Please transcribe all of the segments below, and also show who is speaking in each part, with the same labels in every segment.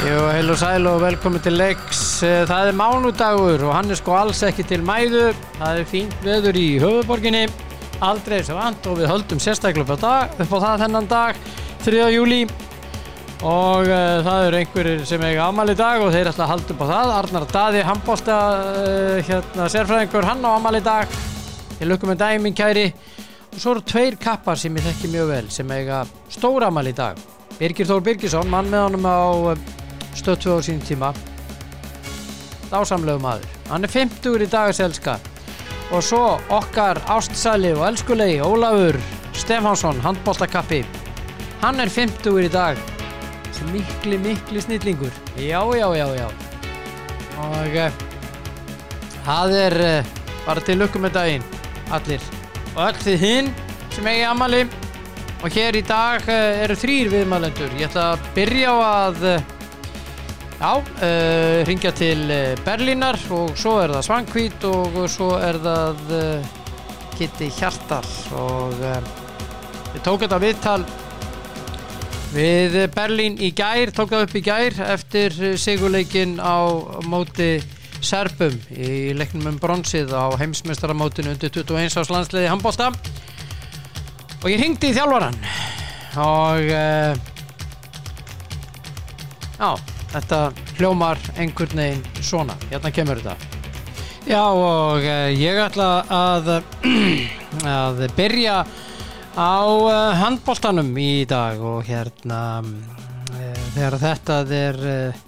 Speaker 1: Jú, heil og sæl og velkomin til leiks. Eh, Það er mánudagur og hann er sko alls ekki til mæðu. Það er fínt veður í höfuborginni. Aldrei sem vant og við höldum sérstaklega upp á, dag, upp á það þennan dag, 3. júli. Og uh, það eru einhverjir sem eiga afmæli í dag og þeir ætla að halda upp á það. Arnar Daði, handbósta, uh, hérna, sérfræðingur, hann á afmæli í dag. Ég lukkum með dæmin kæri. Og svo eru tveir kappar sem ég þekki mjög vel sem eiga stóra afmæli í dag. Birgir Þór Birgisson, mann með honum á eh, stöttu á sínum tíma. Dásamlegu maður. Hann er 50 í dag að selska. Og svo okkar ástsæli og elskulegi Ólafur Stefánsson, handbóltakappi. Hann er 50 í dag sem mikli, mikli snillingur já, já, já, já og eh, það er eh, bara til lukkum með daginn allir og öll þið hinn sem eigi amali og hér í dag eh, eru þrýr viðmælendur ég ætla að byrja á að eh, já, uh, ringja til eh, Berlínar og svo er það Svankvít og svo er það uh, Kitty Hjartal og uh, við tók þetta viðtal Við Berlín í gær, tók það upp í gær eftir sigurleikin á móti Serbum í leiknum um bronsið á heimsmeistaramótinu undir 21 ás landsliði handbólta og ég hringdi í þjálfaran og uh, já, þetta hljómar einhvern veginn svona, hérna kemur þetta Já og uh, ég ætla að að byrja á uh, handbóltanum í dag og hérna uh, þegar þetta er uh,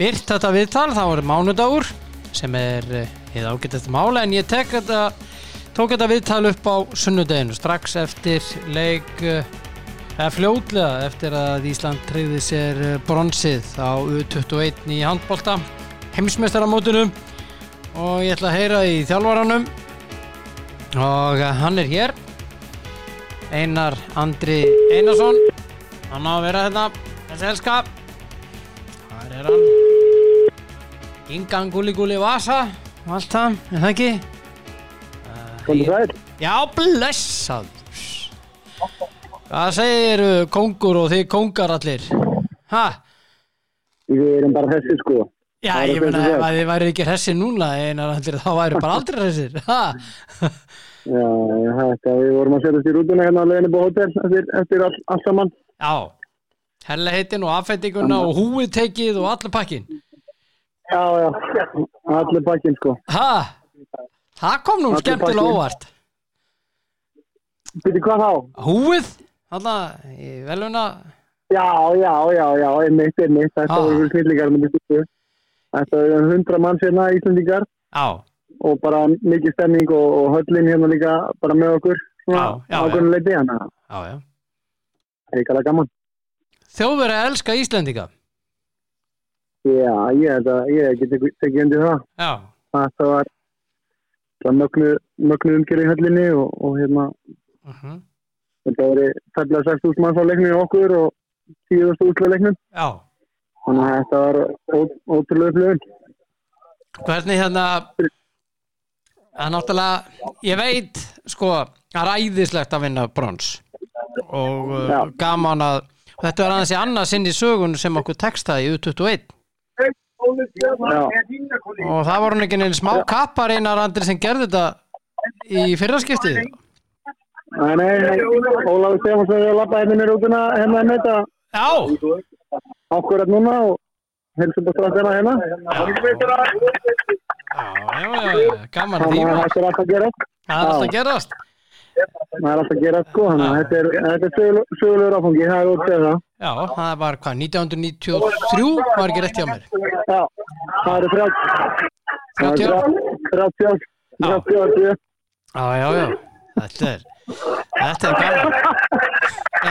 Speaker 1: byrt þetta viðtal þá er mánudagur sem er uh, hið ágættast mála en ég tek þetta tók þetta viðtal upp á sunnudeginu strax eftir leik uh, eða fljótlega eftir að Ísland treyði sér uh, bronsið á U21 í handbólta heimsmeistaramótunum og ég ætla að heyra í þjálfaranum og uh, hann er hér Einar Andri Einarsson hann á að vera hérna þessi helska þar er hann Gingan Gulli Gulli Vasa og allt það, er það ekki?
Speaker 2: Komdu sæl,
Speaker 1: Já, blessaður Hvað segir uh, kongur og þið kongar allir? Ha?
Speaker 2: við erum bara þessi sko.
Speaker 1: Já,
Speaker 2: Það er
Speaker 1: ég meina
Speaker 2: þessi
Speaker 1: ef
Speaker 2: það.
Speaker 1: að þið væri ekki hressir núna Einar Andri, þá væri bara aldrei hressir Ha?
Speaker 2: Já, þetta, við vorum að setjast í rútuna hérna á leiðinu búið hótel eftir, eftir all, allt saman.
Speaker 1: Já, herleitin og affendinguna og húið tekið og allir pakkin
Speaker 2: Já, já, allir pakkin sko.
Speaker 1: Ha? Það kom nú
Speaker 2: Allir
Speaker 1: skemmtilega
Speaker 2: pakkinn.
Speaker 1: óvart
Speaker 2: Býtti hvað þá?
Speaker 1: Húið, alltaf í veluna
Speaker 2: Já, já, já, já, einmitt, einmitt, þetta
Speaker 1: Ah.
Speaker 2: voru fyrir snillingar með þessu. Þetta voru hundra mann sérna Íslandingar
Speaker 1: Já,
Speaker 2: og bara mikið stemning og, og höllin hérna líka bara með okkur.
Speaker 1: Já, já, já.
Speaker 2: Ákveðinu leiti hérna,
Speaker 1: já, já
Speaker 2: eitthvað gaman.
Speaker 1: Þjóðverið að elska Íslendinga
Speaker 2: Já, ég, held að- ég get ekki tekið undir það.
Speaker 1: Já,
Speaker 2: þetta var það mögnu, mögnu umgjörði í höllinni og, og hérna,
Speaker 1: uh
Speaker 2: þetta var tæmlega 6.000 manns á leiknum í okkur og 10.000 út á leiknum.
Speaker 1: já
Speaker 2: Þannig að þetta var ó, ótrúlega upplifun.
Speaker 1: Hvernig hérna Það er náttúrulega, ég veit sko, það er æðislegt að vinna brons og uh,
Speaker 2: Já.
Speaker 1: gaman að þetta er aðeins í annað sinn í sögun sem okkur textaði í U21
Speaker 2: Já,
Speaker 1: og það var hún ekki neinn smá kappar einar andri sem gerði þetta í fyrraskiptið
Speaker 2: nei, nei, nei, Ólafur Stefansson er að lappa hérna í rútuna hérna að netta
Speaker 1: Já,
Speaker 2: akkurat núna og helsa bara straffina hérna.
Speaker 1: já, já, já, já, gaman að því
Speaker 2: Þannig að
Speaker 1: maður.
Speaker 2: þetta er alltaf að gera.
Speaker 1: Það er alltaf að gerast
Speaker 2: Það er alltaf að gera sko, þannig að þetta er, þetta er sögulegur- sögulegur áfangi, það er ótrúlega það.
Speaker 1: Já, það var hvað, 1993 var ekki rétt hjá mér
Speaker 2: Já, það eru 30
Speaker 1: 30 ár?
Speaker 2: 30 30 ár síðan.
Speaker 1: Já, já, já, þetta er Þetta er gaman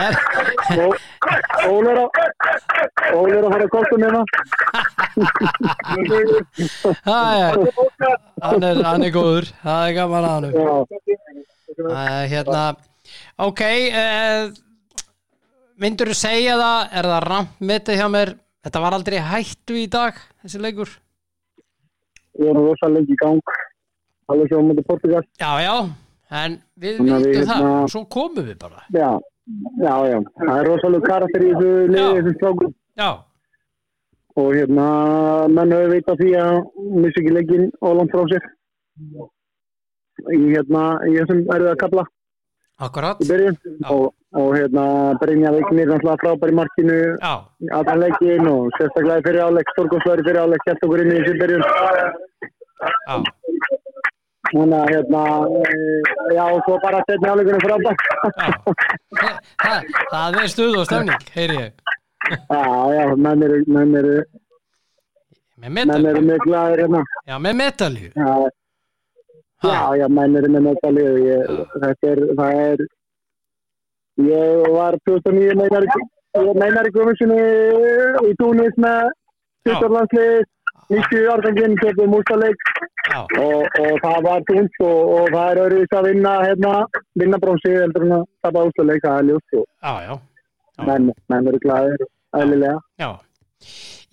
Speaker 1: er,
Speaker 2: Og Óli er að Óli er að fara að kosta minna
Speaker 1: Það er hann, er hann er góður, það er gaman að hann
Speaker 2: Já,
Speaker 1: Það er hérna Ok eh, Myndur þú segja það Er það ramt metið hjá mér Þetta var aldrei í hættu í dag, þessi leikur
Speaker 2: við erum rosa lengi í gang alveg svo á mútið Portugal
Speaker 1: Já, já, en við
Speaker 2: Þannig að við,
Speaker 1: vildum það
Speaker 2: hérna-
Speaker 1: og svo komum við bara
Speaker 2: Já, já, já, það er rosalega karakter í þessu liði,
Speaker 1: Já.
Speaker 2: þessu strákum
Speaker 1: Já,
Speaker 2: og hérna, menn höfðu veit að því að missa ekki leikinn og langt frá sér í hérna, í þessum erðu að kalla
Speaker 1: Akkurat
Speaker 2: í byrjun
Speaker 1: Já.
Speaker 2: Sko, og, og hérna, Brynja Vignir náttúrulega frábær í markinu
Speaker 1: Já,
Speaker 2: allan leikinn og sérstaklega í fyrir áleik, stórgóðsværi fyrir áleik, gett okkur inn í þessu byrjun
Speaker 1: já,
Speaker 2: þannig að hérna, e, já, og svo bara setni áleikunum frábær
Speaker 1: já Þa, það- Það er stuð og stemning, heyri ég
Speaker 2: já, já, menn eru, menn eru,
Speaker 1: Með
Speaker 2: menn
Speaker 1: medalju
Speaker 2: eru mjög glæðir hérna
Speaker 1: Já, með medalju
Speaker 2: já,
Speaker 1: Ha,
Speaker 2: Já, já, menn eru með meðtalið og þetta er, það er, ég var 2009 meinar, meinar í komisjonu í Túnis með Stjórnarlandslið, 90 árganginn, kefum ústaleik
Speaker 1: Já,
Speaker 2: og, og það var túnst og, og það er öðruvísi að vinna, hérna, vinna brónsið heldur en að tapa ústaleik, það er ljóst og
Speaker 1: já, já, Já.
Speaker 2: menn, menn eru glæðir, aðlilega.
Speaker 1: já.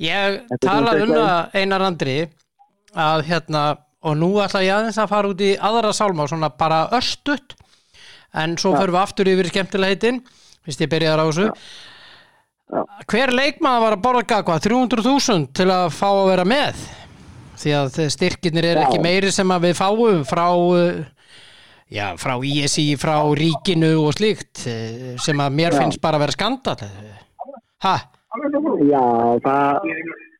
Speaker 1: Ég
Speaker 2: Þetta er
Speaker 1: talaði um
Speaker 2: svona
Speaker 1: það Einar Andri að hérna og nú ætla ég aðeins að fara út í aðra sálma svona bara örstutt en svo förum við aftur yfir skemmtilegheitin fyrst ég byrjaði á þessu
Speaker 2: Já.
Speaker 1: Hver leikmaður var að borga hvað 300.000 til að fá að vera með því að þeir styrkinir er
Speaker 2: Já.
Speaker 1: ekki meiri sem að við fáum frá uh, já, frá ISI, frá ríkinu og slíkt eh, sem að mér
Speaker 2: Já.
Speaker 1: finnst bara að vera skandal Ha,
Speaker 2: Já, það,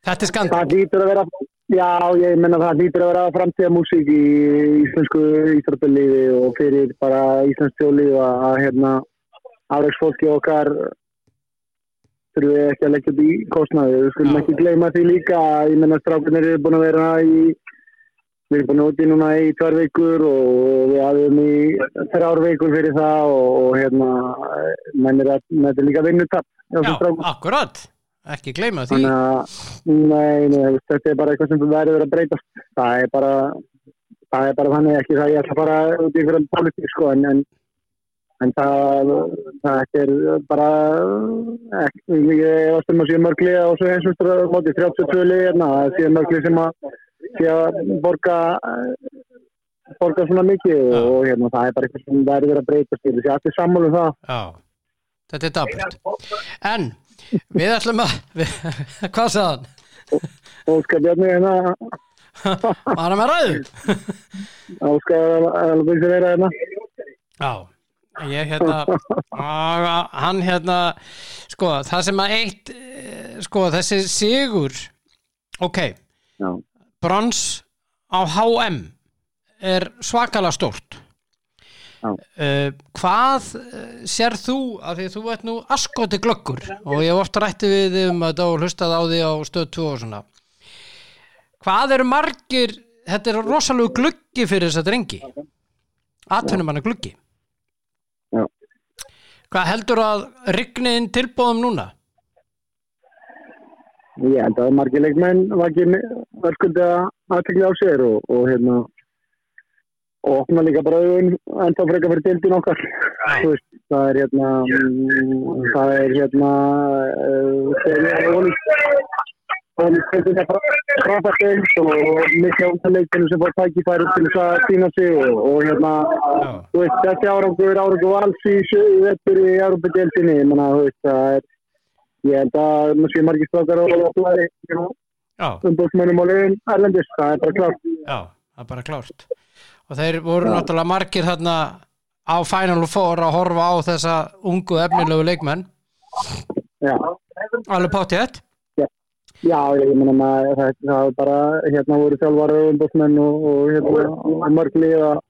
Speaker 1: þetta er skandal
Speaker 2: það lítur að vera, já, ég menna það lítur að vera framtíða músík í íslensku íþróttalífi og fyrir bara íslensk þjóðlíf að, að hérna, afreiksfólki okkar þurfum við ekki að leggja upp í kostnaði. Við skulum
Speaker 1: Já.
Speaker 2: ekki gleyma því líka, að, ég menna strákunir eru búin að vera í, við erum búin að úti núna í tvær vikur og við hafum í þrjár vikur fyrir það og, og hérna, menn er að, þetta er líka vinnutapp. hjá þessum
Speaker 1: Já,
Speaker 2: strákum.
Speaker 1: akkurat, ekki gleyma því
Speaker 2: Þannig að, nei, nei, þú veist, þetta er bara eitthvað sem þú verður að breyta. Það er bara, það er bara þannig ekki það ég ætla að fara út í einhverjum politík, sko, en, en, en það, það er bara, ekki, ég varst um að sé mörgli á svo heimsumstra móti, 32 liði, hérna, það sé mörgli sem að, sé að borga, eh, borga svona mikið
Speaker 1: Já.
Speaker 2: og hérna, það er bara eitthvað sem verður að breyta, skilur, því allir sammálu um það.
Speaker 1: Já, þetta er daburt En við ætlum að við, Hvað sagðan?
Speaker 2: Óskar Bjarni, hérna,
Speaker 1: Var hann með ræðu?
Speaker 2: Óskar, alveg sem vera hérna.
Speaker 1: Já, ég hérna á- Hann hérna Sko, það sem að eitt eh, Sko, þessi sigur Ok,
Speaker 2: Já.
Speaker 1: brons á HM er svakalega stórt
Speaker 2: Já.
Speaker 1: Uh, hvað uh, sér þú af því þú ert nú askoti glöggur og ég hef oft rætti við þig um þetta og hlustað á því á stöð 2 og svona hvað eru margir þetta er rosalegu gluggi fyrir þess að drengi atvinnumanna gluggi
Speaker 2: Já.
Speaker 1: hvað heldur að rigniðin tilbóðum núna
Speaker 2: Ég held að margir leikmenn vakið verðskuldi að aðtekla á sér og, og hérna og opna líka bara auðun enda frekar fyrir dildin okkar Þú veist, það er hérna mm, það er hérna eh, þegar ég er vonið frábært eins og mikla umtaleikinu sem fór tækifæri til þess að sína sig og, og hérna
Speaker 1: Já.
Speaker 2: þú veist, þessi árangur árangur alls í vettur í Európa-dildinni ég menna, þú veist, það er Ég held að maður sé margir strákar og flæri
Speaker 1: já,
Speaker 2: umbúrsmönum og liðin Erlendis, það er bara klart.
Speaker 1: já, það er bara klárt og þeir voru náttúrulega margir þarna á Final Four að horfa á þessa ungu efnilegu leikmenn
Speaker 2: Já,
Speaker 1: alveg páttið
Speaker 2: já ég meina maður, það, það er bara, hérna voru þjálfarar og umbúrsmönn og, og, hérna, og mörg lið að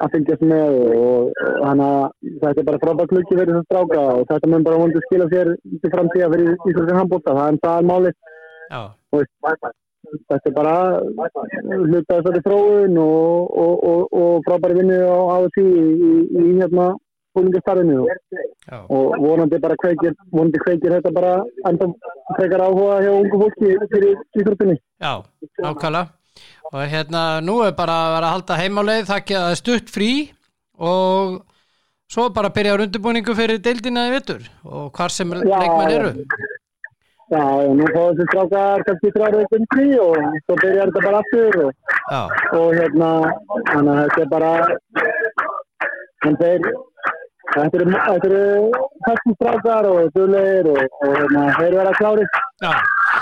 Speaker 2: að fylgjast með og þannig að þetta er bara frábært klukki fyrir þess að stráka og þetta mun bara vonandi skila sér til framtíða fyrir Íslandsin handbóta, það er það er málið
Speaker 1: já,
Speaker 2: og þetta er bara hluta þessari þróun og, og, og, og frábæri vinnu á, á því í, í, í hérna búlingastarfinu
Speaker 1: já,
Speaker 2: og vonandi bara kveikir, vonandi kveikir þetta bara enda frekar áhuga hjá ungu fólki fyrir íþróttinni.
Speaker 1: já, nákvæmlega og hérna nú er bara að vera að halda heimáleið þakki að það er stutt frí og svo bara byrja á rundubúningu fyrir deildina í vittur og hvar sem leikmenn eru
Speaker 2: Já, og nú fá þessi strákar kannski þrjár veikum frí og svo byrjar þetta bara aftur og
Speaker 1: já,
Speaker 2: og hérna þannig að þetta er bara hann þeir þetta eru- þetta eru þessum strákar og duðlegir og, og hérna, þeir vera klári
Speaker 1: já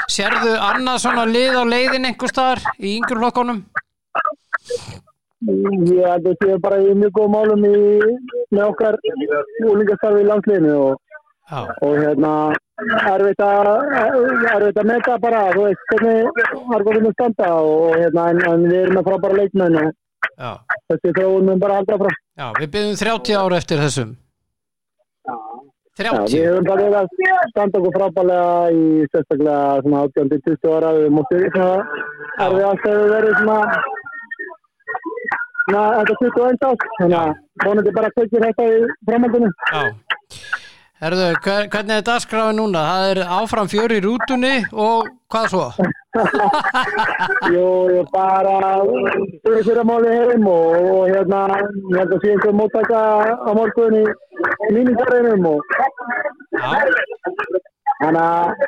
Speaker 1: Sérðu annað svona lið á leiðin einhver staðar í yngur flokkonum?
Speaker 2: Ég held að séu bara í mjög góð málum í, með okkar úlingastarfi í landsliðinu og,
Speaker 1: Já,
Speaker 2: og hérna erfitt að erfitt að meta bara, þú veist, hvernig argoðinu standa og hérna en, en við erum með frábæra leikmenn og
Speaker 1: já,
Speaker 2: þessi þróun mun bara halda frá.
Speaker 1: já, við byrjum 30 ára eftir þessum.
Speaker 2: Já, við
Speaker 1: 30?
Speaker 2: höfum bara verið að standa okkur frábælega í sérstaklega svona 18-20 ára við múttum svona erfið alltaf við verið svona na, þetta er 21 átt þannig að vonandi bara tekið þetta í framhaldinu
Speaker 1: Já. Herðu, hver- hvernig er dagskráin núna? Það er áfram fjör í rútunni og hvað svo?
Speaker 2: Jú, ég bara fyrir fyrir að máli heim og, og hérna, ég held að sé einhver móttaka á morgun í míningarðinum og
Speaker 1: Já,
Speaker 2: þannig að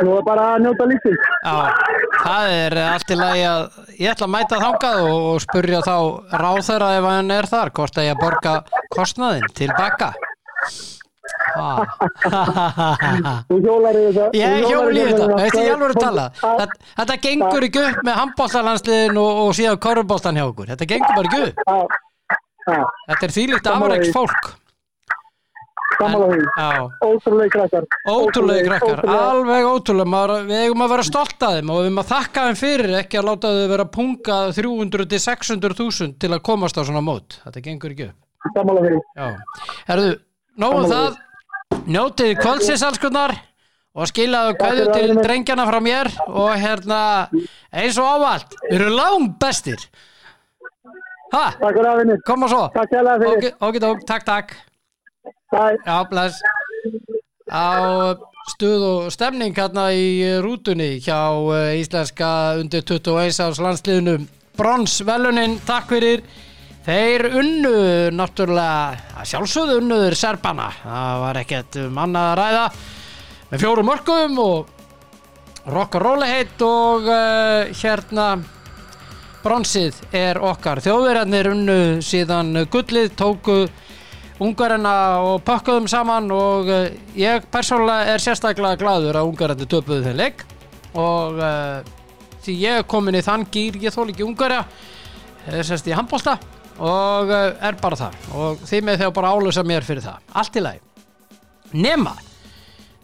Speaker 2: nú er bara að njóta lífsins
Speaker 1: Já, það er allt í lagi að ég ætla að mæta þangað og, og spurja þá ráþæra ef hann er þar hvort að ég að borga kostnaðinn tilbaka ha.
Speaker 2: Þú hjólar í þetta
Speaker 1: Ég
Speaker 2: þú
Speaker 1: hjóli hérna. í þetta,
Speaker 2: þennan-
Speaker 1: þetta er ég alveg að tala þetta, þetta gengur ekki upp með handbóltalandsliðin og, og síðan korfbóltan hjá okkur þetta gengur bara ekki upp,
Speaker 2: Já, já,
Speaker 1: þetta er þýlikt afreiks fólk
Speaker 2: sammála því.
Speaker 1: Já,
Speaker 2: Ótrúlega krakkar.
Speaker 1: Ótrúlega krakkar,
Speaker 2: ótrúlega-
Speaker 1: alveg ótrúlega Maður, við eigum að vera stolt að þeim og við eigum að þakka þeim fyrir ekki að láta þau vera punga 300-600.000 til að komast á svona mót þetta gengur ekki upp
Speaker 2: Sammála því.
Speaker 1: Já. Herðu, nógum
Speaker 2: Sammála.
Speaker 1: það njótið kvöldsins allskunnar og skilaðu kveðu
Speaker 2: fyrir
Speaker 1: til
Speaker 2: aðeins.
Speaker 1: drengjana frá mér og hérna eins og ávalt, við erum lang bestir Ha,
Speaker 2: Takk fyrir aðvinni.
Speaker 1: koma svo
Speaker 2: Takk hérlega fyrir.
Speaker 1: Ókei, ókei, ókei, takk, takk
Speaker 2: Bye.
Speaker 1: Já, bless Á stuð og stemning hérna í rútunni hjá eh, íslenska undir 21 árs landsliðinu Bronsvelunin, takk fyrir Þeir unnu náttúrulega að sjálfsögðu unnuður Serbana það var ekkert um annað að ræða með fjórum mörgum og rockaróli heitt og uh, hérna bronsið er okkar þjóðverðarnir unnu síðan gullið tóku ungarina og pakkuðum saman og eh, ég persónulega er sérstaklega gladur að ungararnir töpuðu þeim leik og uh, því ég er komin í þann gýr, ég þól ekki ungarja sérst í handbólta og uh, er bara þar og því með þegar bara álusa mér fyrir það allt í lagi nema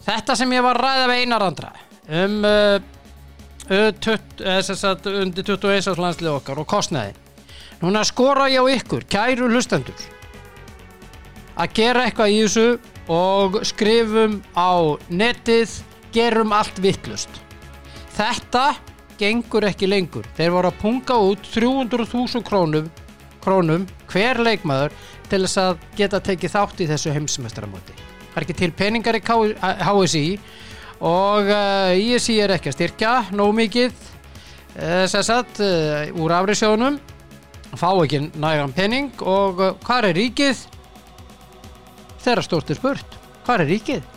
Speaker 1: þetta sem ég var að ræða við einar andra um uh, ö, tutt- eða sem sagt, undir 21 árs landslið okkar og kostnaði núna skora ég á ykkur, kæru hlustendur að gera eitthvað í þessu og skrifum á netið gerum allt vittlust þetta gengur ekki lengur þeir voru að punga út 300.000 krónum, krónum hver leikmaður til þess að geta tekið þátt í þessu heimsmestramóti það er ekki til peningar í K- HSI og uh, ISI er ekki að styrkja nóg mikið uh, sem sagt uh, úr afrisjónum fá ekki nægan pening og uh, hvað er ríkið? þeirra stórt er spurt hvað er ríkið?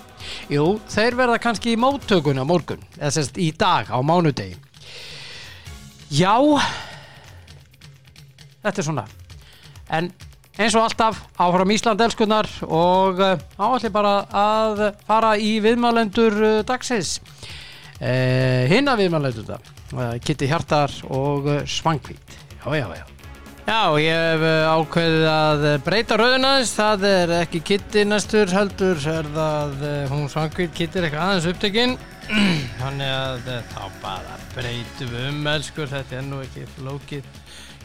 Speaker 1: Jú, þeir verða kannski í móttökunni á morgun eða sérst í dag á mánudegi Já þetta er svona en eins og alltaf áfram Ísland elskunnar og eh, áallir bara að fara í viðmælendur eh, dagsins eh, hinna viðmælendur það eh, Kitty Hjartar og eh, Svangvít já já já Já, ég hef eh, ákveðið að eh, breyta rauðinaðins, það er ekki Kitty næstur heldur, er það eh, hún svangvít Kitty er eitthvað aðeins upptekinn þannig að eh, þá bara breytum við um elskur, þetta er nú ekki flókið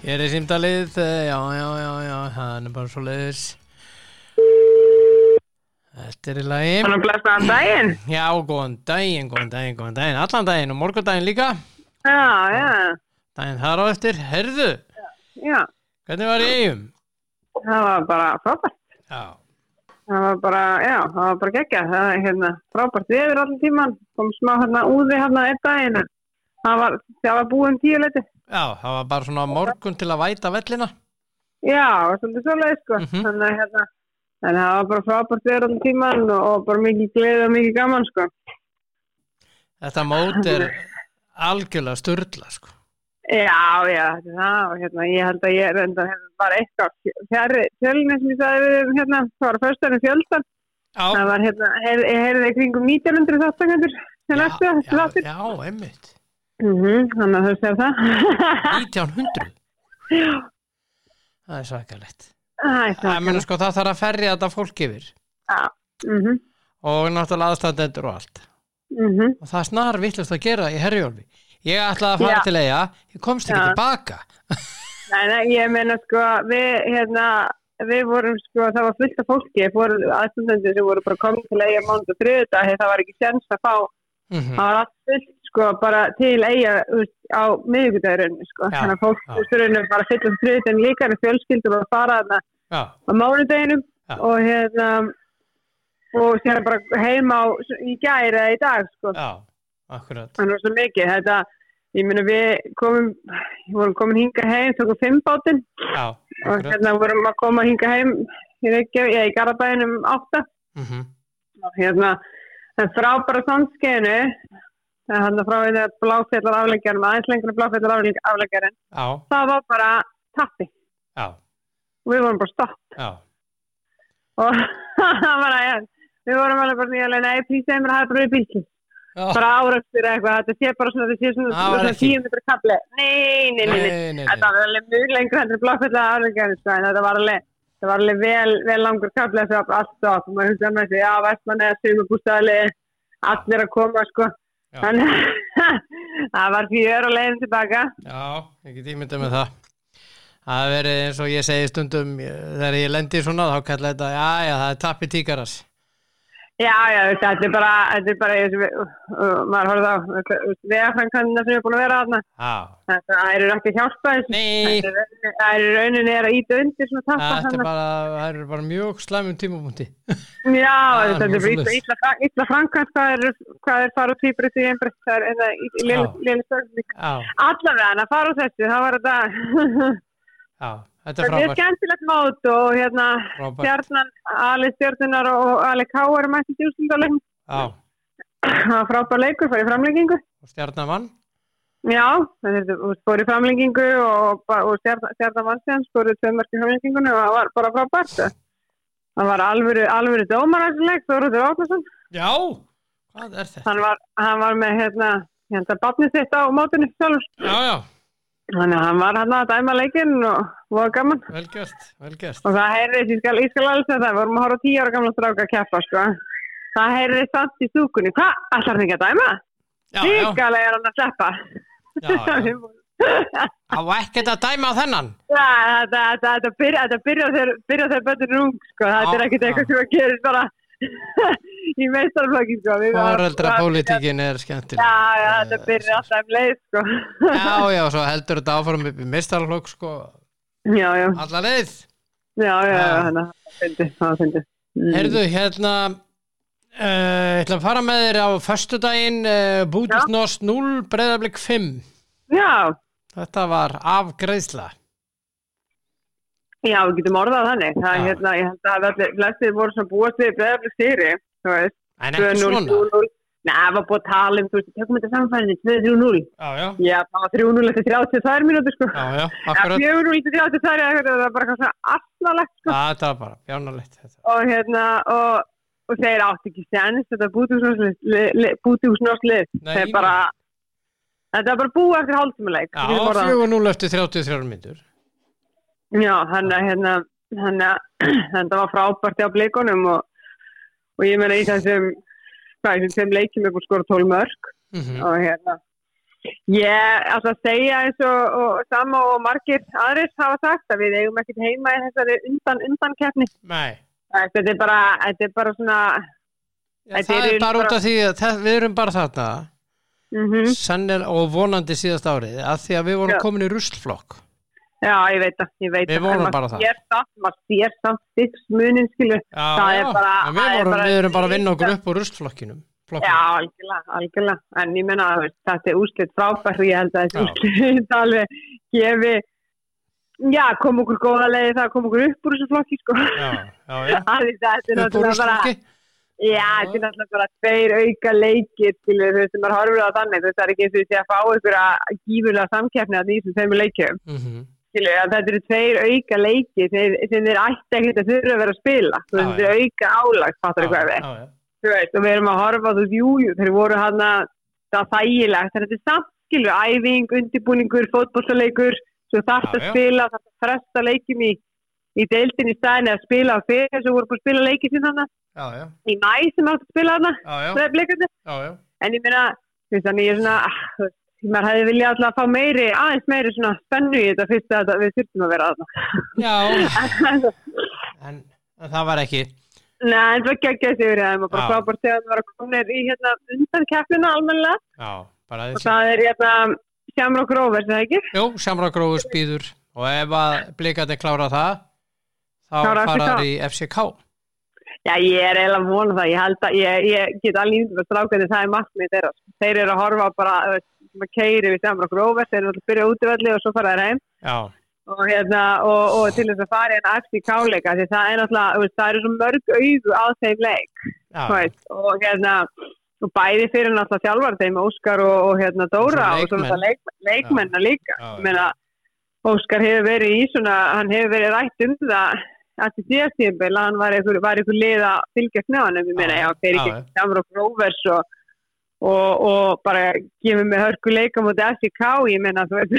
Speaker 1: Ég er í símdalið, eh, já, já, já, já, það er bara svo leiðis Þetta er í lagi
Speaker 3: Þannig að
Speaker 1: Mm.
Speaker 3: blessaðan daginn.
Speaker 1: Já, góðan daginn, góðan daginn, góðan daginn, allan daginn og morgundaginn líka
Speaker 3: Já, já,
Speaker 1: daginn þar á eftir, herðu,
Speaker 3: já.
Speaker 1: hvernig var ég eigum?
Speaker 3: Það var bara frábært.
Speaker 1: Já,
Speaker 3: Það var bara, já, það var bara geggja. Það er hérna frábært viður allir tíman. Kom smá hérna úði hérna einn daginn. en Það var, það var búið um tíu leiti.
Speaker 1: Já, það var bara svona morgun til að væta vellina.
Speaker 3: Já, það var svolítið svolítið, sko.
Speaker 1: Mhm.
Speaker 3: Þannig að hérna, þannig að það var bara frábært viður allir tíman og, og bara mikið gleðið og mikið gaman, sko.
Speaker 1: Þetta mót er algjörlega styrla, sko.
Speaker 3: Já, já, já, hérna, ég held að ég er enda hérna, bara eitthvað fjari fjölni sem ég sagði við um, hérna, það var fyrstæðan fjöldan,
Speaker 1: Já,
Speaker 3: það var hérna, heyr- ég heyrði í kringum 1900 þáttangandur,
Speaker 4: til næstu, þessu
Speaker 1: já,
Speaker 4: þáttir.
Speaker 1: já, einmitt
Speaker 4: Mhm, Þannig að þú segir það.
Speaker 1: 1900 það er svakalegt
Speaker 4: Æ,
Speaker 1: það,
Speaker 4: það-
Speaker 1: meni, sko, það þarf að ferja þetta fólk yfir
Speaker 4: mhm,
Speaker 1: og náttúrulega aðstandendur og allt
Speaker 4: mhm.
Speaker 1: og það er snar vittlust að gera í herjólfi ég ætlaði að fara
Speaker 4: Já.
Speaker 1: til eiga ég komst ekki
Speaker 4: Já.
Speaker 1: tilbaka
Speaker 4: Nei, nei, ég meina sko, við, hérna, við vorum sko, það var fullt af fólki, fóru aðstundendur sem voru bara komið til eiga mánuð og þriðuta, það var ekki sens að fá,
Speaker 1: mm
Speaker 4: það var allt fullt sko, bara til eiga út á miðugudagurinn, sko,
Speaker 1: Já,
Speaker 4: þannig að fólk
Speaker 1: já.
Speaker 4: úr þurrunum bara fullt af þriðutin líka en fjölskyldur var að fara þarna
Speaker 1: já,
Speaker 4: á mánudeginum
Speaker 1: Já.
Speaker 4: og hérna, og sér bara heima á, í gæri eða í dag, sko,
Speaker 1: já, akkurat
Speaker 4: þannig að svo mikið, þetta, ég meina við komum, við vorum komin hinga heim, tókum fimm bátinn,
Speaker 1: já,
Speaker 4: og
Speaker 1: akkurat
Speaker 4: hérna vorum að koma hinga heim í Reykjavík, eða í Garabæin um 8
Speaker 1: mm
Speaker 4: og hérna en frábæra sandskeinu það er hérna frá því að bláfjallar afleggjarum aðeins lengur bláfjallar afleggjarum
Speaker 1: já,
Speaker 4: það var bara tappi
Speaker 1: já,
Speaker 4: og við vorum bara stopp
Speaker 1: já,
Speaker 4: og það var að við vorum alveg bara nýjalega nei, plís þeim er að hafa bara við bílki
Speaker 1: já.
Speaker 4: bara árakstur eða eitthvað, þetta sé bara svona þetta sé svona,
Speaker 1: Ah. Það var
Speaker 4: svona
Speaker 1: ekki.
Speaker 4: 10 metri kapli nei, nei, nei, nei.
Speaker 1: nei,
Speaker 4: Þetta var alveg mjög lengur hendur blokkvölda aflengjörn, sko, en þetta var alveg, þetta var alveg vel, vel langur kaflega þegar allt og maður hugsa með þessi, já, vestmann eða sumabústæðali, allir að koma, sko.
Speaker 1: Já.
Speaker 4: Þannig það var fjör og leiðin tilbaka.
Speaker 1: Já, ekki tímynda með það Það verið eins og ég segi stundum eh, þegar ég lendi í svona þá kalla þetta já, já, það er tappi tíkaras
Speaker 4: Já, já, þú veist, þetta er bara, þetta er bara, ég, uh, uh, maður horfði á vegafrænkvæmina sem er búin að vera þarna,
Speaker 1: Já,
Speaker 4: þetta ærir ekki hjálpa þessu.
Speaker 1: nei
Speaker 4: Þetta er- Það er í rauninni er að íta undir svona tappa
Speaker 1: Það er bara, það eru bara mjög slæmum tímapunkti
Speaker 4: Já,
Speaker 1: Það er
Speaker 4: þetta er
Speaker 1: nú
Speaker 4: bara
Speaker 1: svoleiðis.
Speaker 4: ítla, ítla framkvæmt hvað er, hvað er fara út týpur því einbreytt, það er eina
Speaker 1: Já.
Speaker 4: léli stjórnvík.
Speaker 1: Já,
Speaker 4: Allavega, en að fara úr þessu, það var þetta,
Speaker 1: já, þetta er
Speaker 4: þetta er
Speaker 1: frábært
Speaker 4: skemmtilegt mót og hérna
Speaker 1: Frábært,
Speaker 4: stjarnan, Ali stjórnunar og Ali K. eru mættið í úrslindalegin.
Speaker 1: já, og
Speaker 4: Það var frábær leikur, fór í framlengingu.
Speaker 1: stjarnamann
Speaker 4: Já, það er- þú veist, fór í framlengingu og, ba- og stjarnan, stjarnan vannstíðan spóruði tvö mörg í framlengingunni og það var bara frábært. Það var alvöru, alvöru dómaransleik, Þóruður Ákvæmsson.
Speaker 1: Já, hvað er þetta?
Speaker 4: hann var, hann var með hérna, hérna barnið sitt á mótunni sjálfur.
Speaker 1: Já, já,
Speaker 4: Þannig að hann var hann að dæma leikinn og var gaman.
Speaker 1: vel gert, vel gert
Speaker 4: Og það heyrðist, ég skal, ég skal alveg segja það, við vorum að horfa á tíu ára gamla stráka að keppa, sko. Það heyrðist samt í stúkunni, hvað, allar þig að dæma?
Speaker 1: Já, já, já,
Speaker 4: Líkalega er hann að sleppa.
Speaker 1: já Á ekkert að dæma á þennan
Speaker 4: Já, þetta, þetta, þetta, byrja, þetta byrja þegar, byrja þegar bötur rung, sko. Þetta er ekkert
Speaker 1: Já,
Speaker 4: eitthvað sem að gerist bara í meistarflokki, sko. Við varum-
Speaker 1: Foreldra er skemmtileg
Speaker 4: Já, já, þetta byrja alltaf um leið, sko.
Speaker 1: Eh, Já, já, svo heldur þetta áfram upp í mistarflokk sko,
Speaker 4: Já, já.
Speaker 1: alla leið
Speaker 4: Já, já,
Speaker 1: Já.
Speaker 4: já, þannig að það fyndi, það Mm. fyndi.
Speaker 1: Herðu, hérna uh, ætla að fara með þér á föstudaginn uh, Bútist Nost 0, Breiðablik 5
Speaker 4: Já,
Speaker 1: Þetta var afgreðsla
Speaker 4: já, við getum orðað þannig.
Speaker 1: Já.
Speaker 4: Það er hérna, ég held að allir flestir voru svona búast við breyðafli styri, þú veist,
Speaker 1: En ekki
Speaker 4: 2-0,
Speaker 1: svona
Speaker 4: 2-0. Nei, það var búið að tala um, þú veist, tökum þetta samfærinni, 2-3-0.
Speaker 1: Já, já,
Speaker 4: Já, það var 3-0 eftir 32 mínútur, sko.
Speaker 1: já, já,
Speaker 4: Já,
Speaker 1: akkurat
Speaker 4: 4-0 eftir 32, eða eitthvað, það var bara eitthvað svona aftalegt, sko.
Speaker 1: Það var bara bjánalegt þetta.
Speaker 4: Og hérna, og, og þeir átti ekki sens, þetta bútúsnorslið,
Speaker 1: Nei,
Speaker 4: þeir bara, þetta var bara búið eftir hálftímuleik.
Speaker 1: Já, 4-0 eftir 33 myndur
Speaker 4: Já, hann að hérna, hann að þetta var frábært hjá blíkonum og, og ég meina í þessum hvað, þessum sem leikjum er búin skora 12 mörg
Speaker 1: mm
Speaker 4: og hérna ég ætla að segja eins og, og sama og margir aðrir hafa sagt að við eigum ekkert heima í þessari undan undankeppni
Speaker 1: Nei
Speaker 4: þetta er bara, þetta er bara svona
Speaker 1: Já,
Speaker 4: Þetta
Speaker 1: það
Speaker 4: er
Speaker 1: er bara
Speaker 4: bara-
Speaker 1: út af því að það, við erum bara þarna
Speaker 4: mhm,
Speaker 1: sennil og vonandi síðast árið að því að við vorum
Speaker 4: Já.
Speaker 1: komin í ruslflokk
Speaker 4: já, ég veit það, ég veit
Speaker 1: Við
Speaker 4: það,
Speaker 1: vonum
Speaker 4: en maður
Speaker 1: bara það.
Speaker 4: sér samt, maður sér samt styggs munin skilu
Speaker 1: Já,
Speaker 4: Það er
Speaker 1: já,
Speaker 4: bara-
Speaker 1: en
Speaker 4: það
Speaker 1: við,
Speaker 4: er
Speaker 1: vorum,
Speaker 4: bara-
Speaker 1: við erum bara að vinna okkur upp úr ruslflokkinum Flokkinum.
Speaker 4: Já, algjörlega, algjörlega, en ég menna þetta er úslit frábært og ég held að
Speaker 1: Já.
Speaker 4: þetta úslit alveg gefi, já, kom okkur góða leiði það, kom okkur upp úr þessu flokki, sko.
Speaker 1: já, já, já.
Speaker 4: Það er- þetta er
Speaker 1: Upp úr
Speaker 4: náttúrulega bara,
Speaker 1: ruslflokki
Speaker 4: já, þetta er náttúrulega bara tveir auka leikir til þau sem maður horfir á þannig, þú veist, það er ekki eins og því að fá ykkur að gífurlega samkeppni að því sem þeim leikjum,
Speaker 1: mm
Speaker 4: til þau, að þetta eru tveir auka leikir sem, sem þeir ætti ekkert að þurfa að vera að spila, þú veist,
Speaker 1: Já,
Speaker 4: þetta er auka álag, fattar
Speaker 1: já,
Speaker 4: ykkur að við
Speaker 1: já, já.
Speaker 4: Þú þú veist, og við erum að horfa þú veist, jú, jú, þeir voru hann að það þægilegt, þetta er samt, skilju, æfing, undibúningur, fótbollsleikur, svo þarft
Speaker 5: Já,
Speaker 4: að
Speaker 5: já.
Speaker 4: spila, þarft að fresta leikim í, í deildin í staðin eða spila á fyrir, svo voru búin að spila leikið sín hann
Speaker 5: já, já,
Speaker 4: í mæ sem átt að spila hann,
Speaker 5: já, já,
Speaker 4: það er bleikarnir,
Speaker 5: já, já.
Speaker 4: en ég meina, þú veist, þannig ég er svona, ah, þú veist, maður hefði viljað alltaf að fá meiri, aðeins meiri svona spennu í þetta fyrst að þetta- við þurftum að vera
Speaker 1: Já,
Speaker 4: aðna.
Speaker 1: en, en það var ekki
Speaker 4: Nei, en svo geggjaði sigur í þeim og bara
Speaker 5: Já.
Speaker 4: frábært þegar það var að koma í hérna undan keppina almennilega
Speaker 5: Já, bara
Speaker 4: og
Speaker 5: þessi.
Speaker 4: það er hérna Shamrock Rovers, eða ekki?
Speaker 1: Jú, samragróðu spýður og ef að blikandi klára það þá
Speaker 4: Klára
Speaker 1: fara
Speaker 4: FCK.
Speaker 1: það í FCK
Speaker 4: Já, ég er eiginlega að vona það, ég held að ég, ég get allir índum að strákandi það er markmið þeirra. Þeir eru að horfa á bara, þú veist, maður keiri við Shamrock Rovers, þeir eru alltaf að byrja útvöldi og svo fara þeir heim
Speaker 1: Já,
Speaker 4: og hérna, og, og til þess að fara hérna eftir káleika því það er náttúrulega, þú veist, það eru svo mörg auðu á þeim leik.
Speaker 1: já,
Speaker 4: Þú veist, og hérna og bæði fyrir náttúrulega þjálfar þeim Óskar og, og hérna Dóra
Speaker 1: Og svo
Speaker 4: og svo náttúrulega leik, leikmennar líka
Speaker 5: Já, já.
Speaker 4: Menna, Óskar hefur verið í svona hann hefur verið rætt um það að til síðast tímpil að hann var ykkur, var ykkur lið að fylgjast með hann ég meina,
Speaker 1: Já,
Speaker 4: já, þeir
Speaker 1: já,
Speaker 4: ekki samur og gróvers og, og, og bara gefur mig hörku leika mútið FCK ég meina, þú veist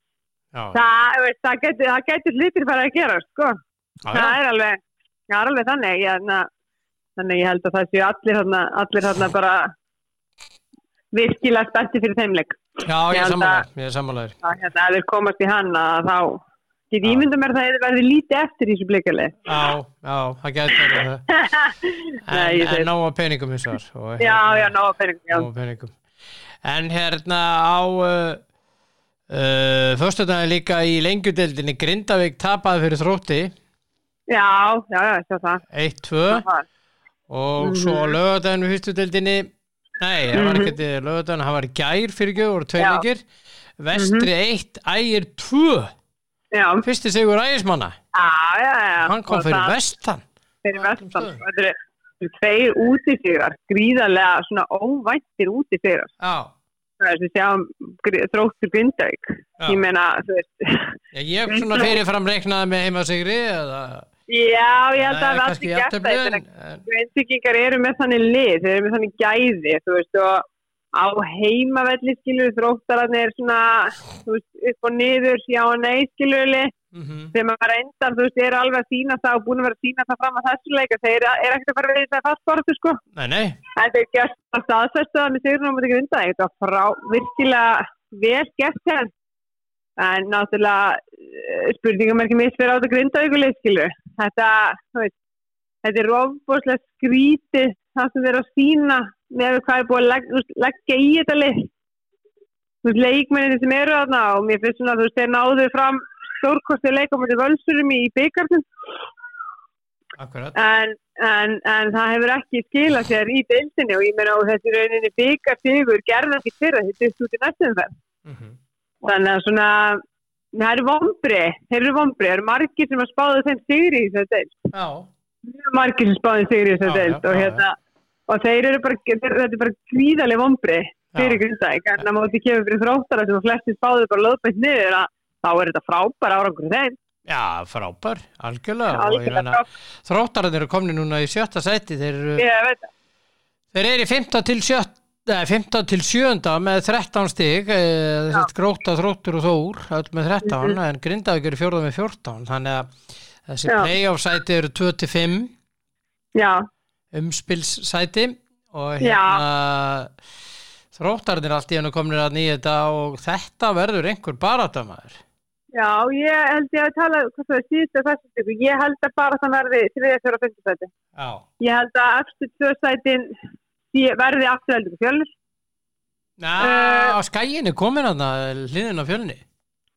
Speaker 5: Já, já,
Speaker 4: það, þú veist, það getur, það getur hlutir bara að gera, sko
Speaker 5: já,
Speaker 4: það er alveg, það er alveg þannig ég, na, þannig ég held að það séu allir þarna, allir þarna bara virkilega spennti fyrir þeimleik
Speaker 1: já ég er
Speaker 4: Ég held
Speaker 1: sammálaður, ég er sammálaður.
Speaker 4: að hérna, ef þeir komast í hann að þá get
Speaker 1: Já.
Speaker 4: ég ímynda mér að það hefði verið lítið eftir í þessu blikali
Speaker 1: Já, já, það gæti verið það
Speaker 4: Nei,
Speaker 1: en,
Speaker 4: ég
Speaker 1: en
Speaker 4: segi-
Speaker 1: ná að peningum hins vegar og
Speaker 4: já,
Speaker 1: hérna,
Speaker 4: já, ná, fyrir, já.
Speaker 1: nóg af peningum en hérna á uh, uh, föstudagin líka í lengjudeldinni Grindavík tapaði fyrir þrótti
Speaker 4: já, já, já, sjá það
Speaker 1: 1-2
Speaker 4: Sjá það.
Speaker 1: og
Speaker 4: Mhm.
Speaker 1: svo á lögadagin við fyrstudeldinni nei, það var ekki lögadagin það var í gær fyrir gjöð, voru
Speaker 4: Já. Mhm.
Speaker 1: tveinikir vestri 1, ægir 2
Speaker 4: já,
Speaker 1: fyrsti sigur ægismanna
Speaker 4: já, já, já
Speaker 1: hann kom
Speaker 4: Og
Speaker 1: fyrir
Speaker 4: það-
Speaker 1: vestan
Speaker 4: fyrir
Speaker 5: Hann kom
Speaker 4: vestan
Speaker 5: fyrir.
Speaker 4: Og þetta eru- þetta eru tveir útisýrar gríðarlega svona óvæntir útisýrar
Speaker 1: já,
Speaker 4: það er sem sjáum gr- þróttur Grindavík
Speaker 1: Já.
Speaker 4: ég meina, þú veist
Speaker 1: ég, ég
Speaker 4: Mhm.
Speaker 1: svona fyrirfram reiknaði með heimasigri eða
Speaker 4: já, ég held
Speaker 1: eða
Speaker 4: að það er
Speaker 1: kannski um
Speaker 4: allir gert
Speaker 1: jafntefli,
Speaker 4: það ég meina,
Speaker 1: en- en-
Speaker 4: Grindvíkingar eru með þannig lið þeir eru með þannig gæði, þú veist og á heimavelli skilur þróttararnir svona þú veist, upp og niður, já og nei skilurli
Speaker 1: mhm.
Speaker 4: sem að reyndar, þú veist, eru alveg að sína það og búin að vera að sína það fram að þessu leika þeir eru ekkert að fara að vera í það fastbortu sko
Speaker 1: nei, nei
Speaker 4: En þeir gerst að staðfæstu það með sigurinn á mútið grinda. Þetta var frá virkilega vel gert hér. En náttúrulega eh, spurningum er ekki mist fyrir á þetta grinda ykkur leyskilu. Þetta, þú veist, þetta er ofbúrslega skrítið það sem þeir eru að sína með hvað er búið að legg, þú veist, leggja í þetta lið. Þú veist, leikmenninni sem eru þarna og mér finnst svona, þú veist, þeir náðu fram stórkostið leikamöndi völsurum í, í byggarnum
Speaker 1: Akkurat,
Speaker 4: en, en, en það hefur ekki skilað sér í deildinni og ég meina og þessi rauninni byggar sigur gerða ekki fyrra því dyrt út í næstum þar
Speaker 1: mm
Speaker 4: þannig að svona það eru vombri, þeir eru vombri það eru margir sem að spáðu þeim sigri í þessu deild
Speaker 1: já,
Speaker 4: mjög margir sem spáðu þeim sigri í
Speaker 1: Já,
Speaker 4: þessu deild
Speaker 1: já,
Speaker 4: og
Speaker 1: já,
Speaker 4: hérna og þeir eru bara, þeir, þetta er bara gríðarlega vombri fyrir grindæk en að móti kemur fyrir þróttara sem að flesti spáðu bara löðbætt niður að þá er þetta frábær árangur hjá þeim
Speaker 1: já, frábær, algjörlega, og ég
Speaker 4: algjörlega
Speaker 1: meina,
Speaker 4: frábær,
Speaker 1: þróttararnir eru komni núna í sjötta sæti, þeir eru,
Speaker 4: ég veit það.
Speaker 1: þeir eru í 15 til, sjött, eh, 15 til 7 með 13 stig, eh, þess að gróta þróttur og þór, öll með 13, en Grindavík eru fjórða með 14, þannig að þessi
Speaker 4: Mhm. Já.
Speaker 1: playoff sæti eru 25
Speaker 4: já,
Speaker 1: umspilssæti og
Speaker 4: Já.
Speaker 1: hérna þróttararnir allt í hennu komnir að nýja þetta og þetta verður einhver baratamaður.
Speaker 4: Já, ég held ég að tala hvað það er síðust og fyrstu ykkur. Ég held að bara það verði þriðja, fjóra, fyrstu sæti.
Speaker 1: Já,
Speaker 4: Ég held að eftir tvö sætin sé- verði afturheldur fjölnir. Eh.
Speaker 1: Já, uh, skæin er komin að hliðin á fjölni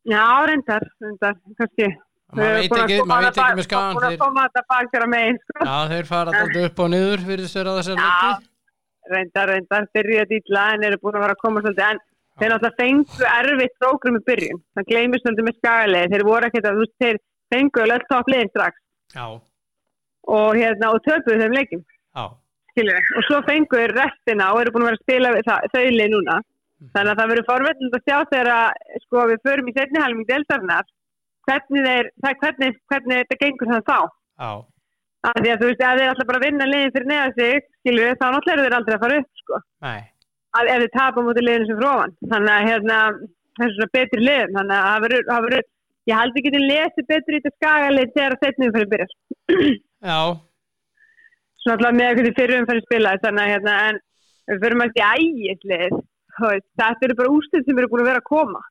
Speaker 4: Já, reyndar, reyndar, kannski.
Speaker 1: maður
Speaker 4: Þau eru
Speaker 1: veit
Speaker 4: búin að
Speaker 1: ekki,
Speaker 4: koma
Speaker 1: maður veit
Speaker 4: þetta
Speaker 1: ekki með
Speaker 4: bak-
Speaker 1: skáðan
Speaker 4: Búin að
Speaker 1: þeir,
Speaker 4: koma þetta bak þeirra megin, sko.
Speaker 1: já, þeir fara alltaf upp og niður fyrir þess að þessar
Speaker 4: Já,
Speaker 1: leiki
Speaker 4: reyndar, reyndar, byrja dýtla en eru búin að vera að koma svolítið. En þeir náttúrulega fengu erfitt strókrum í byrjun. Það gleymir svolítið með skagalegi. Þeir voru ekkert að, þú veist, þeir fengu öll toppliðin strax
Speaker 1: Já,
Speaker 4: og hérna, og töpuðu þeim leikim.
Speaker 1: já,
Speaker 4: skilur við, og svo fengu þeir restina og eru búin að vera að spila við það, þauli núna þannig að það verður forveitnilegt að sjá þegar að sko við förum í setni helming deltarnar hvernig, þeir, það, hvernig, hvernig þetta gengur það þá
Speaker 1: já,
Speaker 4: Af Því að þú veist, ef þeir alltaf bara að vinna liðin fyrir neða sig, skilur við, þá náttúrulega eru þeir aldrei að fara upp, sko.
Speaker 1: Nei.
Speaker 4: Að, ef þeir tapa mútið liðinu sem fróðan. Þannig að, hérna, það er svona betri liðin. Þannig að það verður, það verður, ég held ekki til lesið betur í þetta skagalið þegar að setnum fyrir byrjar.
Speaker 1: Já,
Speaker 4: Svona alltaf með eitthvað fyrir umfæri spilaði, þannig að, hérna, en við förum ekki ægislið. Þetta eru bara úrslit sem eru búin að vera að koma.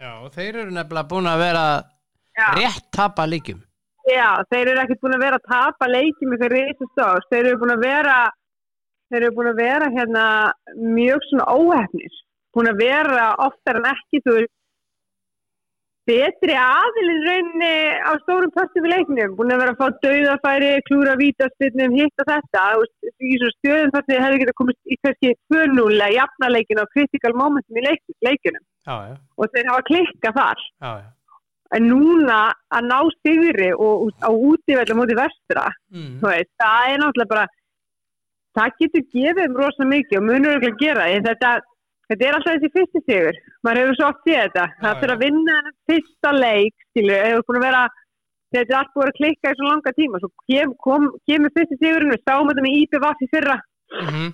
Speaker 1: já, þeir eru nefnilega búin að vera
Speaker 4: Já.
Speaker 1: rétt tapa líkjum.
Speaker 4: Já, þeir eru ekkert búin að vera að tapa leikjum ykkur reysastórs. Þeir eru búin að vera, þeir eru búin að vera hérna mjög svona óhefnis. Búin að vera oftar en ekki, þú veist, betri aðilin rauninni á stórum pörstum í leiknum. Búin að vera að fá dauðafæri, klúra vítastinnum, hitta þetta. Þú veist, Í svona stöðum þar sem þeir hefðu getið komist í kannski 2-0 að jafna leikinu á critical momentum í leik, leikunum.
Speaker 1: Já, já,
Speaker 4: Og þeir hafa klikkað þar
Speaker 1: já, já.
Speaker 4: en núna að ná sigri og, og á útívelda móti vestra þú
Speaker 1: Mm.
Speaker 4: veist, það er náttúrulega bara það getur gefið um rosa mikið og munur ekki að gera en þetta, þetta er alltaf þessi fyrsti sigur maður hefur svo oft séð þetta
Speaker 1: Já,
Speaker 4: það fyrir að
Speaker 1: já.
Speaker 4: vinna þennan fyrsta leik skilur, hefur búin að vera þetta er allt búin að klikka í svo langa tíma svo kem, kom, kemur fyrsti sigurinn við sáum þetta með íbjöf af því fyrra
Speaker 1: Mm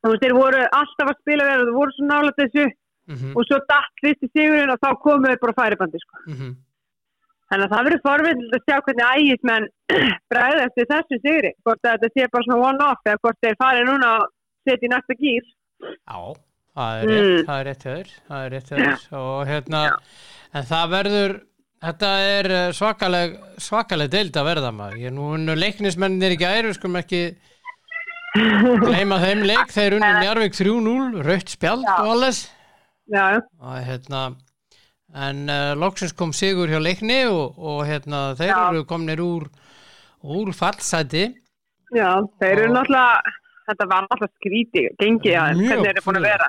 Speaker 4: þú veist, þeir voru alltaf að spila verið og þeir voru svo nála þessu
Speaker 1: -hmm.
Speaker 4: og svo datt fyrsti sigurinn og þá komuðu bara á færibandi sko.
Speaker 1: Mm -hmm.
Speaker 4: Þannig að það verður forvindilegt að sjá hvernig ægismenn bræðast við þessu sigri. Hvort að þetta sé bara svona one-off eða hvort þeir farið núna og setja í næsta gýr.
Speaker 1: Já, það er
Speaker 4: Mm.
Speaker 1: rétt, það er rétt höður, það er rétt höður og hérna, en það verður, þetta er eh, svakaleg, svakaleg deild að verða maður, ég nú unnu leiknismennir ekki æru, skulum ekki gleyma þeim leik, þeir unnu Njarvík 3-0, rautt spjald og alles
Speaker 4: Já, já.
Speaker 1: og hérna, en uh, loksins kom Sigur hjá leikni og, og hérna, þeir
Speaker 4: Já.
Speaker 1: eru komnir úr, úr fallsæti.
Speaker 4: já, þeir eru
Speaker 1: Og-
Speaker 4: náttúrulega, þetta var náttúrulega skríti, gengið að
Speaker 1: Mjög
Speaker 4: hvernig þeir eru búin að vera.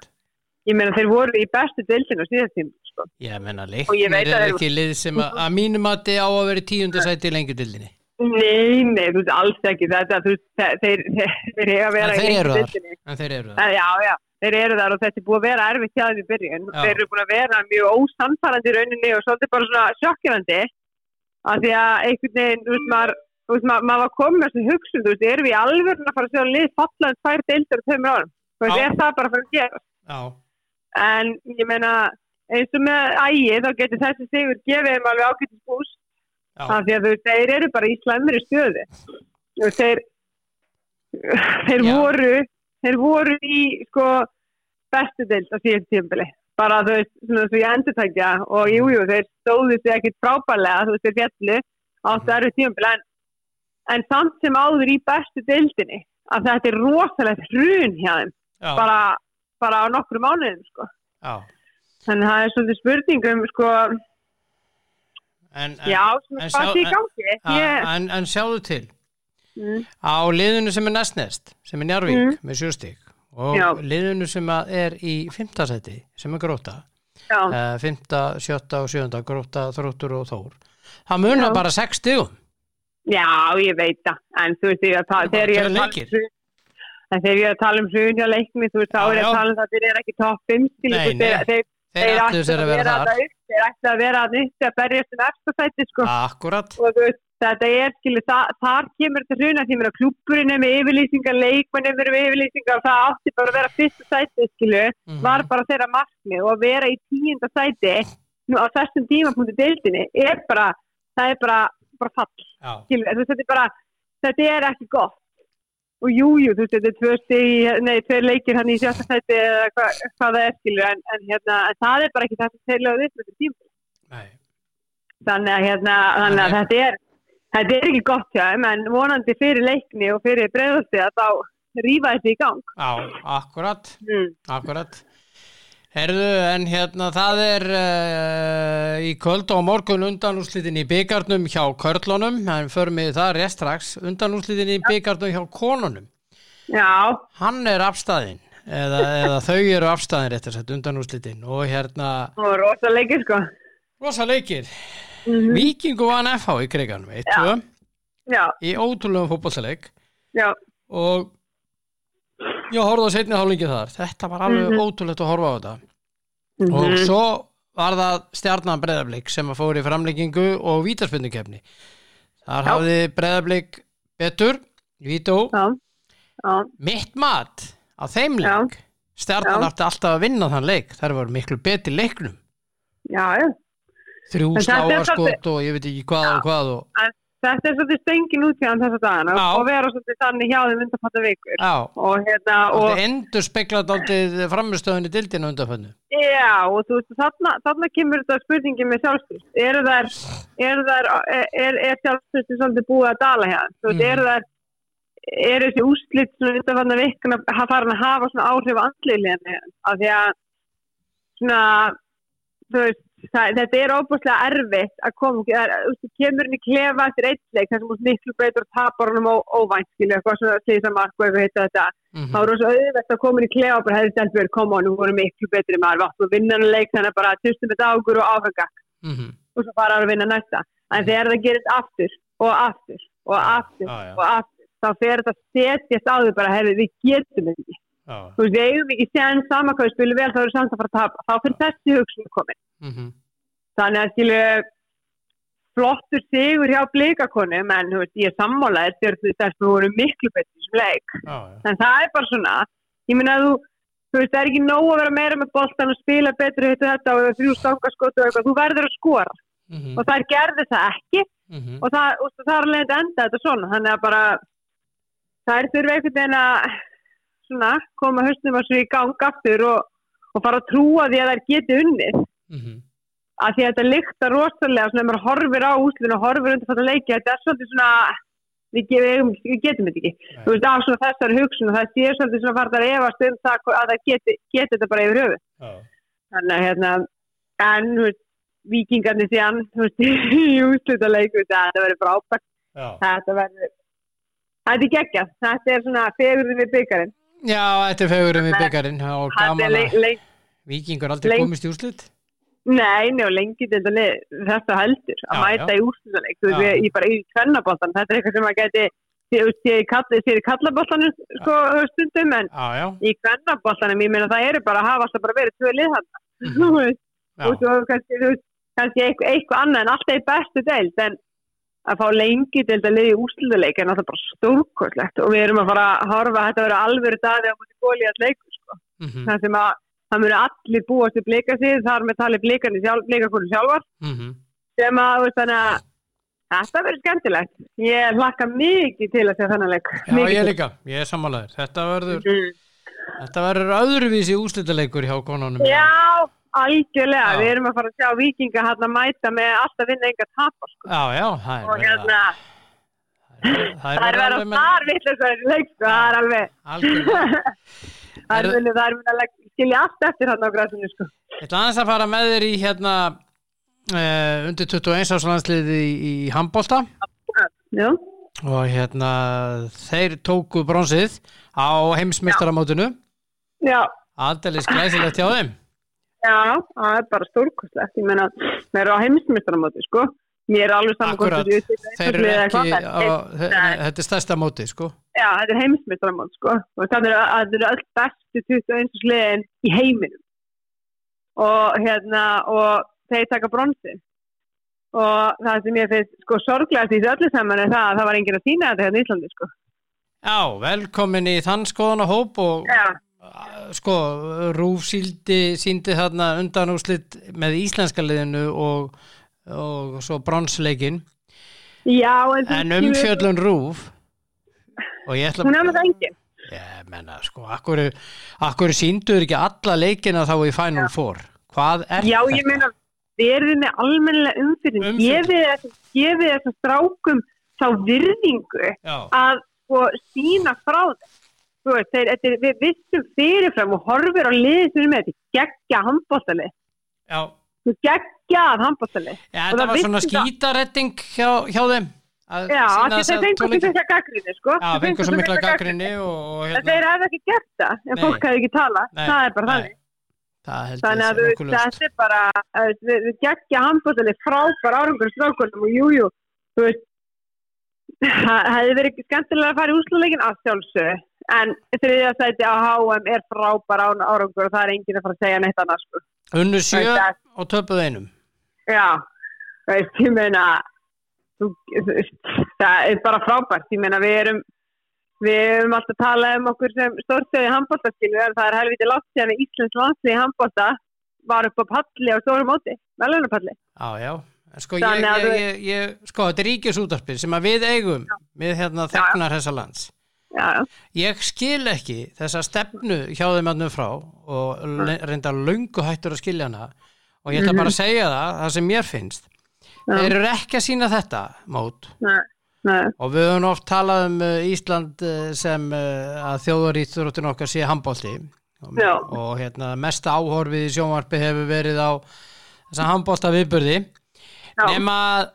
Speaker 4: Ég meina þeir voru í bestu deildinu síðast tím. Sko.
Speaker 1: Ég meina
Speaker 4: Og
Speaker 1: leiknir
Speaker 4: ég veit að
Speaker 1: er
Speaker 4: þeir-
Speaker 1: ekki lið sem að, að mínum að á að vera í tíundasæti í lengjudildinni.
Speaker 4: Nei, nei, þú veist alls ekki þetta, þú veist, þe- þeir, þeir, þeir eru að
Speaker 1: En
Speaker 4: vera
Speaker 1: þeir eru
Speaker 4: einhverju
Speaker 1: þar.
Speaker 4: deildinni.
Speaker 1: En þeir eru þar.
Speaker 4: En Eh, Já, já, þeir eru þar og þetta er búið að vera erfitt hjá þeim í byrjun.
Speaker 1: Já.
Speaker 4: Þeir eru búin að vera mjög ósamfærandi í rauninni og svolítið bara svona sjokkjörandi. Af því að einhvern veginn, þú veist, maður, þú veist, maður, maður var komið með þessu hugsun, þú veist, erum við í alvörun að fara að sjá lið fallaðin tvær deildur og tveimur árum. Þú veist,
Speaker 1: Já.
Speaker 4: er það bara að fara að gera.
Speaker 1: Já,
Speaker 4: En ég meina, eins og með ægi, þá getur þessi sigur gefið þeim alveg ágætis búst.
Speaker 1: já,
Speaker 4: Af því að þú veist, þeir eru bara í slæmri stöðu. Og þeir, þeir
Speaker 1: Já.
Speaker 4: voru, þeir voru í sko bestu deild á síðan tímpili. Bara þú veist, svona svo ég endurtækja og jújú, jú, þeir stóðu sig ekkit frábælega, þú veist, þeir fjallu
Speaker 1: Mhm.
Speaker 4: áttu erfið tímpili. En, en samt sem áður í bestu deildinni, að þetta er rosalegt hrun hjá þeim,
Speaker 1: já,
Speaker 4: bara, bara á nokkru mánuðum, sko.
Speaker 1: já.
Speaker 4: Þannig að það er svolítið spurningum, sko,
Speaker 1: En, en,
Speaker 4: já, svona,
Speaker 1: en
Speaker 4: hvað
Speaker 1: sjá-
Speaker 4: sé í
Speaker 1: en-
Speaker 4: gangi? Ég,
Speaker 1: en, en sjáðu til,
Speaker 4: Mm.
Speaker 1: á liðinu sem er næstnest, sem er Njarvík með sjöstík og
Speaker 4: Já.
Speaker 1: liðinu sem að er í fymtasæti, sem er gróta,
Speaker 4: já,
Speaker 1: eh, fymta, sjötta og sjöunda, gróta, þróttur og þór. Það munar
Speaker 4: Já.
Speaker 1: bara sex stigum.
Speaker 4: Já, ég veit það, en þú veist, ég er að
Speaker 1: Það
Speaker 4: tala,
Speaker 1: er
Speaker 4: þegar ég er
Speaker 1: bara
Speaker 4: að
Speaker 1: tveir
Speaker 4: tala um hrun, en þegar ég er að tala um hrun hjá leikni, þú veist, þá
Speaker 1: Já,
Speaker 4: er ég
Speaker 1: já.
Speaker 4: að tala um það að þeir eru ekki topp 5, skilur,
Speaker 1: Nei,
Speaker 4: þú veist,
Speaker 1: nei.
Speaker 4: þeir, þeir,
Speaker 1: Þeir ætlu sér að vera
Speaker 4: þarna
Speaker 1: þar.
Speaker 4: upp, þeir ættu að vera að nýtti að berjast um eftirsæti, sko,
Speaker 1: Ah. Akkurat,
Speaker 4: og þú veist, þetta er, skilur, það, þar kemur þetta hrun að því mér að klúburinn er með yfirlýsingar, leikmann er með yfirlýsingar, það átti bara að vera fyrsta sæti, skilur,
Speaker 1: Mhm.
Speaker 4: var bara þeirra markmið og að vera í tíunda sæti, nú á þessum tímapunkti í deildinni, er bara, það er bara, bara fall
Speaker 1: já,
Speaker 4: skilur, þú veist, þetta er bara þetta er ekki gott og jújú, jú, þú veist, þetta er tvö stig nei, tveir leikir hann í sjáttastætti eða hva, hvað það er, skilur, en, en hérna en það er bara ekki þetta þeirlega upp þetta tíma
Speaker 1: nei,
Speaker 4: þannig að hérna, þannig að
Speaker 1: Nei.
Speaker 4: þetta er þetta er ekki gott hjá þeim, en vonandi fyrir leikni og fyrir breyðaldi að þá rýfa þetta í gang
Speaker 1: já, akkurat.
Speaker 4: mm.
Speaker 1: Akkurat. Herðu, en hérna það er uh, í kvöld og á morgun undanúslitin í byggarnum hjá körlunum, en förum við það rétt strax, undanúslitin í byggarnum hjá konunum.
Speaker 4: já,
Speaker 1: Hann er afstæðin, eða, eða þau eru afstæðin rétt að setja undanúslitin og hérna,
Speaker 4: og rosa leikir sko
Speaker 1: rosa leikir, Mm.
Speaker 4: Mhm.
Speaker 1: Víkingu vann FH í kriganum, 1-2,
Speaker 4: já,
Speaker 1: í ótrúlegum fótballsleik
Speaker 4: já,
Speaker 1: og ég horfði á setni hálfingi þar þetta var alveg ótrúlegt að horfa á þetta og
Speaker 4: Mhm. Mm-hmm.
Speaker 1: svo var það stjarnan breyðablík sem að fór í framleggingu og vítaspindukefni Þar hafði breðablík betur, Vító.
Speaker 4: já, já,
Speaker 1: Mitt mat á þeim leik. Stjarnan
Speaker 4: Já.
Speaker 1: átti alltaf að vinna þann leik. Þær voru miklu betri í leiknum.
Speaker 4: já, já.
Speaker 1: Þrjú
Speaker 4: En þetta er
Speaker 1: sláarskot og ég veit ekki hvað og hvað og...
Speaker 4: Þetta er svolítið stengin út hjá hann þessa dagana
Speaker 1: Já.
Speaker 4: og vera svolítið þannig hjá þeim undanfattu vikur.
Speaker 1: Já,
Speaker 4: Og hérna, og
Speaker 1: þetta endur speklað aldrei framistöðunni dildinu undanfönnu.
Speaker 4: Já, og þú veist, þarna, þarna kemur þetta spurningi með sjálfstyrst. Eru þær, eru þær, er, er sjálfstyrsti svolítið búið að dala hérna? Þú veist,
Speaker 1: Mhm.
Speaker 4: eru þær, eru þessi úslit svona undanfarnar vikuna að fara að hafa svona áhrif á andliðlega hérna? Af því að, svona, þú veist, það, þetta er óbúslega erfitt að koma, það er, þú veist, þú kemur henni klefa eftir eittleik, þessum hún miklu betur og tapar honum ó- óvænt, skilja, eitthvað svona, slýsa marku, eitthvað heita þetta
Speaker 1: Mhm,
Speaker 4: þá er rosa auðvelt að koma inn í klefa og bara hefði stelpjör koma og nú voru miklu betri maður vatn og vinnan leik þannig að bara tustum þetta águr og áfenga
Speaker 1: mhm.
Speaker 4: og svo fara að vinna næsta en þegar það gerist aftur og aftur og aftur
Speaker 1: Já, Ah, já.
Speaker 4: og aftur þá fer þetta setjast á þau bara hefði við getum þetta ekki
Speaker 1: Já,
Speaker 4: þú veist við eigum ekki séðan saman hvað við spilum vel þá eru samt að fara að tapa þá fyrir þessi hugsun komin
Speaker 1: mhm.
Speaker 4: þannig að skilu flottur sigur hjá blíkakonum en þú veist ég er sammálaðir stjórnum þess að við vorum miklu betri í þessum leik
Speaker 1: já, já.
Speaker 4: en það er bara svona ég meina að þú, þú veist, það er ekki nóg að vera meira með boltan og spila betur hittu þetta og þrjú stangaskot og eitthvað, þú verður að skora
Speaker 1: Mhm,
Speaker 4: og þær gerði það ekki
Speaker 1: mhm.
Speaker 4: og það, og það er alveg að enda þetta svona þannig að bara þær þurfi einhvern veginn að svona, koma höstum að svo í gang aftur og, og fara að trúa því að þær geti unnið
Speaker 1: Mhm.
Speaker 4: að því að þetta lykta rosalega svona, ef maður horfir á úslun og horfir undir þetta leiki þetta er svolítið svona við, ge- við, eigum- við getum þetta ekki
Speaker 1: Nei.
Speaker 4: þú veist af svona þessar hugsun og það sé svolítið svona farðar að efast um það hvo- að það geti, geti þetta bara yfir höfu
Speaker 1: Já.
Speaker 4: þannig að hérna en þú veist vikingarnir síðan þú veist í úsluta leiku þetta verður frábært
Speaker 1: Já.
Speaker 4: þetta verður þetta er geggja þetta er svona fegurðin við byggarinn
Speaker 1: já, þetta er fegurinn við byggarinn og
Speaker 4: þetta
Speaker 1: gaman að
Speaker 4: er le- le-
Speaker 1: vikingur aldrei
Speaker 4: leik-
Speaker 1: komist í úrslit.
Speaker 4: Nei, nei og lengi þetta lið, þetta heldur að
Speaker 1: Já,
Speaker 4: mæta í úrslutaneik, þú veist,
Speaker 1: Já.
Speaker 4: ég- ég bara í kvennaboltan, þetta er eitthvað sem að geti ég veist, ég kalli, sér í kallaboltanum sko stundum, en
Speaker 1: Já, já.
Speaker 4: í kvennaboltanum, ég meina það eru bara að hafa alltaf bara verið tvö lið hann, þú veist,
Speaker 1: Mhm. Já,
Speaker 4: og svo kannski, þú veist, kannski eitthvað, eitthvað annað en alltaf í bestu deild, en að fá lengi deild að liði í úrslutaneik er náttúrulega bara stórkoslegt og við erum að fara að horfa að þetta verið alvöru daði á múti góli að leiku, sko
Speaker 1: mhm,
Speaker 4: þar sem að það munu allir búast til blika sig, þar með talið blikarni sjálf, blikarkonu sjálfar,
Speaker 1: mhm.
Speaker 4: sem að, þú veist, þannig að þetta verður skemmtilegt. Ég hlakka mikið til að segja þannig leik. Mhm.
Speaker 1: Já, ég líka, ég er sammálaður. Þetta verður,
Speaker 4: líka.
Speaker 1: þetta verður öðruvísi úrslitaleikur hjá konunum.
Speaker 4: Já, algjörlega,
Speaker 1: Já.
Speaker 4: við erum að fara að sjá vikinga hann að mæta með alltaf vinna enga tapar, sko.
Speaker 1: já, já, það er
Speaker 4: Og hérna, það er verið að
Speaker 1: alveg
Speaker 4: þar vitlega leik, sko, það er alveg,
Speaker 1: algjörlega.
Speaker 4: það er
Speaker 1: Er-
Speaker 4: munið, það er munið að legg- skilja allt eftir hann á græsinu, sko.
Speaker 1: Ég ætla aðeins að fara með þér í hérna uh, undir 21 árs landsliði í, í handbólta
Speaker 4: Já,
Speaker 1: og hérna þeir tóku bronsið á heimsmystaramótinu
Speaker 4: já.
Speaker 1: aldeilis glæsilegt hjá þeim
Speaker 4: Já, það er bara stórkostlegt. Ég meina, við erum á heimsmyndstaramóti, sko. Mér er alveg saman hvort
Speaker 1: akkurat,
Speaker 4: þessi úrslit er
Speaker 1: þeir eru
Speaker 4: einhverslið eða
Speaker 1: ekki
Speaker 4: hvað,
Speaker 1: á,
Speaker 4: en-
Speaker 1: þe-
Speaker 4: Nei.
Speaker 1: þetta er stærsta móti sko
Speaker 4: Já, þetta er heimsmyndstaramóti, sko. Og þannig að þetta eru öll bestu 21 sliðin í heiminum. Og hérna, og þeir taka bronsi. Og það sem ég finnst, sko, sorglegast í þessu öllu saman er það að það var enginn að sína þetta hérna í Íslandi, sko.
Speaker 1: Já, velkomin í þann skoðanahóp og
Speaker 4: Já,
Speaker 1: uh, sko, Rúf síldi síndi þarna undanúslit með íslenska liðinu og, og svo bronsleikin
Speaker 4: já en, þú
Speaker 1: En
Speaker 4: skilur-
Speaker 1: umfjöllun rúf og ég ætla
Speaker 4: Hún er með það enginn.
Speaker 1: Ég menna, sko, akkur, akkur sínduður ekki alla leikina þá í Final Four? Hvað er
Speaker 4: Já,
Speaker 1: þetta?
Speaker 4: ég meina, verið með almennilega umfyrin,
Speaker 1: Umfjöllun.
Speaker 4: gefið þessum, gefið þessum strákum þá virðingu
Speaker 1: Já,
Speaker 4: að sko, sína frá þeim. Þú veist, þeir, þeir, við vissum fyrirfram og horfir á liðið sem er með þetta, geggja handbóttalið,
Speaker 1: já.
Speaker 4: geggja handbóttalið.
Speaker 1: Já,
Speaker 4: Og
Speaker 1: þetta
Speaker 4: það
Speaker 1: var
Speaker 4: vissi
Speaker 1: svona
Speaker 4: það.
Speaker 1: skítaretting hjá, hjá þeim. að
Speaker 4: Já,
Speaker 1: sýna
Speaker 4: af því
Speaker 1: þessa
Speaker 4: þeir fengur svo
Speaker 1: tónleika.
Speaker 4: mikla gaggrinni, sko.
Speaker 1: Já,
Speaker 4: Þeir
Speaker 1: fengur svo mikla gaggrinni
Speaker 4: gagnrýni.
Speaker 1: og, og
Speaker 4: En þeir hefði ekki gert það, en
Speaker 1: Nei.
Speaker 4: fólk hefði ekki talað,
Speaker 1: Nei,
Speaker 4: það er bara
Speaker 1: nei.
Speaker 4: þannig.
Speaker 1: Það held
Speaker 4: Þannig að
Speaker 1: ég
Speaker 4: þú
Speaker 1: sér
Speaker 4: veist,
Speaker 1: okkurlust.
Speaker 4: þetta er bara, að við, við geggja handbóttinni frábær árangur strákunum og jújú, jú, þú veist, það hefði verið skemmtilega að fara í úsluleikin að sjálfsögðu, en þriðja sæti á HM er frábær án- árangur og það er enginn að fara að segja neitt annars, sko.
Speaker 1: Unnu sjö
Speaker 4: Þetta-
Speaker 1: og töpuð einum.
Speaker 4: Já, þú veist, ég meina, þú þú, það er bara frábært, ég meina við erum Við höfum alltaf talað um okkur sem stórtöði handbóltaskilu, það er helviti látt síðan að Íslands landslið handbólta var upp á palli á stórum móti, velunarpalli.
Speaker 1: Já, já. En sko, ég,
Speaker 4: Þannig að
Speaker 1: ég,
Speaker 4: þú-
Speaker 1: ég, ég, sko, þetta er ríkisútarpið sem að við eigum við hérna þegnar þessa lands.
Speaker 4: Já, já.
Speaker 1: Ég skil ekki þessa stefnu hjá þeim aðnum frá og le- reyndar löngu hættur að skilja hana og
Speaker 4: Mhm.
Speaker 1: ég ætla bara að segja það, það sem mér finnst. Þeir eru ekki að sína þetta mót
Speaker 4: Nei, nei,
Speaker 1: og við höfum oft talað um uh, Ísland uh, sem uh, að þjóðaríþróttin okkar sé handbólti og,
Speaker 4: Já.
Speaker 1: og hérna, mesta áhorfið í sjónvarpi hefur verið á þessa handbólta viðburði
Speaker 4: Já.
Speaker 1: nema að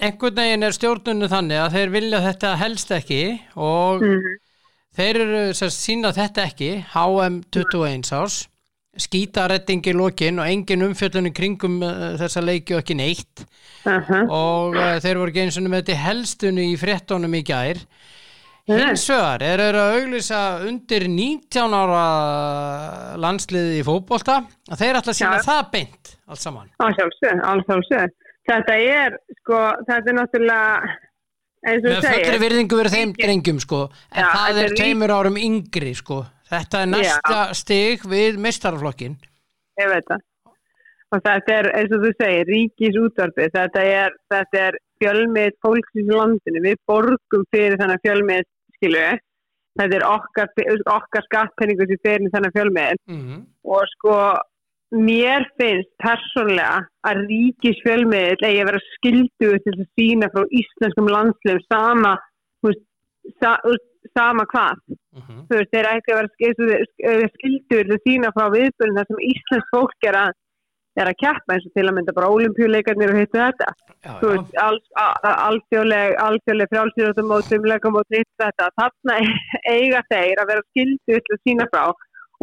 Speaker 1: einhvern veginn er stjórnunni þannig að þeir vilja þetta helst ekki og þeir eru sem sagt, sína þetta ekki HM 21 árs skítaretting í lokin og engin umfjöllunni kringum uh, þessa leiki og ekki neitt
Speaker 4: uh-huh.
Speaker 1: og uh, þeir voru ekki eins og með þetta í helstunni í fréttunum í gær
Speaker 4: Nei.
Speaker 1: hins vegar er þeir að auglýsa undir 19 ára landsliði í fótbolta að þeir ætla að sína
Speaker 4: Já.
Speaker 1: það beint allt saman
Speaker 4: á sjálfsög, á sjálfsög. Þetta er, sko, þetta er náttúrulega, eins og
Speaker 1: með
Speaker 4: þú segir,
Speaker 1: fullri virðingu verið þeim drengjum sko en
Speaker 4: Já,
Speaker 1: það
Speaker 4: þetta
Speaker 1: er
Speaker 4: er
Speaker 1: teimur árum yngri sko þetta er næsta stig við mistaraflokkin
Speaker 4: ég veit það. Og þetta er, eins og þú segir, ríkis útvarfið, þetta er, þetta er fjölmið fólksins í landinu, við borgum fyrir þannig fjölmið, skilu, þetta er okkar, okkar skattpenningu sem fyrir þannig fjölmið,
Speaker 1: mm
Speaker 4: og sko mér finnst persónlega að ríkisfjölmiðil eigi að vera skildu til að sína frá íslenskum landslegum sama, þú veist, sa, þú veist, sama hvað
Speaker 1: Mhm.
Speaker 4: þú veist, þeir ætti að vera skildu til að sína frá viðbjörnum þar sem íslensk fólk er að, er að keppa eins og til að mynda bara olimpíuleikarnir og hittu þetta
Speaker 1: já,
Speaker 4: þú
Speaker 1: já.
Speaker 4: veist, alls- a- a- alþjóðleg alþjóðleg frálsýrjóttamót, umleikamót nýtt þetta, þarna eiga þeir að vera skildu til að sína frá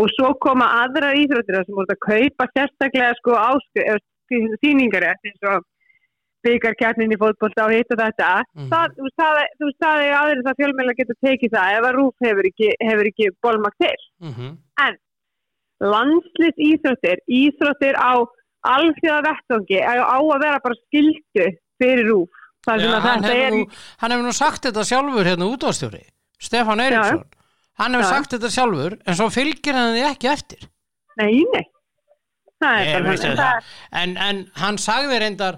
Speaker 4: og svo koma aðrar íþróttir sem voru að kaupa sérstaklega sko ásýningar eins og byggarkjarnin í fótbolta og hitt og þetta
Speaker 1: Mhm.
Speaker 4: það, þú, veist, það, þú veist, það er aðrir það fjölmjöla getur tekið það ef að rúf hefur ekki, hefur ekki bolmak til
Speaker 1: Mhm.
Speaker 4: landslið íþróttir, íþróttir á alþjóða vettvangi á á að vera bara skildu fyrir rúf. Það sem
Speaker 1: Já,
Speaker 4: að
Speaker 1: hann,
Speaker 4: þetta
Speaker 1: hefur
Speaker 4: er,
Speaker 1: nú, hann hefur nú sagt þetta sjálfur hérna útvarstjóri, Stefán Eiríksson hann hefur
Speaker 4: Já.
Speaker 1: sagt þetta sjálfur en svo fylgir hann því ekki eftir
Speaker 4: nei, nei. Það
Speaker 1: Ég
Speaker 4: er bara
Speaker 1: veist
Speaker 4: þannig.
Speaker 1: þetta. en, en hann sagði reyndar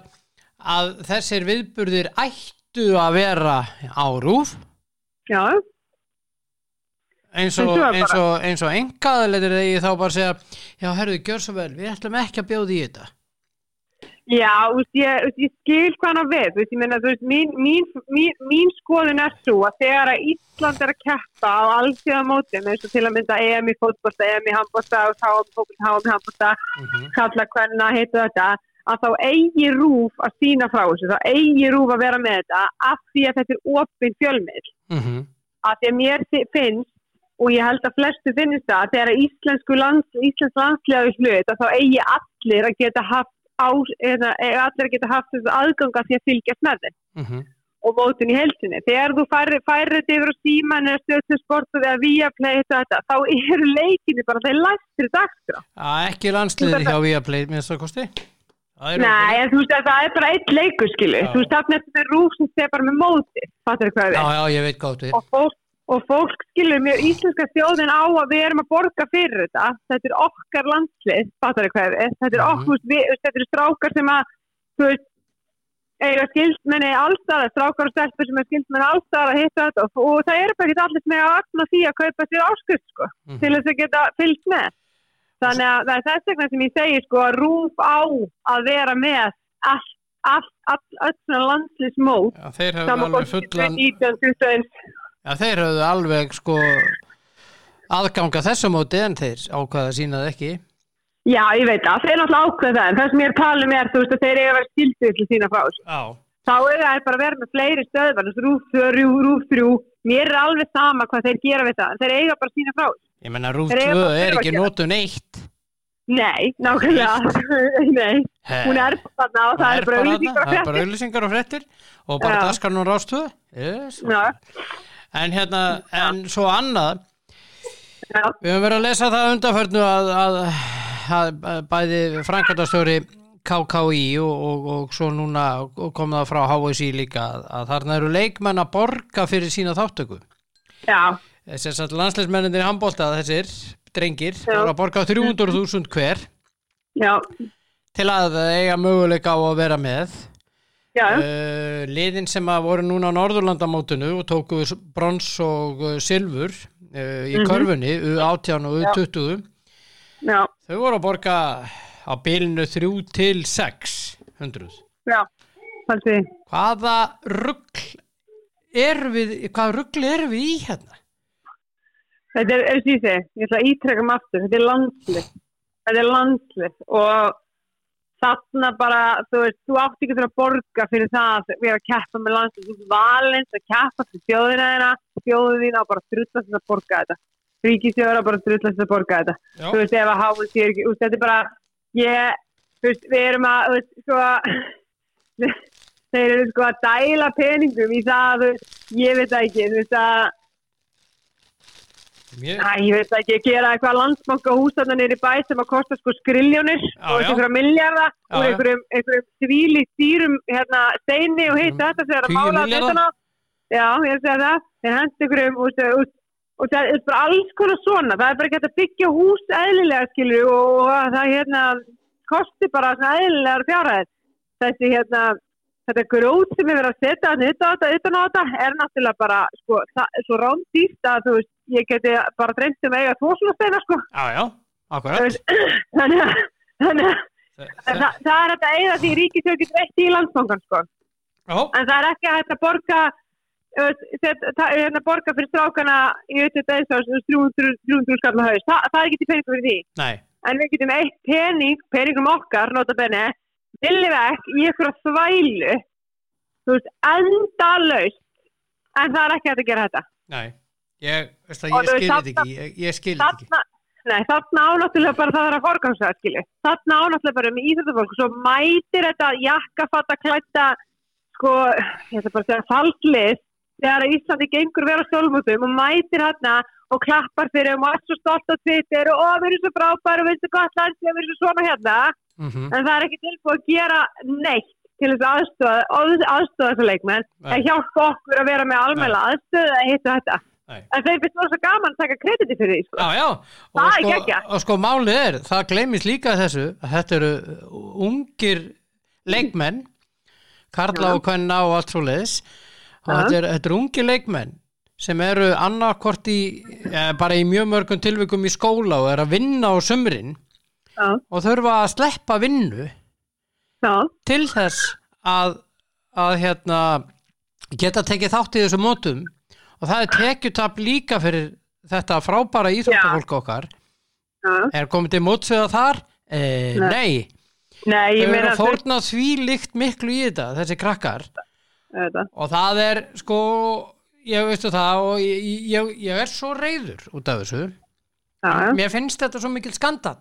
Speaker 1: að þessir viðburðir ættu að vera á rúf
Speaker 4: Já,
Speaker 1: eins
Speaker 4: En
Speaker 1: og,
Speaker 4: svo er bara-
Speaker 1: eins og, eins og engaðleitir þegar þá bara segja já, herðu, gjör svo vel, við ætlum ekki að bjóða í þetta
Speaker 4: já úst, ég, úst, ég skil hvað hann á við. Úst, ég meina, þú veist, mín, mín, mín, mín skoðun er svo að þegar að Ísland er að keppa á alþjóða mótum eins og til að mynda EM í fótbolta, EM í handbolta og HM fótbolta, HM í handbolta,
Speaker 1: mm
Speaker 4: kalla hvernig að heita þetta að þá eigi rúf að sína frá þessu þá eigi rúf að vera með þetta af því að þetta er opinn fjölmiðl Mhm, af því að mér þi- finnst og ég held að flestu finnist það að þegar að íslensku lands, íslensk landslega við hlut að þá eigi allir að geta haft á, eða, eða allir að geta haft þessu aðganga því að fylgjast með þeim mhm. og mótin í helsinni. Þegar þú færir færi þetta yfir á síman eða stjórnsportu eða viaplay þetta, þetta, þá eru leikinni bara þeir læstir dagskrá.
Speaker 1: ekki landsliði hjá Viaplay með þess að kosti Það er
Speaker 4: Nei, en þú veist að það er bara eitt leikur, skilu.
Speaker 1: Já.
Speaker 4: Þú veist, það er þetta rúf sem sé bara með móti, fattur hvað við.
Speaker 1: já, já, ég veit gátt við
Speaker 4: Og fólk, og fólk skilur mér íslenska þjóðin á að við erum að borga fyrir þetta. Þetta er okkar landslið, fattur hvað við. Þetta er
Speaker 1: Mhm.
Speaker 4: okkur, við, þetta eru strákar sem að, þú veist, eiga skildmenni allstara, strákar og stelpur sem er skildmenni allstara, hitta þetta. Og, og það eru bara ekki allir sem er að afna því að kaupa sér áskust, sko,
Speaker 1: Mhm.
Speaker 4: til þess að geta fylgt með. Þannig að það er þess vegna sem ég segi sko að rúf á að vera með allt, allt, allt, allt svona landslismót
Speaker 1: Já, þeir höfðu alveg fullan
Speaker 4: 1921
Speaker 1: Já, þeir höfðu alveg sko aðganga þessu móti en þeir ákvaða sínað ekki.
Speaker 4: Já, ég veit það, þeir náttúrulega ákveða það en það sem ég er að tala um er, þú veist, að þeir eiga að vera skildu til sína frá þessu.
Speaker 1: Já.
Speaker 4: Þá er það bara að vera með fleiri stöðvar, þú veist, rúf 2, rúf, rúf 3 mér er alveg sama hvað þeir gera við það en þeir eiga bara sína frá þessu.
Speaker 1: Ég menna Rúf
Speaker 4: Þeir
Speaker 1: 2
Speaker 4: eiga bara
Speaker 1: er
Speaker 4: að
Speaker 1: ekki
Speaker 4: gera.
Speaker 1: nótun eitt.
Speaker 4: Nei, nákvæmlega, nei,
Speaker 1: He.
Speaker 4: hún er bara þarna og það er bara auðvitað
Speaker 1: Það er bara auðlýsingar og frettir og bara
Speaker 4: Já.
Speaker 1: daskarinn og rástu. Yes. En hérna, en svo annað,
Speaker 4: Já,
Speaker 1: við höfum verið að lesa það undanförnu að, að, að, að bæði frangatastjóri KKI og, og, og svo núna kom það frá HSI líka að, að þarna eru leikmenn að borga fyrir sína þáttöku
Speaker 4: já,
Speaker 1: þess að landsleismennindir í handbólta þessir drengir
Speaker 4: Já.
Speaker 1: voru að borga 300.000 hver
Speaker 4: já,
Speaker 1: til að eiga möguleika á að vera með
Speaker 4: já,
Speaker 1: uh, liðin sem að voru núna á Norðurlandamótinu og tóku s- brons og uh, silfur uh,
Speaker 4: Mhm.
Speaker 1: í körfunni U18 og U20
Speaker 4: já,
Speaker 1: þau voru að borga á bilinu 3 til 600
Speaker 4: já, haldi,
Speaker 1: hvaða ruggl er við hvaða ruggl er við í hérna
Speaker 4: þetta er, eins og ég segi, ég ætla að ítrekka maður aftur, þetta er landslið, þetta er landslið og þarna bara, þú veist, þú átt ekki til að borga fyrir það að vera að keppa með landslið, þú veist, valins að keppa fyrir þjóðina þeirra, þjóðin þín á bara strullast að borga þetta, ríkisjóður á bara strullast að borga þetta.
Speaker 1: Já.
Speaker 4: þú veist, ef að háa sér ekki, þú veist, þetta er bara, ég, þú veist, við erum að, þú veist, sko, þeir eru sko að dæla peningum í það, að, þú veist, ég veit það ekki, þú veist, að,
Speaker 1: Mér,
Speaker 4: næ, ég veit það ekki, gera eitthvað landsbanka húsarnar nýri bæ sem að kosta sko skriljónir
Speaker 1: Já,
Speaker 4: og
Speaker 1: já.
Speaker 4: einhverja milljarða
Speaker 1: Já,
Speaker 4: og
Speaker 1: já.
Speaker 4: einhverjum, einhverjum svíli stýrum, hérna, steini og hitt þetta þegar að
Speaker 1: Tugir
Speaker 4: mála
Speaker 1: milljarða?
Speaker 4: þetta Já, ég er að segja það, þeir hendur einhverjum og, og, og, og það er bara alls konar svona, það er bara ekki hægt að byggja hús eðlilega skilur og, og að það hérna kosti bara svona eðlilegar fjárhæðir. Þessi hérna, þetta grót sem er verið að setja þarna utan á þetta, utan á þetta er náttúrulega bara sko, það er svo rándýrt að þú veist, ég geti bara dreymt um að eiga tvo svona steina sko.
Speaker 1: já, já,
Speaker 4: Þú
Speaker 1: akkurat
Speaker 4: veist, Þannig að, þannig að það,
Speaker 1: Þe-
Speaker 4: það er þetta eða því ríkisjóð getur veitt í landsfangan sko
Speaker 1: já,
Speaker 4: en það er ekki að þetta borga þú veist, set- það er hérna borga fyrir strákana í auðvitað eins og 300 skall á haus, Þa, það er ekki til peningur fyrir því
Speaker 1: nei,
Speaker 4: en við getum eitt pening, peningum okkar notabene, villivekk í ykkur að þvælu þú veist, endalaust en það er ekki hægt að gera þetta
Speaker 1: nei ég, veist
Speaker 4: Og
Speaker 1: það, ég
Speaker 4: þú veist,
Speaker 1: skil þetta
Speaker 4: þarna-
Speaker 1: ekki ég, ég skil þetta ekki
Speaker 4: þarna, nei, þarna ánáttúrulega bara það er að forgangsað, skilju. Þarna ánáttúrulega bara með íþjóðafólk, svo mætir þetta jakkafatta klætta, sko, ég ætla bara að segja fallið, þegar Íslandi gengur vera stólmútum og mætir hérna og klappar fyrir um og er svo stolt á Twitter og ó, við erum svo frábæri og við erum svo gott land, við erum svo svona hérna,
Speaker 1: mm
Speaker 4: en það er ekki tilbúið að gera neitt til þess að aðstoða, að- aðstoða þessu leikmenn,
Speaker 1: Nei.
Speaker 4: að hjálpa okkur að vera með almennlega aðstöðu að hitta þetta.
Speaker 1: nei
Speaker 4: En þeim finnst það svo gaman að taka krediti fyrir því, sko.
Speaker 1: Já, já, og
Speaker 4: Það er
Speaker 1: sko,
Speaker 4: geggjað.
Speaker 1: og sko málið er, það gleymist líka þessu að þetta eru ungir leikmenn, Karla og Kvenna og allt svo leiðis og
Speaker 4: Já.
Speaker 1: þetta eru er ungir leikmenn sem eru annarkvort í, eh, bara í mjög mörgum tilvikum í skóla og eru að vinna á sömrin
Speaker 4: Já,
Speaker 1: og þurfa að sleppa vinnu
Speaker 4: já.
Speaker 1: til þess að, að hérna, geta tekið þátt í þessu mótum og það er tekjutap líka fyrir þetta frábæra íþróttafólk okkar
Speaker 4: Já.
Speaker 1: Er komið til mótsveða þar? E,
Speaker 4: Nei.
Speaker 1: nei,
Speaker 4: Nei,
Speaker 1: þau
Speaker 4: ég
Speaker 1: eru
Speaker 4: meina
Speaker 1: að fórna því líkt miklu í þetta, þessi krakkar
Speaker 4: Þetta.
Speaker 1: og það er sko, ég veistu það og ég, ég, ég er svo reyður út af þessu,
Speaker 4: Já, já.
Speaker 1: mér finnst þetta svo mikil skandal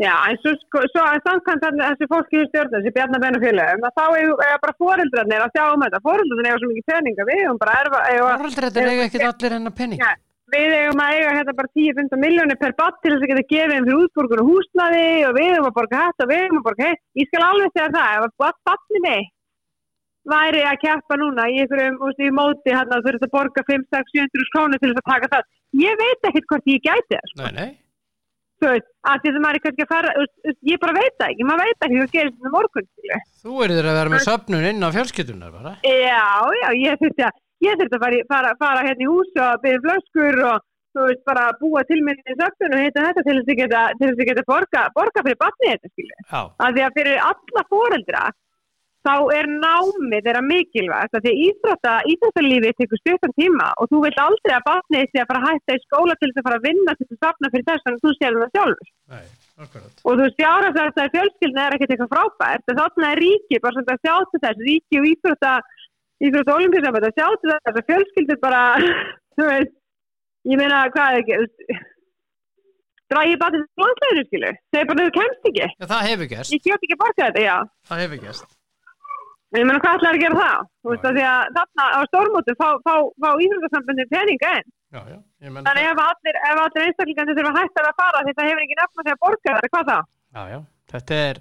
Speaker 4: já, en svo, sko, svo að samkvæmt þarna þessi fólki í stjórnum, þessi bjarnar benn og félagum, að þá eigum- eiga bara foreldrarnir að sjá um þetta. Foreldrarnir eiga svo mikið peninga, við eigum bara að erfa, eiga,
Speaker 1: Oraldri þetta eiga ekkert allir hennar penning
Speaker 4: ja, við eigum að eiga hérna bara 10-15 miljónir per batt til þess að geta gefið þeim fyrir útborgun og húsnaði og við eigum að borga hætt og við eigum að borga hætt. Ég skal alveg segja það, ef að batni mig væri að keppa núna í einhverjum, þú veist, í móti hérna þurft að borga 5-6-700 krónir til þess að taka það. Ég veit ekkert hvort ég gæti það, sko.
Speaker 1: Nei, nei,
Speaker 4: þú veist, að því að maður er kannski að fara, þú veist, þú veist, ég bara veit það ekki, maður veit ekki hvað gerist þetta morgun, skilju.
Speaker 1: þú eru þeir að vera með söfnun inn á fjölskyldunar bara
Speaker 4: Já, já, ég þurfti að, ég þurfti að fara, í- fara, fara hérna í hús og byrja flöskur og, þú veist, bara búa til með þessi söfnun og heita þetta til þess að geta, til þess að geta borga, borga fyrir batnið þetta, skilju.
Speaker 1: Já,
Speaker 4: Að því að fyrir alla foreldra, þá er námið þeirra mikilvægt, að því að íþrótta, íþróttalífið tekur stjórnum tíma og þú vilt aldrei að batnið sé að fara að hætta í skóla til þess að fara að vinna til þess að safna fyrir þess, þannig að þú sér það sjálfur.
Speaker 1: nei, akkurat
Speaker 4: og þú veist, fjárhagslega fjölskyldna er ekkert eitthvað frábært en þannig er ríki, bara svona að sjá til þess ríki og íþrótta íþrótta olimpísamband að sjá til þess að fjölskyldur bara, þú veist ég meina, hvað er ekki drægi bara til landsleginu, skilu þegar bara þau kemst ekki,
Speaker 1: Já, það hefur gerst,
Speaker 4: ég kjótt ekki að borga þetta, já
Speaker 1: það hefur gerst
Speaker 4: En ég meina, hvað ætlar að gera það? Þú veist, að því að þarna á stórmótum fá, fá, fá íþróttasambandin peninga enn
Speaker 1: Já, já, ég menn
Speaker 4: þannig
Speaker 1: það
Speaker 4: ef allir, ef allir einstaklingandi þurfa hættar að fara því það hefur ekki nefna þegar borga þetta, hvað þá?
Speaker 1: Já, já, þetta er,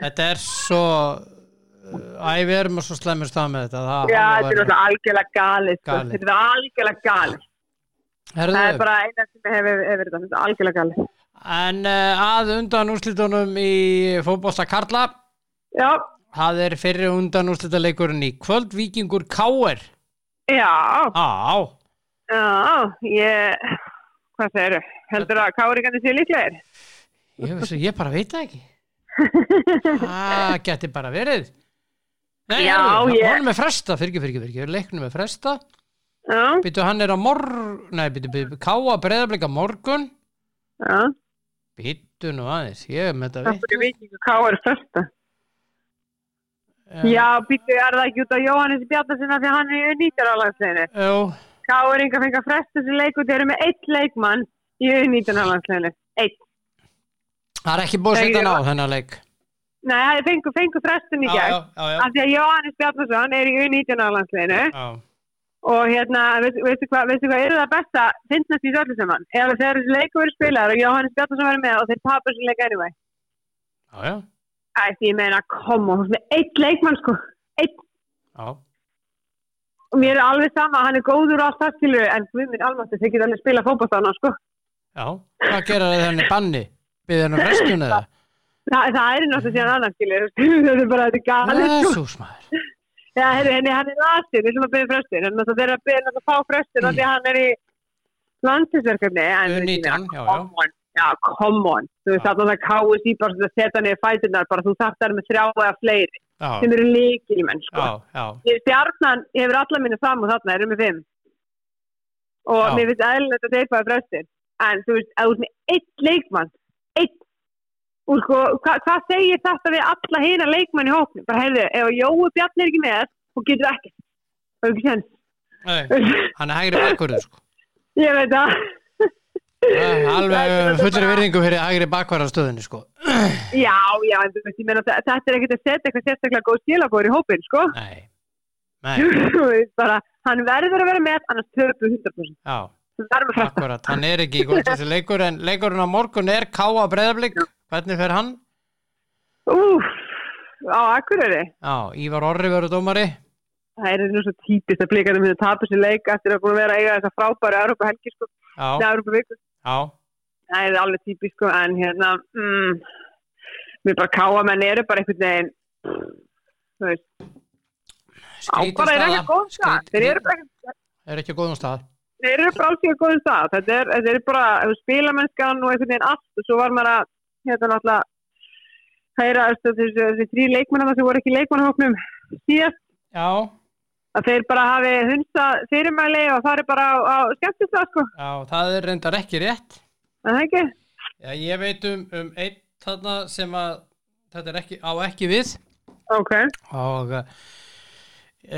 Speaker 1: þetta er svo uh, æ, við erum á svo slemur stað með þetta það, það
Speaker 4: Já, þetta er
Speaker 1: var-
Speaker 4: náttúrulega algjörlega galið. sko.
Speaker 1: Galið.
Speaker 4: Þetta er algjörlega galið.
Speaker 1: Herðu,
Speaker 4: Það er bara eina sem hefur hef, hef verið þannig. Þetta er algjörlega galið.
Speaker 1: en uh, að undan úrslitunum í fótbolta Karla
Speaker 4: Já,
Speaker 1: það er fyrir undan úrslitaleikurinn í kvöld Víkingur K.R.
Speaker 4: já,
Speaker 1: Á,
Speaker 4: já, ég, hvað það eru? Heldur að káringandi séu líklegir?
Speaker 1: ég, vissi, ég bara veit það ekki það geti bara verið Nei,
Speaker 4: Já,
Speaker 1: herðu,
Speaker 4: ég-
Speaker 1: honum er fresta, fyrir ekki, fyrir ekki, fyrir ekki leiknum er fresta,
Speaker 4: Já,
Speaker 1: byttu hann er á morgun nei, byttu, byttu, K.A. breyðablika morgun
Speaker 4: já,
Speaker 1: Býttu nú aðeins, ég er með þetta
Speaker 4: það
Speaker 1: veitt.
Speaker 4: fyrir vikingu káir fyrsta.
Speaker 1: Eh.
Speaker 4: Já, býttu, er það ekki út á Jóhannes Bjarnarsson af því að hann er nýtjar á landsleginu?
Speaker 1: Jú,
Speaker 4: Káringa fengið að fresta þessi leik og þeir eru með eitt leikmann í U19 á landsleginu. Eitt.
Speaker 1: það er ekki búið að
Speaker 4: Nei,
Speaker 1: setja hann
Speaker 4: ég-
Speaker 1: á þennan leik.
Speaker 4: Nei, það fengu, fengu frestun í
Speaker 1: Já,
Speaker 4: gegn.
Speaker 1: já, já, já.
Speaker 4: Af því að Jóhannes Bjarnarsson er í U19 á landsleginu
Speaker 1: Já,
Speaker 4: og hérna, veistu veistu hvað, veistu hvað, eru það besta, finnast í þessu öllu saman. Ef þegar þessi leiku verið spilaður og Jóhannes Bjarnarsson verið með og þeir tapar þessi leik anyway.
Speaker 1: já, já,
Speaker 4: Æ, því ég meina, koma, hún er með eitt leikmann sko, eitt.
Speaker 1: já.
Speaker 4: Og mér er alveg sama, hann er góður og allt það skilur, en við minn almáttu, þeir geta alveg spila fótballtána sko.
Speaker 1: já. Hvað gera það henni banni? Býðu henni frestun eða?
Speaker 4: Þa, það er náttúrulega síðan annars skilur, þetta er bara, þetta er galið sko.
Speaker 1: Jésús maður.
Speaker 4: Já, heyrðu, henni, hann er lasinn, við sem að byrja fröstin, en það er að byrja hann að fá fröstin mm. af því að hann er í landsinsverkefni. en
Speaker 1: U19,
Speaker 4: þú veist, ég meina,
Speaker 1: já, já.
Speaker 4: come on, Já, come on. Þú veist, þarna það káist í bara svona að setja niður fætunar, bara þú þarft þar með þrjá eða fleiri
Speaker 1: Já,
Speaker 4: sem eru líkil menn, sko.
Speaker 1: já, já.
Speaker 4: Ég stjarnan hefur alla minni fram og þarna, erum við fimm. Og
Speaker 1: Já.
Speaker 4: mér finnst eðlilegt að teipa það fröstin. En þú veist, að út með eitt leikmann, eitt, úr sko, hva, hvað segir þetta við alla hina leikmann í hóknum? Bara heyrðu, ef Jói Bjarni er ekki með, hún getur ekkert. Það er ekki sens.
Speaker 1: Nei, Hann er hægri bakvarður sko.
Speaker 4: Ég veit það.
Speaker 1: Það er
Speaker 4: Þetta
Speaker 1: Alveg
Speaker 4: er
Speaker 1: fullri
Speaker 4: bara-
Speaker 1: virðingu fyrir hægri bakvarðarstöðinu sko.
Speaker 4: Já, já, en þú veist, ég meina þa- þetta er ekkert að setja eitthvað sérstaklega góð stílabóður í hópin, sko.
Speaker 1: Nei, nei,
Speaker 4: Þú veist bara, hann verður að vera með, annars töpu 100%.
Speaker 1: já,
Speaker 4: Það verður að fræsta.
Speaker 1: akkurat. Hann er ekki í góð þessi leikur en leikurinn á morgun er K.A. breyðablík. Hvernig fer hann?
Speaker 4: Úf, á Akureyri.
Speaker 1: Já, Ívar Orri verður dómari.
Speaker 4: Það er nú svo típist að blika það myndi að tapa sér leik eftir að búin að vera að eiga þessa frábæri Európa helgi, sko. Nei,
Speaker 1: Já,
Speaker 4: Európa viku.
Speaker 1: já.
Speaker 4: Það er alveg típist, sko, en hérna, mm, mér bara káa menn eru bara einhvern veginn, þú veist, á
Speaker 1: Skrýtin
Speaker 4: bara er ekki
Speaker 1: staða.
Speaker 4: góðum stað.
Speaker 1: Skrýt-
Speaker 4: Þeir eru bara ekki
Speaker 1: er ekki á góðum stað
Speaker 4: þeir eru bara alls í að góðum stað. Þetta er, þetta er bara þú veist, spilamennskan og einhvern veginn allt og svo var maður að hérna náttúrulega hæra þessi, þessi, þessi þrý leikmennana sem voru ekki í leikmannahóknum síðast
Speaker 1: já,
Speaker 4: að þeir bara hafi hunsa fyrirmæli og það er bara á, á skemmtistað sko.
Speaker 1: já, það er reyndar ekki rétt
Speaker 4: Er Það ekki?
Speaker 1: já, ég veit um, um einn þarna sem að þetta er ekki, á ekki við
Speaker 4: Ok.
Speaker 1: og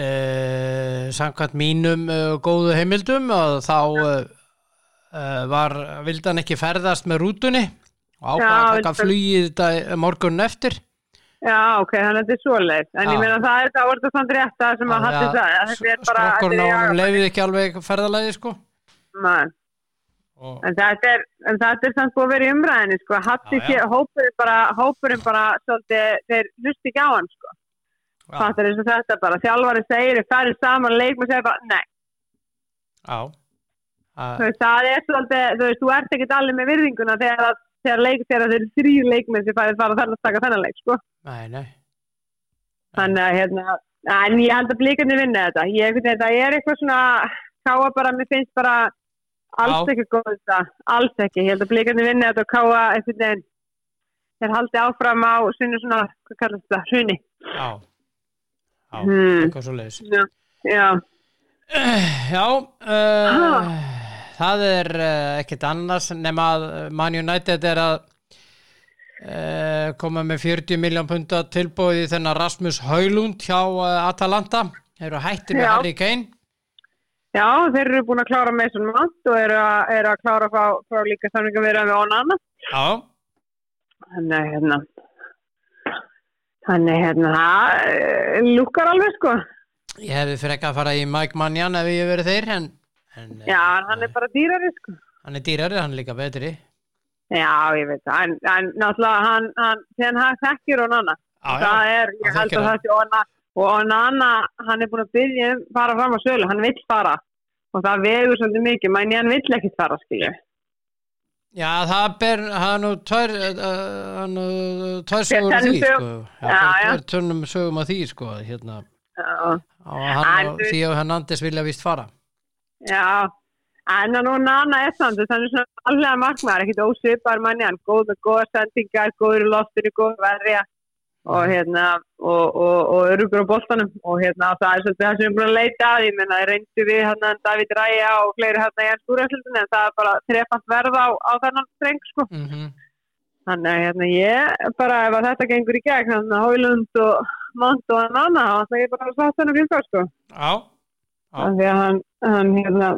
Speaker 1: e, samkvæmt mínum e, góðu heimildum að þá e, var vildi hann ekki ferðast með rútunni og ákvað
Speaker 4: Já,
Speaker 1: að taka
Speaker 4: vildi-
Speaker 1: flugið dag- e, morguninn eftir
Speaker 4: Já, ok, þannig að þetta er svoleið. En
Speaker 1: Já.
Speaker 4: ég meina það er það orðið samt rétt að sem að
Speaker 1: Þannig
Speaker 4: hattu það.
Speaker 1: að
Speaker 4: Þetta er bara...
Speaker 1: strokkurinn á
Speaker 4: þetta er-
Speaker 1: honum leiði ekki alveg ferðalagi sko
Speaker 4: Nei.
Speaker 1: og,
Speaker 4: En þetta er, en þetta er samt búið að vera í umræðinni, sko. Hatti
Speaker 1: Já, já.
Speaker 4: sé, hópurinn bara, hópurinn bara, svolítið, þeir hlusti ekki á hann, sko.
Speaker 1: Já.
Speaker 4: Það er eins og þetta bara. Þjálfari segir, þeir færi saman leik og segir bara, nei.
Speaker 1: já
Speaker 4: Þú
Speaker 1: að,
Speaker 4: veist, það er svolítið, þú veist, þú ert ekkert alveg með virðinguna þegar, að- þegar leik, þegar þeir þrý leikmið sem færið fara þannig að taka þennan leik, sko.
Speaker 1: nei, nei,
Speaker 4: Þannig að, hérna, en ég held að blíkandi vinna þetta. Ég, einhvern veginn, það er eitthvað svona, káa bara, mér finnst bara, alls
Speaker 1: Já.
Speaker 4: ekki góð þetta, alls ekki. Ég held að blíkandi vinna þetta og káa einhvern veginn, þeir haldi áfram á sinni svona, hvað kallast þetta, hruni.
Speaker 1: já já,
Speaker 4: Hmm.
Speaker 1: eitthvað svo leiðis
Speaker 4: Já, já,
Speaker 1: Já, uh, það er uh, ekkert annars nema að Man United er að uh, koma með 40 miljón punta tilbúið í þennan Rasmus Haulund hjá uh, Atalanta. Þeir eru hættir með
Speaker 4: Já.
Speaker 1: Harry Kane.
Speaker 4: já, þeir eru búin að klára með svona mat og eru að, eru að klára frá, frá líka samlinga vera með Onana.
Speaker 1: Já,
Speaker 4: Þannig, að, hérna, þannig, að, hérna, það eh, lúkkar alveg, sko.
Speaker 1: ég hefði fyrir ekki að fara í Mike Manjan ef ég verið þeir, en, en eh,
Speaker 4: Já, hann er bara dýrari, sko.
Speaker 1: hann er dýrari, hann er líka betri.
Speaker 4: Já, ég veit það, en, en náttúrulega hann, hann, þegar hann þekkir hún annað,
Speaker 1: já,
Speaker 4: það
Speaker 1: já,
Speaker 4: er,
Speaker 1: Það
Speaker 4: ég held
Speaker 1: þekkir
Speaker 4: að
Speaker 1: það.
Speaker 4: það sé Onana og Onana, hann er búin að byrja um fara fram á sölu, hann vill fara og það vegur svolítið mikið, menn hann vill ekkit fara skilju,
Speaker 1: já, það ber hann og tær hann og tær sögum
Speaker 4: tennum
Speaker 1: því
Speaker 4: sögum.
Speaker 1: sko,
Speaker 4: Já, já.
Speaker 1: tær tönnum sögum að því sko, hérna og
Speaker 4: En
Speaker 1: hann og
Speaker 4: þú-
Speaker 1: því að hann andis vilja vist fara
Speaker 4: já en hann Onana er samt, þess að hann er svona allega markmaður, ekkit ósvipar manni hann góð með góða sendingar, góður í loftinu góður verðja og hérna, og, og, og örugur á boltanum og hérna, það er svolítið það sem við erum búin að leita að, ég menna, reyndu við hann David Ræja og fleiri hann í hans úræðsildinu en það er bara trefant verð á, á þennan streng sko
Speaker 1: mm
Speaker 4: Þannig að hérna, ég bara ef að þetta gengur í gegn, þannig að Hólund og Mant og hann annað, þannig að ég bara satt hann og fyrir það, sko.
Speaker 1: já, Já.
Speaker 4: Þannig að hann, hann hérna,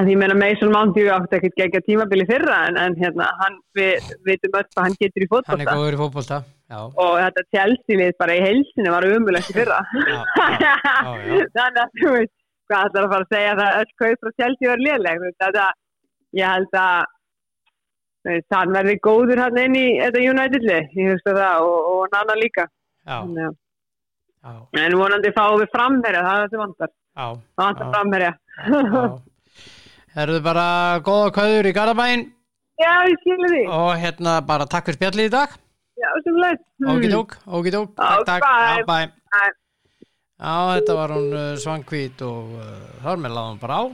Speaker 4: að ég meina Mason Mount, ég átti ekkert gegja tímabili fyrra, en, en hérna, hann, við veitum öll hvað hann getur í
Speaker 1: hann er
Speaker 4: fótbolta.
Speaker 1: góður í fótbolta já,
Speaker 4: Og þetta tjálsilið bara í heilsinu var umulegt í fyrra.
Speaker 1: já, já, já, já.
Speaker 4: Þannig að þú veist, hvað ætlar að fara að segja það öll kaup frá Chelsea var léleg, þú veist, þetta, ég held að þú veist, hann verði góður hann inn í þetta United-lið, ég hugsa það og, og Nana líka.
Speaker 1: já,
Speaker 4: Þannig að-
Speaker 1: já,
Speaker 4: En vonandi fáum við framherja, það er það sem vantar,
Speaker 1: já,
Speaker 4: það vantar
Speaker 1: Já.
Speaker 4: framherja.
Speaker 1: já. Herðu bara góða kvæður í Garabæin
Speaker 4: Já, ég skilur því.
Speaker 1: og hérna bara takk fyrir spjallið í dag
Speaker 4: Já, sem Hmm. leitt.
Speaker 1: Ógidók, ógidók, takk, takk,
Speaker 4: Mm. bye.
Speaker 1: já, bye.
Speaker 4: Bye.
Speaker 1: Já, þetta var hún uh, svangvít og uh, þar með laði hún bara á.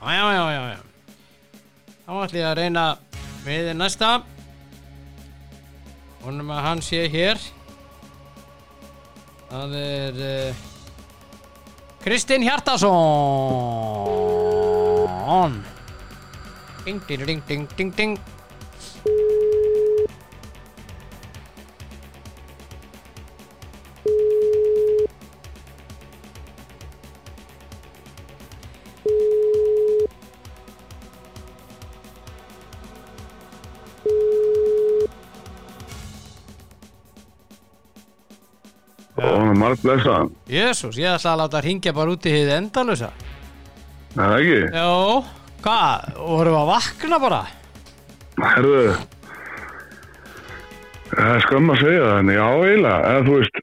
Speaker 1: Já, já, já, já, já. Þá ætlum ég að reyna við næsta. Honum að hann sé hér. Það er uh, Kristinn Hjartason. Ding, ding, ding, ding, ding, ding.
Speaker 6: Hún er margt blessaðan,
Speaker 1: Jésús, ég ætla að láta hringja bara út í hið endalusa.
Speaker 6: er það ekki?
Speaker 1: Jó, hvað? Vorum við að vakna bara?
Speaker 6: Herðu, það er skömm að segja það, en já eiginlega, eða þú veist,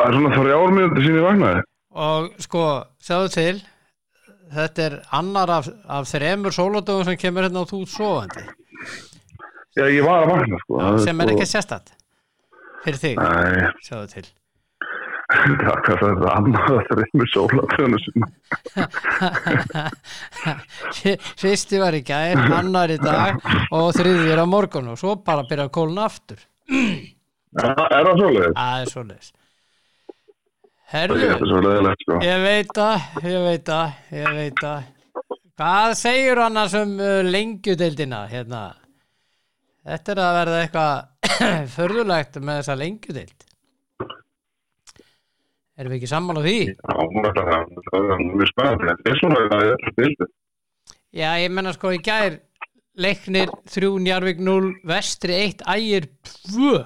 Speaker 6: það er svona þrjár mínúti sín ég vaknaði.
Speaker 1: Og sko, sjáðu til, þetta er annar af, af þremur sóladögum sem kemur hérna og þú ert sofandi.
Speaker 6: Já, ég var að vakna, sko. það
Speaker 1: Sem er
Speaker 6: sko-
Speaker 1: ekki sérstætt fyrir þig,
Speaker 6: Nei,
Speaker 1: sjáðu til.
Speaker 6: takk að það er annað að þreymur sólatöðinu sinna.
Speaker 1: Fyrsti var í gær, annar í dag og þriði er á morgun og svo bara byrja að kólna aftur.
Speaker 6: Er það svolítið?
Speaker 1: Það er svoleiðis.
Speaker 6: Þetta
Speaker 1: Herðu,
Speaker 6: er svo leðilegt, sko.
Speaker 1: Ég veit að, ég veit að, ég veit að. Hvað segir annars um uh, lengjudeildina hérna? Þetta er að verða eitthvað förðulegt með þessa lengjudeild. Erum við ekki sammála því?
Speaker 6: Já, hún er bara- það er mjög spennandi. Þetta er svona það er svo stildi.
Speaker 1: Já, ég menna sko í gær leiknir 3, Njarvík 0, Vestri 1, Ægir 2.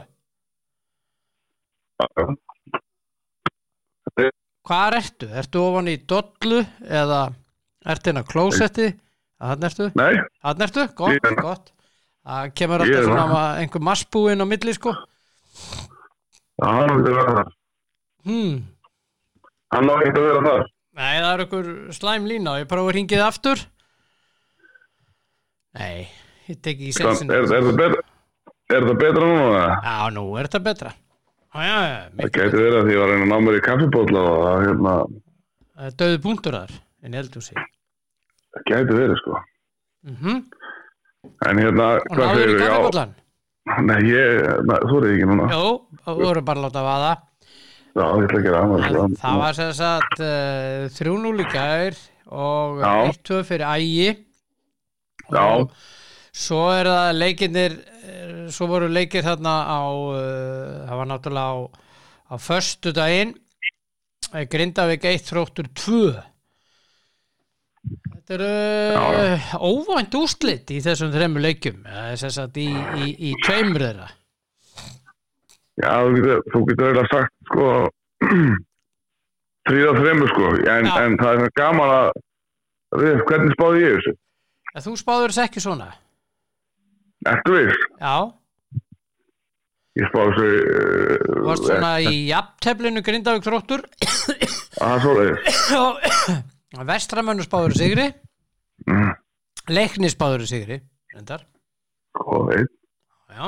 Speaker 1: Hvar ertu? Ertu ofan í dollu eða ertu inn á klósetti? Þannig ertu?
Speaker 6: Nei,
Speaker 1: Þannig ertu, gott,
Speaker 6: Ég er-
Speaker 1: gott Það kemur
Speaker 6: Ég er
Speaker 1: alltaf svona
Speaker 6: það.
Speaker 1: að einhver massbúinn á milli sko
Speaker 6: það er ekki að vera það.
Speaker 1: hmm.
Speaker 6: Hann á ekki að vera það.
Speaker 1: Nei, það er einhver slæm lína Ég prófa að ringið aftur Nei, ég tek ekki
Speaker 6: Þann-
Speaker 1: sensin
Speaker 6: Er, er, það betra, er það betra núna?
Speaker 1: Já, nú er þetta betra Já, já, já,
Speaker 6: Það
Speaker 1: miklu
Speaker 6: gæti verið að því ég var að reyna að ná mér í kaffibólla og það hérna,
Speaker 1: Það er döðu punktur þar en eldur sig
Speaker 6: það gæti verið sko.
Speaker 1: mm
Speaker 6: En hérna,
Speaker 1: Og
Speaker 6: hvað
Speaker 1: náður í
Speaker 6: segir ég á?
Speaker 1: kaffibollan
Speaker 6: Nei, ég, na, þú er ekki núna.
Speaker 1: Jó, og voru bara að láta vaða
Speaker 6: Já, ég ætla ekki að rama
Speaker 1: En
Speaker 6: sko.
Speaker 1: Það var sem sagt uh, 3-0 í gær og
Speaker 6: Já.
Speaker 1: 1-2 fyrir ægi
Speaker 6: Já,
Speaker 1: Svo er það leikinir, eh, svo voru leikir þarna á, eh, það var náttúrulega á, á förstu daginn, Grindavík 1 þróttur 2. Þetta eru eh, óvænt úrslit í þessum þremmu leikjum, eh, sem sagt í, í, í tveimur þeirra.
Speaker 6: já, þú getur, þú getur eiginlega sagt sko, þrýða þremur sko, en,
Speaker 1: Já.
Speaker 6: en það er svona gaman að, við, hvernig spáði ég þessu?
Speaker 1: Eh, En þú spáður þess ekki svona?
Speaker 6: Ertu viss?
Speaker 1: Já,
Speaker 6: Ég spá þessu... Uh,
Speaker 1: Varst svona í jafnteflinu grindavík þróttur
Speaker 6: eh, Það er svolítið.
Speaker 1: og vestramönnu spáður sigri
Speaker 6: Mm,
Speaker 1: leikni spáður sigri reyndar,
Speaker 6: Hvað veit?
Speaker 1: já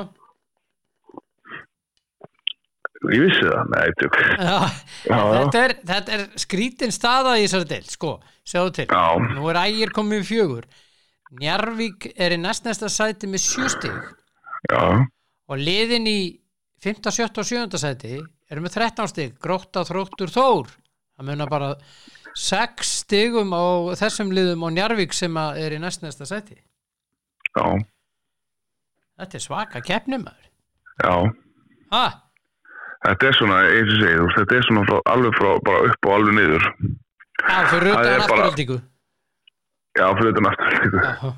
Speaker 6: Ég vissi það. Nei, tjók.
Speaker 1: Já,
Speaker 6: Já, já.
Speaker 1: þetta, er, þetta er skrítin staða í þessari del, sko, sjáðu til
Speaker 6: Já.
Speaker 1: nú er ægir komið í fjögur Njarvík er í næstnæsta sæti með sjö stig
Speaker 6: Já.
Speaker 1: og liðin í 5., 7. og 7. sæti eru með 13 stig, grótta þróttur þór það munar bara 6 stigum á þessum liðum og Njarvík sem að er í næstnæsta sæti
Speaker 6: Já.
Speaker 1: þetta er svaka keppnum maður
Speaker 6: Já.
Speaker 1: ha,
Speaker 6: Þetta er svona, eins og segið, þetta er svona frá, alveg frá, bara upp og alveg niður.
Speaker 1: á, fyrir
Speaker 6: Það er
Speaker 1: utan
Speaker 6: bara-
Speaker 1: afturöldingu
Speaker 6: Já, fyrir þetta náttúrulega.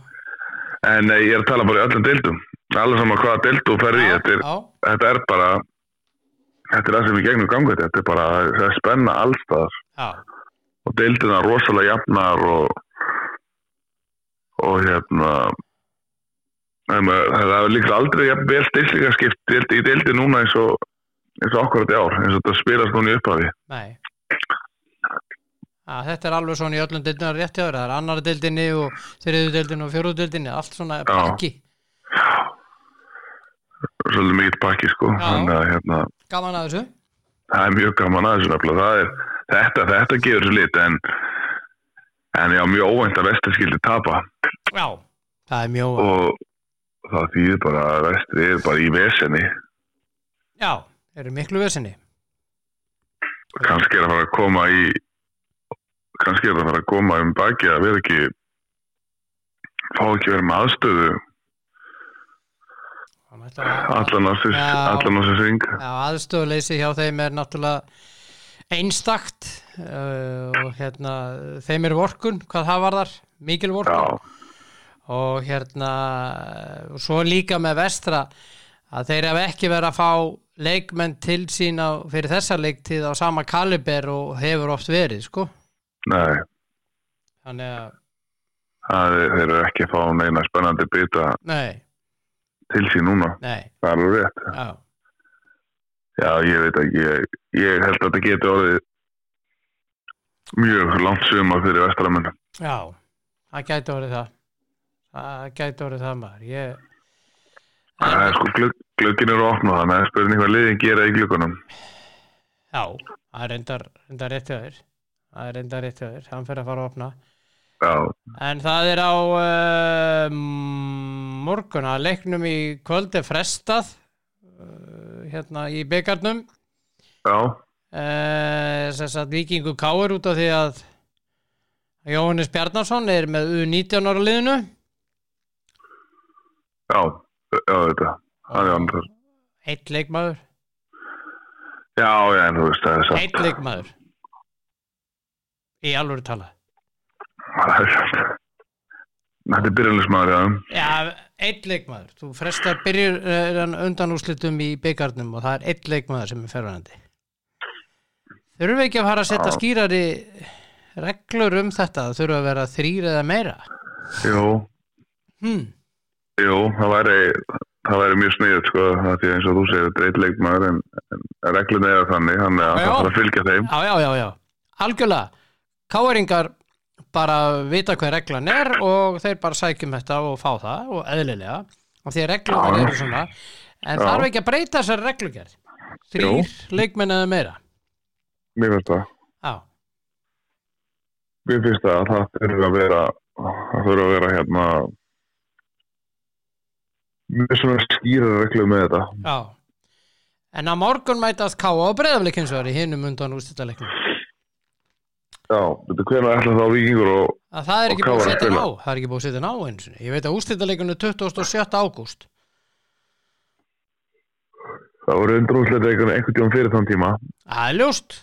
Speaker 6: En eh, ég er að tala bara í öllum deildum. Allir saman hvaða deild þú ferði í. Þetta er,
Speaker 1: já,
Speaker 6: þetta er bara, þetta er það sem í gegnum ganga þetta. Þetta er bara, það er spenna allstaðar.
Speaker 1: já,
Speaker 6: og deildina rosalega jafnar og og hérna em, eh, það er líka aldrei jafn vel stillingarskipt deild, í deildi núna eins og eins og okkur þetta ár, eins og þetta spilast núna í upphafi
Speaker 1: nei að, þetta er alveg svona í öllum deildinu rétt hjá þér, það er annar deildinni og þriðu deildinni og fjóruðu deildinni, allt svona bakki,
Speaker 6: svolítið mikill pakki sko
Speaker 1: Já.
Speaker 6: þannig að hérna,
Speaker 1: gaman að þessu
Speaker 6: það er mjög gaman að þessu nefnilega það er, þetta, þetta gefur sér lit en en já, mjög óvænt að vestir skildi tapa
Speaker 1: já, það er mjög
Speaker 6: og það þýðir bara að vestir er bara í vesenni
Speaker 1: já, eru miklu vesinni
Speaker 6: kannski er að fara að koma í kannski er að fara að koma um baki að vera ekki fá ekki verið með aðstöðu allan á sér
Speaker 1: Já.
Speaker 6: allan á sér syng
Speaker 1: Já, aðstöðuleysi hjá þeim er náttúrulega einstakt uh, og hérna þeim er vorkun, hvað það var þar mikil
Speaker 6: já,
Speaker 1: vorkun og hérna og svo líka með vestra að þeir hafa ekki verið að fá leikmenn til sín á, fyrir þessa leiktið á sama kaliber og hefur oft verið sko
Speaker 6: nei,
Speaker 1: þannig að,
Speaker 6: það er, þeir eru ekki að fá neina spennandi bita
Speaker 1: nei,
Speaker 6: til sín núna,
Speaker 1: nei
Speaker 6: það er alveg rétt
Speaker 1: já,
Speaker 6: já, ég veit ekki, ég, ég held að þetta getur orðið mjög langt sumar fyrir vestramenn
Speaker 1: já, það gæti orðið það það gæti orðið það maður ég,
Speaker 6: það er sko, glugg, gluggin eru að opna þannig að það er spurning hvað liðin gera í gluggunum
Speaker 1: Já, það er reyndar, reyndar rétt hjá þér Það er reyndar rétt hjá þér, hann fyrir að fara að opna
Speaker 6: já,
Speaker 1: En það er á uh, morgun að leiknum í kvöld er frestað uh, hérna í byggarnum
Speaker 6: já,
Speaker 1: uh, sem sagt vikingu káir út af því að Jóhannes Bjarnarsson er með U19 ára liðinu
Speaker 6: já já, þetta, það er andrar
Speaker 1: Eitt leikmaður,
Speaker 6: Já, já, en þú veist, það er satt.
Speaker 1: eitt leikmaður Í alvöru tala
Speaker 6: Það er satt. Þetta er byrjulismæður, já.
Speaker 1: Já, einn leikmaður. Þú frestar eh, byrjur undanúslitum í byggarnum og það er einn leikmaður sem er ferðandi. Þurfum við ekki að fara að setja
Speaker 6: Já.
Speaker 1: skýrari reglur um þetta? Það þurfa að vera þrýr eða meira?
Speaker 6: Jú,
Speaker 1: Hmm.
Speaker 6: jú, það væri, það væri mjög sniðið, sko, það því eins og þú segir, þetta er eitt leikmaður, en, en reglun er þannig, þannig að
Speaker 1: Já,
Speaker 6: það
Speaker 1: já.
Speaker 6: þarf að fylgja þeim.
Speaker 1: Já, já, já, já. Algjörlega. Káeringar bara vita hvað reglan er og þeir bara sækjum þetta og fá það og eðlilega. Og því að reglunar
Speaker 6: Já.
Speaker 1: eru svona. En
Speaker 6: Já.
Speaker 1: þarf ekki að breyta þessar reglugerð?
Speaker 6: Jú.
Speaker 1: Þrýr leikmenn eða meira?
Speaker 6: Mér finnst það.
Speaker 1: Já.
Speaker 6: Mér finnst það að það þurfa að vera, það þurfa að vera, hérna, mjög svona skýra reglum með þetta.
Speaker 1: Já En að morgun mætast K.A. og Breiðaflik hins vegar í hinum undan úrstættaleiknum
Speaker 6: Já, veitu, hvernig ætla þá vikingur og,
Speaker 1: að það er
Speaker 6: Og
Speaker 1: ekki búið
Speaker 6: KR
Speaker 1: að setja
Speaker 6: spila.
Speaker 1: ná það er ekki búið að setja ná eins og ég veit að úrstættaleikun er 27. ágúst
Speaker 6: það voru undrúsleita einhvern einhvern tíum fyrir þann tíma,
Speaker 1: Það er ljóst,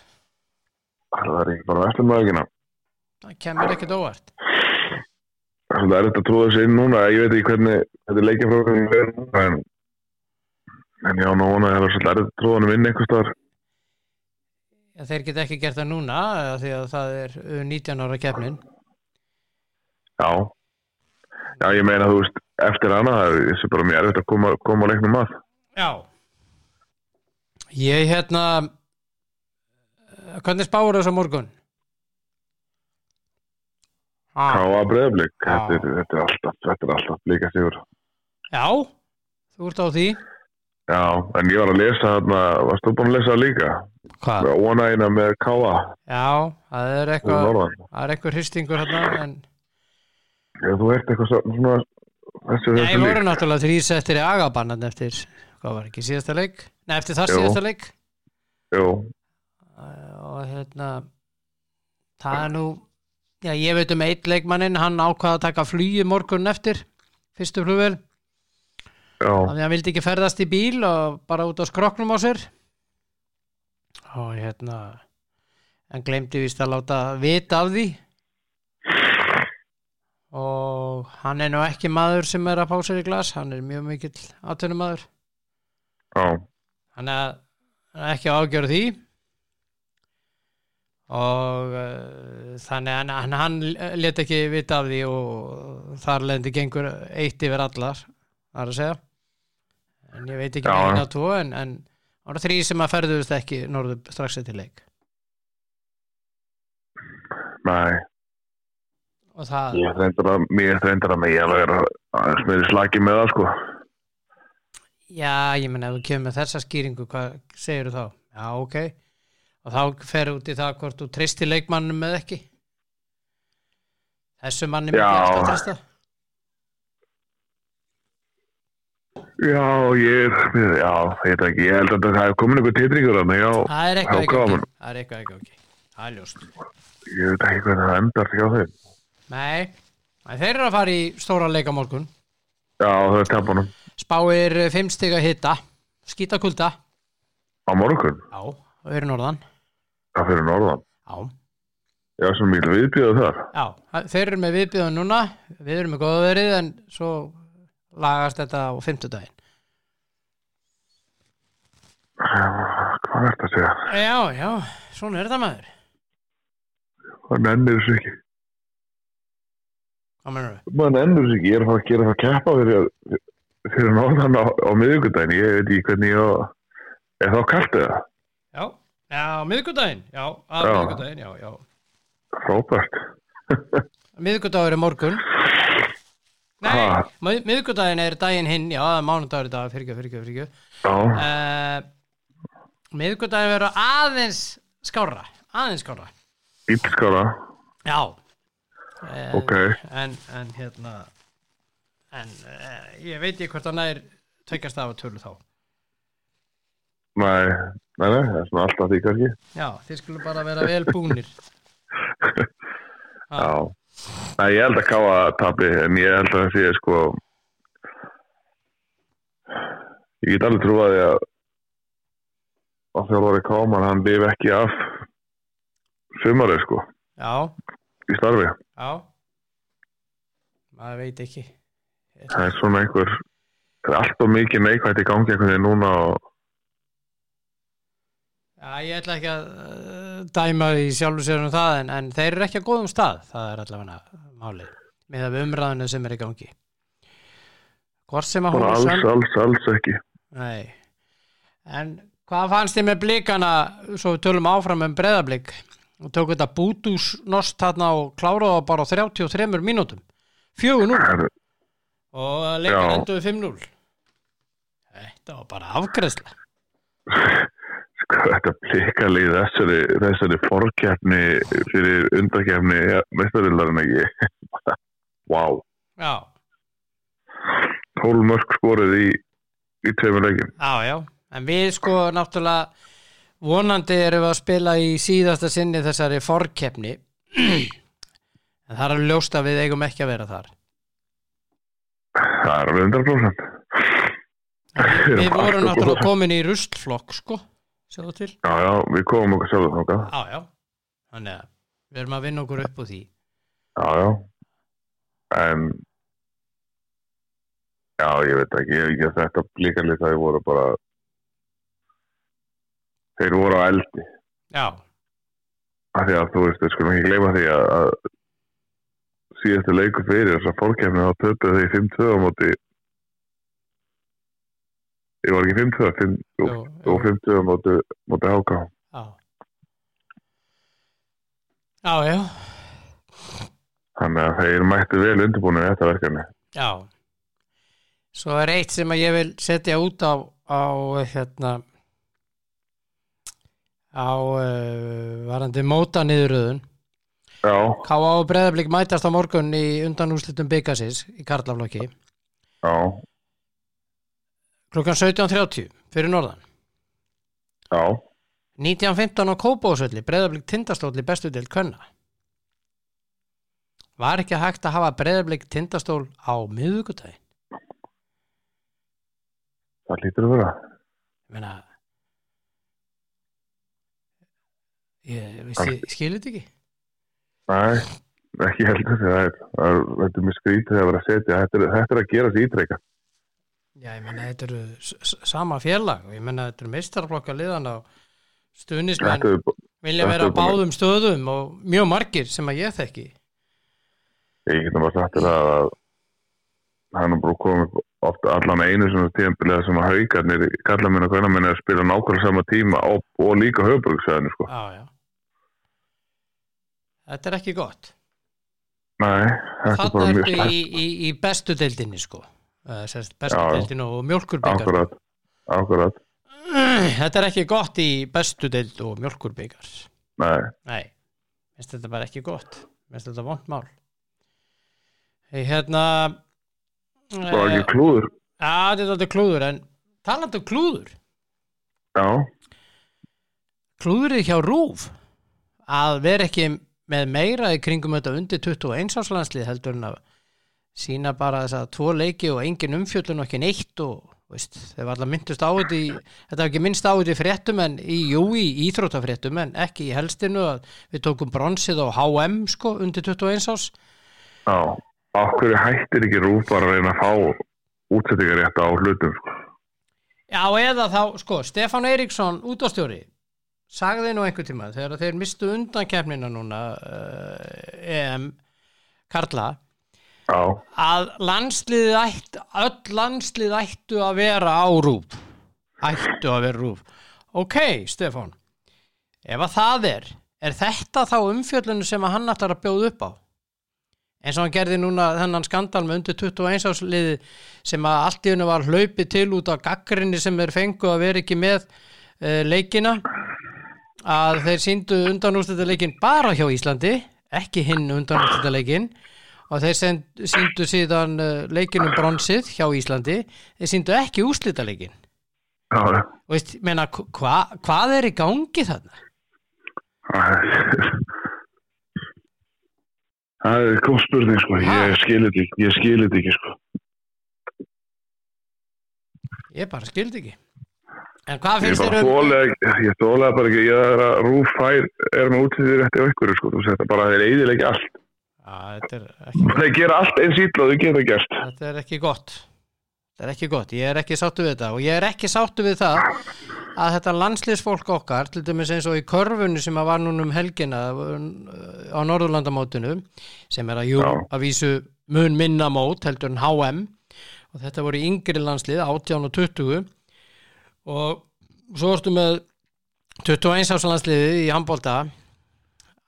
Speaker 6: það er ekki bara vestum með ekki
Speaker 1: það kemur ekkert óvart
Speaker 6: Það er þetta að tróða sér inn núna, ég veit ekki hvernig þetta leikja frá hvernig við erum núna, en, en já, núna er það svolítið erfitt að tróða hann inn einhvers þar.
Speaker 1: að þeir geta ekki gert það núna af því að það er 19 ára kefnin
Speaker 6: Já, já, ég meina, þú veist, eftir hana, það er þessi bara mjög erfitt að koma, koma leiknum að.
Speaker 1: Já Ég hérna hvernig spáur þess að morgun? Ah,
Speaker 6: Káa breyðablík,
Speaker 1: Já.
Speaker 6: þetta, er- þetta er alltaf, þetta er alltaf líka sigur.
Speaker 1: já, þú ert á því
Speaker 6: Já, en ég var að lesa þarna, varst þú búin að lesa það líka?
Speaker 1: Hvað?
Speaker 6: Með ónægina með Káa
Speaker 1: Já, það er
Speaker 6: úr
Speaker 1: eitthvað
Speaker 6: Norðan.
Speaker 1: það er eitthvað hristingur hérna en
Speaker 6: Ef þú ert eitthvað svo- svona, þessu
Speaker 1: Nei,
Speaker 6: þessu
Speaker 1: voru
Speaker 6: lík.
Speaker 1: náttúrulega þrýsettir í agabannan eftir, hvað var ekki, síðasta leik? Nei, eftir þar
Speaker 6: Jú.
Speaker 1: síðasta leik
Speaker 6: Jú,
Speaker 1: Uh, og hérna það er nú já, ég veit um eitt leikmanninn, hann ákvaða að taka flugi morgun eftir fyrstu flugvel,
Speaker 6: já,
Speaker 1: þannig að hann vildi ekki ferðast í bíl og bara út á skroknum á sér og hérna hann glemdi vist að láta vita af því og hann er nú ekki maður sem er að pá sér í glas, hann er mjög mikill aðtunumadur,
Speaker 6: já,
Speaker 1: hann er hann er ekki að ágjöra því og uh, þannig að hann, hann let ekki vita af því og þar lendi gengur eitt yfir allar það er að segja en ég veit ekki
Speaker 6: Já,
Speaker 1: með
Speaker 6: já.
Speaker 1: eina og tvo en, en það voru þrý sem að ferðuðust ekki norður strax eftir leik
Speaker 6: nei.
Speaker 1: og það,
Speaker 6: Ég reyndar að, mér reyndar að mig, ég er að smöri slaki með það, sko.
Speaker 1: já ég menna ef þú kemur með þessa skýringu, hvað segir þú þá? Já, ok og þá fer út í það hvort þú treystir leikmannum eða ekki þessu manni
Speaker 6: Já.
Speaker 1: myndi ég alltaf treysta
Speaker 6: Já, ég er, mér, já, ég veit ekki, ég held að það hef komin einhver titringur hann, já,
Speaker 1: Það er
Speaker 6: Já,
Speaker 1: eitthvað ekki
Speaker 6: hvað var
Speaker 1: ok
Speaker 6: hún?
Speaker 1: Það er eitthvað ekki ok Það er ljóst
Speaker 6: ég veit ekki hvernig það endar hjá þeim.
Speaker 1: Nei, Nei, þeir eru að fara í stóra leika morgun
Speaker 6: Já, það er tapanum.
Speaker 1: Spáir eh, fimm stiga hitta Skítakulda
Speaker 6: Á morgun,
Speaker 1: Já Og eru norðan
Speaker 6: það fyrir norðan.
Speaker 1: Já
Speaker 6: Já, sem mikil viðbjöðu þar.
Speaker 1: Já, það- þeir eru með viðbjöðun núna Við erum með góða verið en svo lagast þetta á fimmtudaginn
Speaker 6: Hvað er þetta að segja?
Speaker 1: Já, já, svona er þetta maður
Speaker 6: Það nennir þessu ekki.
Speaker 1: Hvað mennur við?
Speaker 6: maður endur þessu ekki, ég er að fara að gera það að keppa fyrir, fyrir norðan á, á miðugudaginn, ég veit ekki hvernig ég á er þá kalt eða,
Speaker 1: Já, já, miðgudaginn Já, að
Speaker 6: Já.
Speaker 1: miðgudaginn, já, já
Speaker 6: frábært
Speaker 1: Miðgudagur er morgun Nei,
Speaker 6: Ha.
Speaker 1: mið- miðgudaginn er daginn hinn Já, það er mánudagur í dag, fyrir ekki, fyrir ekki, fyrir ekki
Speaker 6: já,
Speaker 1: uh, miðgudagin verður aðeins skára aðeins skára
Speaker 6: ílskara
Speaker 1: já uh,
Speaker 6: Ok.
Speaker 1: en, en hérna en uh, ég veit ekki hvort hann er tveggjast af að tölu þá
Speaker 6: nei, nei, nei, það er svona alltaf því kannski
Speaker 1: já, þið skulle bara vera vel búnir
Speaker 6: já, nei, ég held að káa tapi, en ég held að það sé sko ég get alveg trúa því að að þjálfari káman, hann lifi ekki af sumarið sko
Speaker 1: já,
Speaker 6: í starfi,
Speaker 1: já maður veit ekki
Speaker 6: það er svona einhver það er alltaf mikið neikvægt í gangi einhvern veginn núna og
Speaker 1: já, ég ætla ekki að eh, dæma í sjálfu sér um það en, en þeir eru ekki að góðum stað það er allavega málið með af umræðinu sem er í gangi hvort sem að hún
Speaker 6: bara
Speaker 1: er sönn
Speaker 6: alls, alls, alls ekki
Speaker 1: Nei. En hvað fannst þið með blikana svo við tölum áfram um breðablík og tók þetta bútús nost þarna og kláraði það bara á 33 mínútum 4-0
Speaker 6: Herru,
Speaker 1: og leikin
Speaker 6: Já.
Speaker 1: enduðu 5-0 Þetta var bara afgreðsla
Speaker 6: sko, þetta blikalið í þessari, þessari forkjafni fyrir undakjafni ja, mestarildarinn ekki wow,
Speaker 1: Já,
Speaker 6: 12 mörg skorið í, í tveimur leikin
Speaker 1: já, já En við sko náttúrulega vonandi erum við að spila í síðasta sinni þessari forkeppni en það er alveg ljóst að við eigum ekki að vera þar
Speaker 6: það er alveg 100%
Speaker 1: Við
Speaker 6: Erum
Speaker 1: vorum
Speaker 6: allt-
Speaker 1: náttúrulega komin í rustflokk sko, sjáðu til
Speaker 6: já, já, við komum okkur sjálf þangað
Speaker 1: Já, já, þannig að við erum að vinna okkur upp úr því
Speaker 6: já, já en já, ég veit ekki, ég, ég þetta blikalið það voru bara þeir voru á eldi
Speaker 1: Já,
Speaker 6: af því að þú veist, við skulum ekki gleyma því að, að síðastu leiku fyrir þess að fórkjæmni þá töpuðu þau í 5-2 á móti ég var ekki 5-2 fimm- jú,
Speaker 1: Jú,
Speaker 6: jú, 5-2 móti, móti háká
Speaker 1: Já. Já, já.
Speaker 6: þannig að þeir mættu vel undirbúinu í þetta verkefni
Speaker 1: Já. Svo er eitt sem að ég vil setja út á, á hérna á uh, varandi móta niðuröðun.
Speaker 6: já,
Speaker 1: K.A. og Breðablík mætast á morgun í undan úrslitum byggasins í Karlaflokki
Speaker 6: já,
Speaker 1: klukkan 17.30 fyrir norðan.
Speaker 6: já
Speaker 1: 19.15 á Kópósölli, Breðablík tindastóll í bestu deild kvenna. Var ekki hægt að hafa Breðablík tindastól á miðugutæði?
Speaker 6: það lítur að vera
Speaker 1: ég meina ég, veist, ég skilu þetta ekki
Speaker 6: nei, ekki heldur það er, það er, þetta er mjög skrítið að vera að setja þetta er, þetta er að gera þessi ítreika
Speaker 1: já ég meina þetta eru s- s- sama félag og ég meina þetta eru meistarflokka liðan á stuðnismenn
Speaker 6: þetta er
Speaker 1: vilja
Speaker 6: þetta
Speaker 1: vera á
Speaker 6: er bara-
Speaker 1: báðum stöðum og mjög margir sem að ég þekki
Speaker 6: ég getum að sagt þér það að hann er bara komið upp ofta allan einu svona tíðanbilið sem að haugarnir kalla minna hvernig minna að spila nákvæmlega sama tíma og, og líka höfbruksæðinu sko.
Speaker 1: já já þetta er ekki gott
Speaker 6: Nei, þetta er
Speaker 1: þarna
Speaker 6: bara mjög
Speaker 1: ertu
Speaker 6: stærkt
Speaker 1: í, í, í bestu deildinni sko Eh, sem sagt, bestu
Speaker 6: Já, já.
Speaker 1: deildinni og mjölkurbyggar
Speaker 6: akkurat, akkurat,
Speaker 1: þetta er ekki gott í bestu deild og mjölkurbyggar
Speaker 6: nei,
Speaker 1: Nei, minnst þetta bara ekki gott minnst þetta vond mál Ég hérna
Speaker 6: það var
Speaker 1: eh,
Speaker 6: sko, ekki klúður
Speaker 1: Já, þetta er alltaf klúður en talandi um klúður
Speaker 6: já,
Speaker 1: klúðrið hjá Rúf að vera ekki með meira í kringum þetta undir 21 áslandslið heldur en að sína bara þess að tvo leiki og engin umfjöllun og ekki neitt og veist, þeir var alltaf myndust á þetta í þetta var ekki minnst á þetta í fréttum en í, jú, í íþróttafréttum en ekki í helstinu að við tókum bronsið á HM sko undir 21 ás
Speaker 6: já okkur hættir ekki rúf bara að reyna að fá útsettingar rétt á hlutum sko.
Speaker 1: Já, eða þá, sko, Stefán Eiríksson útástjóri, sagði nú einhver tíma þegar þeir mistu undan kemnina núna uh, EM Karla,
Speaker 6: já,
Speaker 1: að landslið ætt, öll landslið ættu að vera á rúf ættu að vera rúf ok, Stefán ef að það er, er þetta þá umfjöllunum sem að hann ætlar að bjóða upp á eins og hann gerði núna þennan skandal með undir 21 ásliði sem að allt í hennu var hlaupið til út af gaggrinni sem þeir fengu að vera ekki með uh, leikina að þeir síndu undanúrstættaleikin bara hjá Íslandi ekki hinn undanúrstættaleikin og þeir send- sýndu síðan uh, leikinum bronsið hjá Íslandi þeir sýndu ekki úrslitaleikin
Speaker 6: já, já
Speaker 1: og veist, meina, hva, hvað er í gangi þarna?
Speaker 6: Það er góð spurning sko,
Speaker 1: Ha?
Speaker 6: ég skilir þetta ekki, ég skilir þetta ekki sko.
Speaker 1: ég bara skildi ekki en hvað
Speaker 6: Ég
Speaker 1: finnst þér
Speaker 6: bara
Speaker 1: um
Speaker 6: þóla ekki- ég þóla bara ekki, ég er að rúf fær er með útlýðir eftir einhverju sko, þú segir það bara, þeir eigðil ekki allt.
Speaker 1: Á, þetta, er ekki,
Speaker 6: Þeir gera allt eins ítla og þau geta gert.
Speaker 1: þetta er ekki gott þetta er ekki gott, ég er ekki sáttu við þetta og ég er ekki sáttu við það að þetta landsliðsfólk okkar til dæmis eins og í körfunni sem að var núna um helgina uh, á Norðurlandamótinu sem er að jú
Speaker 6: Já.
Speaker 1: að vísu mun minna mót heldur en HM og þetta voru yngri landslið 18 og 20 og svo ertu með 21 árs landsliði í handbólta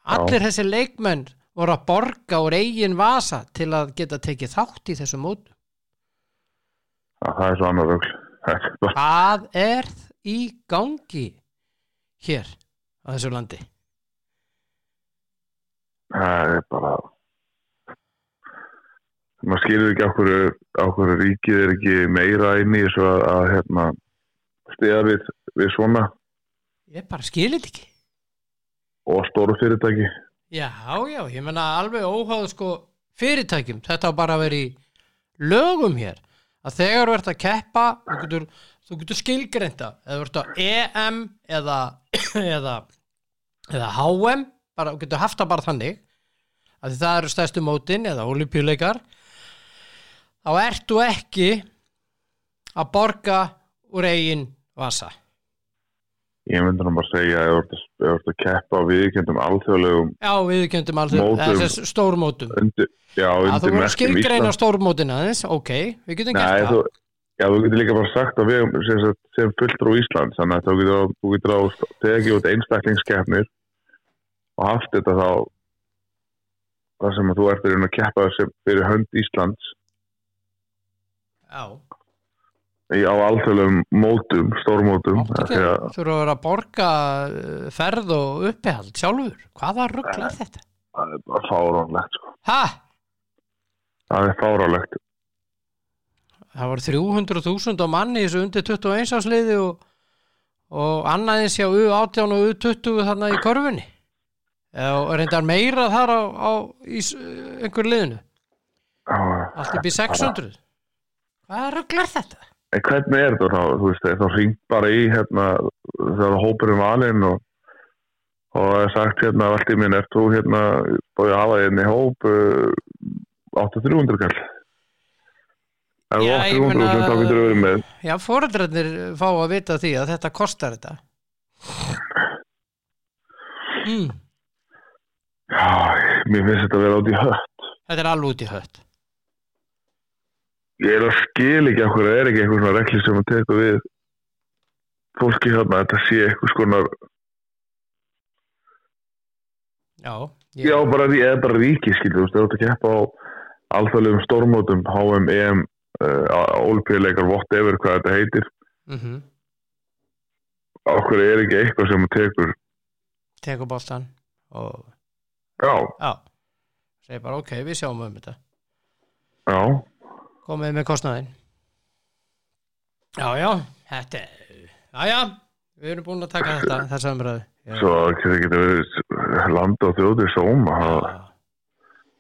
Speaker 1: allir þessi leikmenn voru að borga úr eigin vasa til að geta tekið þátt í þessu mót
Speaker 6: Já, Það er svo annar rögl. Þetta er bara-
Speaker 1: hvað er í gangi hér á þessu landi
Speaker 6: Það er bara, maður skilur ekki okkur, okkur ríkið er ekki meira inn í þessu að, að hérna, stiða við, við svona
Speaker 1: ég bara skilir þetta ekki
Speaker 6: og stóru fyrirtæki.
Speaker 1: já, já, ég menna alveg óháð sko fyrirtækjum, þetta á bara að vera í lögum hér að þegar þú ert að keppa þú getur, þú getur skilgreinda eða þú ert á EM eða, eða, eða HM bara, þú getur haft það bara þannig að það eru stærstu mótin eða olimpíuleikar þá ert þú ekki að borga úr eigin vasa
Speaker 6: Ég myndi nú bara segja að ef þú ert að- ef þú ert að keppa á viðkjöndum alþjóðlegum
Speaker 1: já, við kjöndum alveg
Speaker 6: Mótum.
Speaker 1: þessi stórmótum
Speaker 6: undir, já,
Speaker 1: að þú
Speaker 6: undir
Speaker 1: voru að
Speaker 6: merkjum
Speaker 1: skilgreina
Speaker 6: Íslands.
Speaker 1: stórmótin aðeins ok, við getum gert
Speaker 6: Nei,
Speaker 1: það
Speaker 6: þú, Já, þú getur líka bara sagt að við erum sem, sagt, sem fulltrú Íslands, þannig að þú getur, á- þú getur á tekið út einstaklingskeppnir og haft þetta þá þar sem að þú ert í raun að keppa sem fyrir hönd Íslands
Speaker 1: Já,
Speaker 6: í, á alþjóðlegum mótum, stórmótum.
Speaker 1: Máttu
Speaker 6: Af
Speaker 1: ekki
Speaker 6: því
Speaker 1: að
Speaker 6: að-
Speaker 1: þú eru að vera að borga eh, ferð og uppehald sjálfur hvaða ruggla er þetta?
Speaker 6: Það er bara fáránlegt, sko.
Speaker 1: Ha?
Speaker 6: Það er fáránlegt.
Speaker 1: Það voru 300.000 á manni í þessu undir 21 ásliði og, og annaðins hjá U18 og U20 þarna í körfunni Eða- og reyndar meira þar á, á í s- einhver liðinu allt upp í 600 hvaða ruggla er þetta?
Speaker 6: En hvernig er þetta þá, þú veist, er það ringt bara í hérna, þegar hópurinn valinn og og það er sagt hérna, allt í minn, er þú hérna búið að hafa hérna í hóp uh, 8300 kall Ef þú
Speaker 1: Já, ég
Speaker 6: 8300
Speaker 1: meina-
Speaker 6: þá getur þú verið með
Speaker 1: Já, fóreldrarnir fá að vita því að þetta kostar þetta mm,
Speaker 6: Já, mér finnst þetta að vera átt í hött
Speaker 1: Þetta er alveg út í hött
Speaker 6: Ég er að skil ekki af hverju það er ekki einhver svona regli sem að teka við fólki hérna, þetta sé eitthvað skonar
Speaker 1: Já, ég-
Speaker 6: Já, bara, rí- eða bara ríki, skilur, þú veist, þú ert að keppa á alþjóðlegum stórmótum, HM, EM, uh, olpíuleikar, whatever, hvað þetta heitir.
Speaker 1: mhm
Speaker 6: Okkur er ekki eitthvað sem þú tekur.
Speaker 1: tekur boltan og
Speaker 6: Já,
Speaker 1: já, segir bara ok, við sjáum um þetta
Speaker 6: já,
Speaker 1: komið með kostnaðinn já, já, þetta er- já, já, við erum búin að taka þetta þessa umræðu Já,
Speaker 6: svo getur getur verið land og þjóðir sóma.
Speaker 1: já.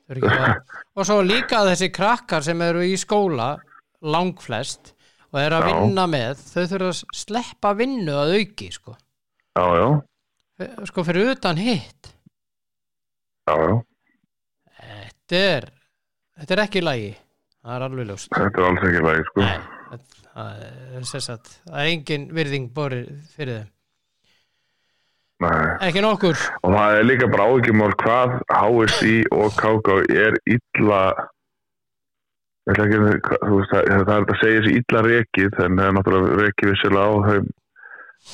Speaker 1: Þau eru ekki að- og svo líka þessi krakkar sem eru í skóla langflest og eru að
Speaker 6: Já.
Speaker 1: vinna með þau þurfa að sleppa vinnu að auki sko,
Speaker 6: Já, já,
Speaker 1: sko fyrir utan hitt
Speaker 6: já, já,
Speaker 1: þetta er þetta er ekki í lagi, það er alveg ljóst
Speaker 6: þetta er alls ekki lægi, sko.
Speaker 1: Nei, það- það er sem sagt, það er engin virðing borið fyrir þeim.
Speaker 6: Nei.
Speaker 1: Ekki nokkur.
Speaker 6: Og það er líka bara áhyggjumál hvað HSI og KK er illa ég ætla ekki að- hvað- þú veist, það, það er þetta að segja þessi illa rekið en það er náttúrulega rekið vissilega á þeim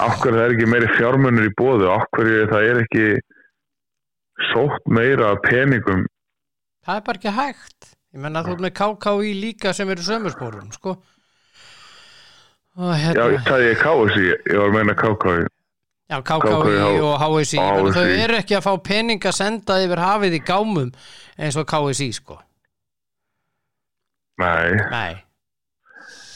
Speaker 6: af hverju það er ekki meiri fjármunur í bóðu af hverju það er ekki sótt meira af peningum
Speaker 1: Það er bara ekki hægt. Ég menna þú ert með KKI líka sem eru sömursporum, sko. Og
Speaker 6: já,
Speaker 1: hérna,
Speaker 6: ég sagði ég KSI, ég var að meina KK
Speaker 1: já, KKI
Speaker 6: KKÍ
Speaker 1: og HSI,
Speaker 6: og
Speaker 1: menna, þau
Speaker 6: HSÍ.
Speaker 1: eru ekki að fá peninga senda yfir hafið í gámum eins og KSI, sko.
Speaker 6: nei,
Speaker 1: Nei.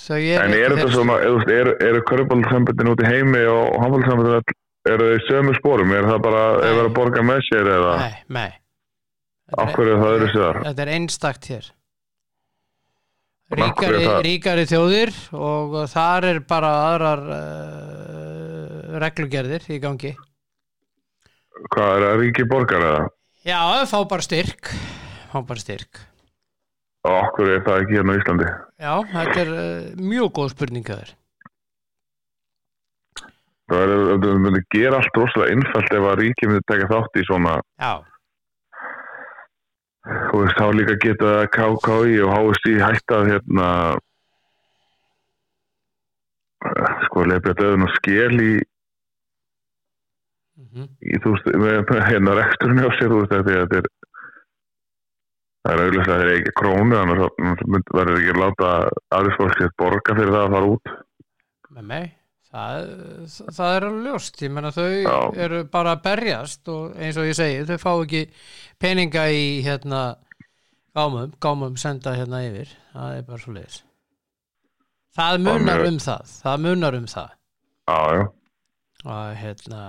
Speaker 1: Þau eru
Speaker 6: en
Speaker 1: ekki
Speaker 6: er þetta
Speaker 1: þeir-
Speaker 6: svona eða þú veist, eru er körbálsambandin út í heimi og handbálsambandin eru þau í sömu spórum er það bara, er verið að borga með sér eða
Speaker 1: Nei, nei. Þetta
Speaker 6: af hverju er það eru sér
Speaker 1: Þetta er einstakt hér
Speaker 6: En af hverju
Speaker 1: ríkari,
Speaker 6: er það?
Speaker 1: ríkari þjóðir og þar er bara aðrar uh, reglugerðir í gangi
Speaker 6: Hvað er það ríki borgar eða?
Speaker 1: Já, fá bara styrk fá bara styrk
Speaker 6: Og okkur er það ekki hérna á Íslandi?
Speaker 1: Já, þetta er uh, mjög góð spurning þér
Speaker 6: Það er, það myndi gera allt rosalega innfælt ef að ríki myndi taka þátt í svona,
Speaker 1: Já,
Speaker 6: þú veist, þá líka geta KKI og HSI hættað hérna, eh, sko, leiflega döðun og skél í,
Speaker 1: Mhm.
Speaker 6: í, þú veist, með- með hérna reksturinn á sér, þú veist, af því að þetta er, það er auðvitað að þeir eiga ekki krónu, þannig að það myndi verður ekki að láta aðrisfólkið borga fyrir það að fara út.
Speaker 1: með mig Það, það er alveg ljóst, ég menna þau
Speaker 6: Já.
Speaker 1: eru bara að berjast og eins og ég segi, þau fá ekki peninga í hérna gámum, gámum senda hérna yfir það er bara svo leiðis Það munar
Speaker 6: mér-
Speaker 1: um það, það munar um það
Speaker 6: Já, já.
Speaker 1: og hérna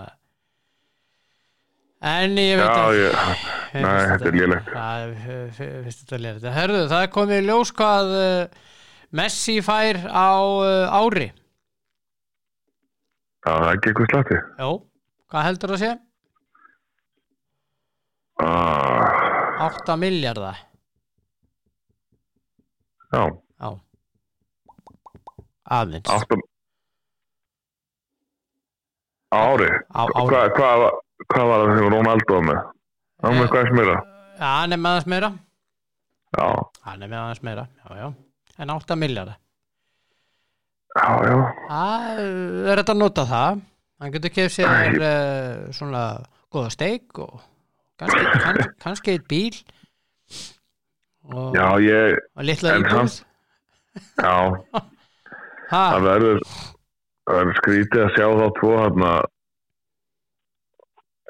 Speaker 1: en ég veit
Speaker 6: Já,
Speaker 1: að
Speaker 6: ég,
Speaker 1: Mér
Speaker 6: nei,
Speaker 1: finnst
Speaker 6: þetta er lélegt.
Speaker 1: Það er- mér finnst þetta lélegt. Herðu, það er komið í ljós hvað uh, Messi fær á uh, ári
Speaker 6: Já, það er ekki eitthvað slatti.
Speaker 1: Jó, hvað heldur það sé?
Speaker 6: Ah,
Speaker 1: 8 miljardar
Speaker 6: já,
Speaker 1: Já Aðeins
Speaker 6: áttum. Ári.
Speaker 1: Á- ári.
Speaker 6: Hva, hvað, var- hvað var það sem Ronaldo var með?
Speaker 1: Eh.
Speaker 6: Hann var með hvað sem er það?
Speaker 1: Hann er með aðeins meira
Speaker 6: Já,
Speaker 1: Hann er með aðeins meira, já já En 8 miljardar
Speaker 6: já, já,
Speaker 1: Það er þetta að nota það hann getur kefð sér
Speaker 6: Æ.
Speaker 1: uh, svona góða steik og kannski, kann, kannski eitt bíl og,
Speaker 6: já, ég,
Speaker 1: og litla
Speaker 6: en
Speaker 1: íbúð
Speaker 6: samt- já,
Speaker 1: ha,
Speaker 6: það verður það verður skrítið að sjá þá tvo hérna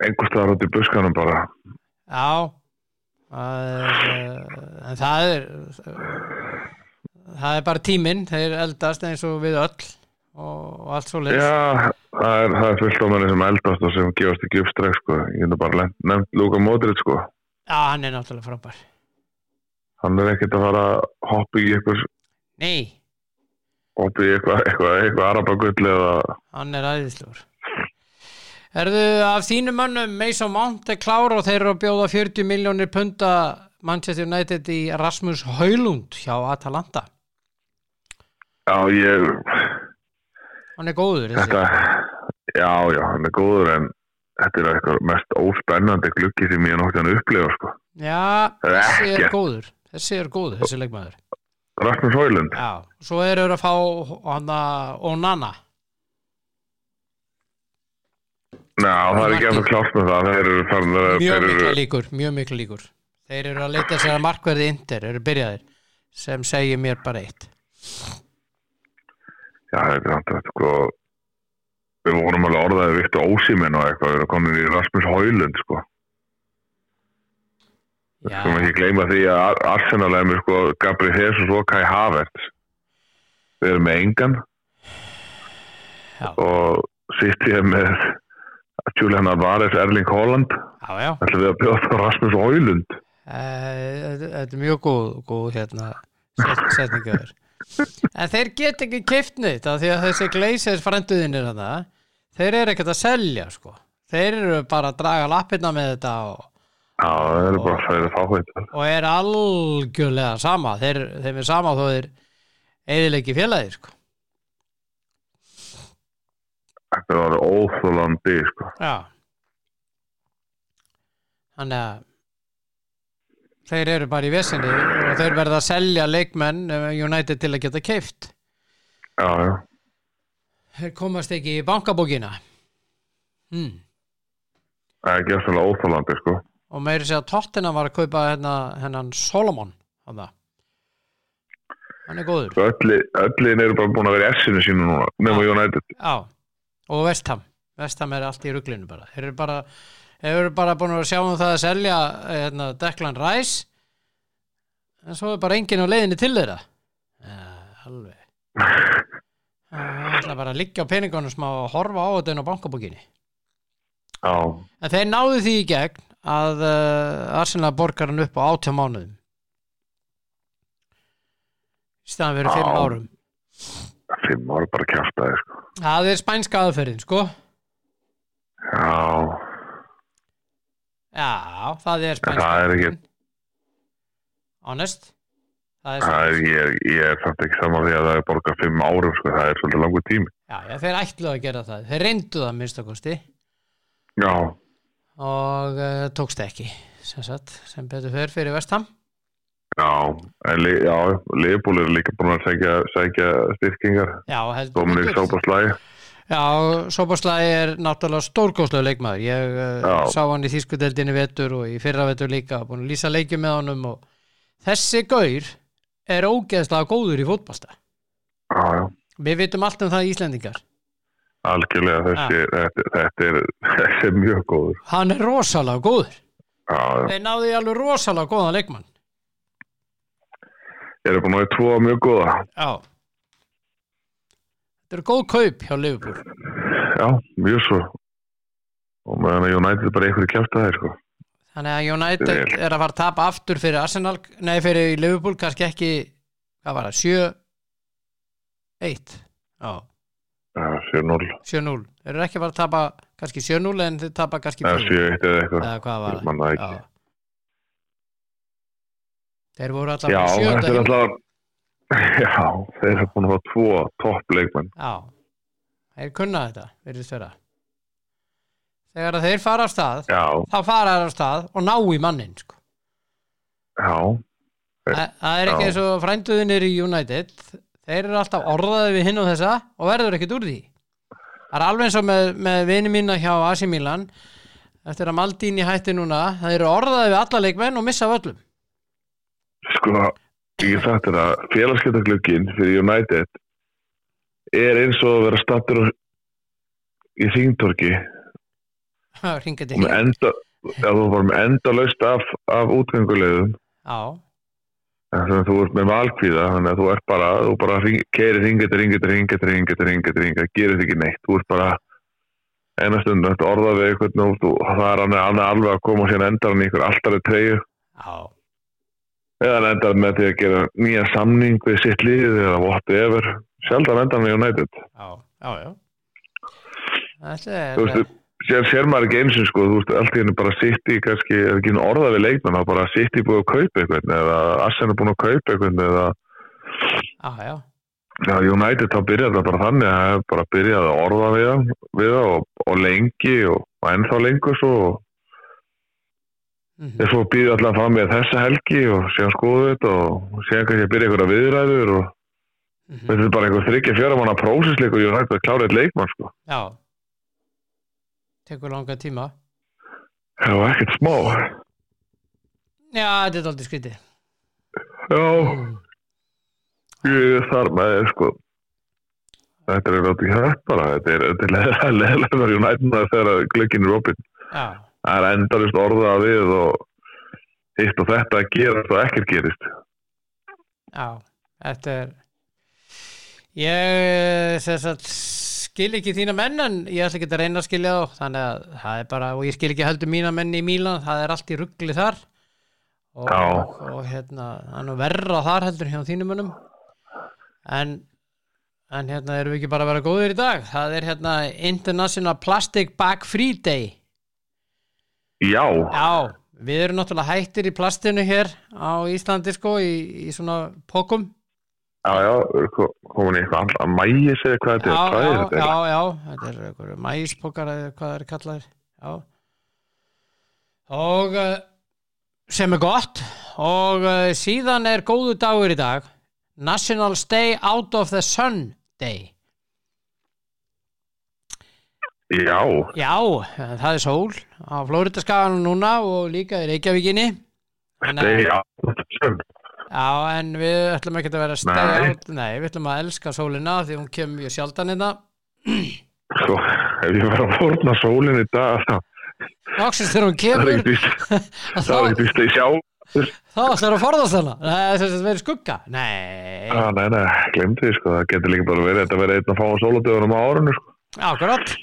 Speaker 6: einhvers staðar út í buskanum bara
Speaker 1: já það er, eh, en það er það er bara tíminn þeir eldast eins og við öll og, og allt svo leið
Speaker 6: já, það er, það er fullt á manni sem eldast og sem gefast ekki upp streg sko. ég hefði bara lent- nefnt Luka Modric sko.
Speaker 1: hann er náttúrulega frábær
Speaker 6: hann er ekkert að fara að hoppa í eitthvað
Speaker 1: nei,
Speaker 6: hoppa í eitthvað eitthvað, eitthvað arabagull eða
Speaker 1: hann er aðeinslegur Erðu af þínum mönnum Mason Mount er klár og þeir eru að bjóða 40 miljónir punta Manchester United í Rasmus Haulund hjá Atalanta
Speaker 6: já, ég,
Speaker 1: hann er góður þessi.
Speaker 6: þetta já, já, hann er góður en þetta er eitthvað mest óspennandi gluggi sem ég er nokkjan upplifa sko.
Speaker 1: já,
Speaker 6: Það er
Speaker 1: þessi er
Speaker 6: ekkert.
Speaker 1: góður þessi er góður, þessi leikmaður
Speaker 6: Rasmus Hoylund
Speaker 1: já, svo eru þeir að fá hana Onana
Speaker 6: Ná, það er ekki
Speaker 1: Martin.
Speaker 6: eftir klárt með það, þeir eru farin að
Speaker 1: mjög
Speaker 6: þeir
Speaker 1: mikla
Speaker 6: eru,
Speaker 1: líkur, mjög mikla líkur þeir eru að leita sér að markverði inter eru byrjaðir, sem segir mér bara eitt
Speaker 6: já, það er samt að sko, við vorum alveg orðaðið Viktor Ósimin og eitthvað, við erum komin í Rasmus Hoylund, sko, við
Speaker 1: já,
Speaker 6: skulum ekki gleyma því að Ar- Arsenal er með, sko, Gabri Jesus og Kai Havertz, við erum með engan
Speaker 1: Já.
Speaker 6: og sitt ég með Julian Alvarez, Erling Haaland,
Speaker 1: já, já
Speaker 6: ætlum við að bjóða upp á Rasmus Hoylund,
Speaker 1: Eh, Þetta þetta er mjög góð, góð hérna, setningaður En þeir get ekki keift neitt af því að þessi gleisir frænduðinir hana, þeir eru ekkert að selja sko. þeir eru bara að draga lappirna með þetta og,
Speaker 6: já, það eru bara það eru fáið,
Speaker 1: og er algjörlega sama þeir, þeim er sama þó þeir eðilegi félagir sko.
Speaker 6: þetta er orðið óþólandi, sko.
Speaker 1: Já Þannig að þeir eru bara í vesinni og þeir verða að selja leikmenn eh, United til að geta keift
Speaker 6: Já, já.
Speaker 1: Þeir komast ekki í bankabókina hmm.
Speaker 6: Það er gerðsvæmlega óþálandi, sko.
Speaker 1: og meiri segja að Tottenham var að kaupa hérna, hennan Solomon hann, hann er góður
Speaker 6: Svo ölli- Öllin eru bara búin að vera í S-inu sínu núna, nema United.
Speaker 1: Já. og Vestham Vestham er allt í ruglinu bara þeir eru bara, þeir eru bara búin að sjá um það að selja hérna, Declan Rice en svo er bara enginn á leiðinni til þeirra ja, alveg það ætla bara að liggja á peningunum smá og horfa á þetta inn á bankabókinni
Speaker 6: Já,
Speaker 1: En þeir náðu því í gegn að uh, Arsenal borgar hann upp á 18 mánuðum í staðan fyrir 5
Speaker 6: Já.
Speaker 1: árum
Speaker 6: fimm ára bara að kjæfta þér, sko.
Speaker 1: Það er spænska aðferðin sko
Speaker 6: Já,
Speaker 1: Já, það er
Speaker 6: en
Speaker 1: spænska
Speaker 6: það er ekki,
Speaker 1: aðferðin Honest Það er
Speaker 6: það er,
Speaker 1: spænska
Speaker 6: ég, ég er samt ekki saman því að það er borgað fimm árum, sko, það er svolítið langur tími.
Speaker 1: Já, já, þeir ætluðu að gera það Þeir reyndu það minnstakosti
Speaker 6: Já,
Speaker 1: og uh, tókst ekki sem, sagt, sem betur fyrir fyrir vestam
Speaker 6: já, en li, já, liðbúlir eru líka búin að segja, segja styrkingar.
Speaker 1: Já, heldur
Speaker 6: Dominik
Speaker 1: betur.
Speaker 6: Sópaslægi,
Speaker 1: Já, Soboslai er náttúrulega stórkóðslega leikmaður. Ég uh,
Speaker 6: Já.
Speaker 1: sá hann í þýskudeldinni vetur og í fyrra vetur líka búin að lýsa leikjum með honum og þessi gaur er ógeðslega góður í fótballsta.
Speaker 6: já, já,
Speaker 1: Við vitum allt um það Íslendingar.
Speaker 6: algjörlega þessi, þetta, þetta er, þessi er mjög góður.
Speaker 1: Hann er rosalega góður.
Speaker 6: Já, já.
Speaker 1: Þeir náðu í alveg rosalega góðan leikmann.
Speaker 6: Ég er búin að hafa tvo mjög góða.
Speaker 1: Já. Þetta eru góð kaup hjá Liverpool.
Speaker 6: Já, mjög svo. Og meðan að United er bara einhverju kjátt að þeir, sko.
Speaker 1: Þannig að United
Speaker 6: Vel.
Speaker 1: er að fara að tapa aftur fyrir Arsenal, nei fyrir Liverpool kannski ekki, hvað var það, 7-1. Já.
Speaker 6: Já, 7-0.
Speaker 1: 7-0 þeir eru ekki að fara að tapa kannski 7-0 en þeir tapa kannski
Speaker 6: Eða
Speaker 1: 4-0
Speaker 6: 7-1 eða eitthvað.
Speaker 1: eða hvað var
Speaker 6: Ég man það
Speaker 1: það
Speaker 6: ekki.
Speaker 1: Já. þeir voru alltaf
Speaker 6: Já,
Speaker 1: í sjöunda
Speaker 6: þetta
Speaker 1: himni.
Speaker 6: er alltaf... Já, þeir eru búin að hafa tvo topp leikmenn.
Speaker 1: já, þeir kunna þetta virðist vera þegar að þeir fara af stað
Speaker 6: Já,
Speaker 1: þá fara þeir af stað og ná í mannin sko.
Speaker 6: já,
Speaker 1: Þa- það er ekki
Speaker 6: Já.
Speaker 1: eins og frænduðinir í United þeir eru alltaf orðaði við hinn og þessa og verður ekkert úr því það er alveg eins og með, með vini mína hjá AC Milan eftir að Maldini hætti núna það eru orðaði við alla leikmenn og missa af öllum
Speaker 6: Sko, ég þætti hérna félagskeptaglöggin fyrir United er eins og að vera stattur á- í þingtorki
Speaker 1: ringið
Speaker 6: og
Speaker 1: til
Speaker 6: með enda að þú var með enda laust af, af útgangulegðum
Speaker 1: já,
Speaker 6: þannig að þú ert með valkvíða þannig að þú ert bara, þú bara hring, keiri ringið, ringið, ringið, ringið, ringið, ringið gerir þetta ekki neitt, þú ert bara eina stund, þetta orða við einhvern og þú, það er hann hann er alveg að koma og síðan endar hann í einhver alltari treyju
Speaker 1: já,
Speaker 6: eða hann endar með því að gera nýja samning við sitt líð eða whatever sjaldan endar hann í United
Speaker 1: já, já, já. þetta
Speaker 6: þú
Speaker 1: er
Speaker 6: veist, sér, sér maður ekki eins og sko, þú veist, allt í henni bara sitt í kannski, er ekki einu orða við leikmenn þá bara sitt í búið að kaupa einhvern eða Assen er búin að kaupa einhvern eða
Speaker 1: já, já,
Speaker 6: já, United þá byrjar það bara þannig að það er bara byrjað að orða við það, við það og, og lengi og, og ennþá lengur svo og
Speaker 1: mhm.
Speaker 6: þeir svo býði alltaf fram með þessa helgi og séðan skoðu þetta og séðan kannski að byrja einhverja viðræður og
Speaker 1: Mhm.
Speaker 6: þetta er bara einhver þryggja fjöra manna prósisleikur United að klára eitt leikmann sko
Speaker 1: já tekur langa tíma
Speaker 6: það var ekkert smá
Speaker 1: já, þetta er aldrei skrítið
Speaker 6: já, Ég er þar með þér sko Þetta er rátt í hætt bara Þetta er, þetta er leðlega leðlega í nætna þegar glöggin er opinn
Speaker 1: já,
Speaker 6: Það er endalist orða við og hitt og þetta gerast og ekkert gerist
Speaker 1: já, þetta er ég þess að skil ekki þína menn en ég ætla ekki að reyna að skilja þá þannig að það er bara, og ég skil ekki heldur mína menn í Mílan, það er allt í ruggli þar og,
Speaker 6: Já.
Speaker 1: og hérna það er nú verra þar heldur hjá þínum mönnum en en hérna erum við ekki bara að vera góðir í dag það er hérna International Plastic Bag Free Day
Speaker 6: Já,
Speaker 1: Já, við erum náttúrulega hættir í plastinu hér á Íslandi sko í, í svona pokum
Speaker 6: já, já ko- komin í eitthvað alltaf mægi segja hvað þetta er, hvað
Speaker 1: já,
Speaker 6: er þetta?
Speaker 1: já, já, þetta er einhverju mæspokar eða hvað það er kallaðir Já Og eh, sem er gott og eh, síðan er góðu dagur í dag National Stay Out of the Sun Day
Speaker 6: Já,
Speaker 1: Já, það er sól á Flóridaskaganum núna og líka í Reykjavíkinni Þannig að-
Speaker 6: stay out of the sun
Speaker 1: Já, en við ætlum ekki að vera stæði
Speaker 6: Nei.
Speaker 1: át, nei, við ætlum að elska sólina því hún kemur mjög sjaldan hérna
Speaker 6: Sko, ef ég var að forna sólinn í dag þá-
Speaker 1: Lóksins þegar hún
Speaker 6: það er
Speaker 1: kemur
Speaker 6: ekkert víst- það er
Speaker 1: þá,
Speaker 6: ekkert víst að ég sjá
Speaker 1: þá ætlar að forðast hana Nei, þess að vera skugga Nei,
Speaker 6: Já, Ah, nei, nei, glemdi því sko, það getur líka bara verið þetta verið einn að fá sóladöðunum á árunni sko
Speaker 1: akkurat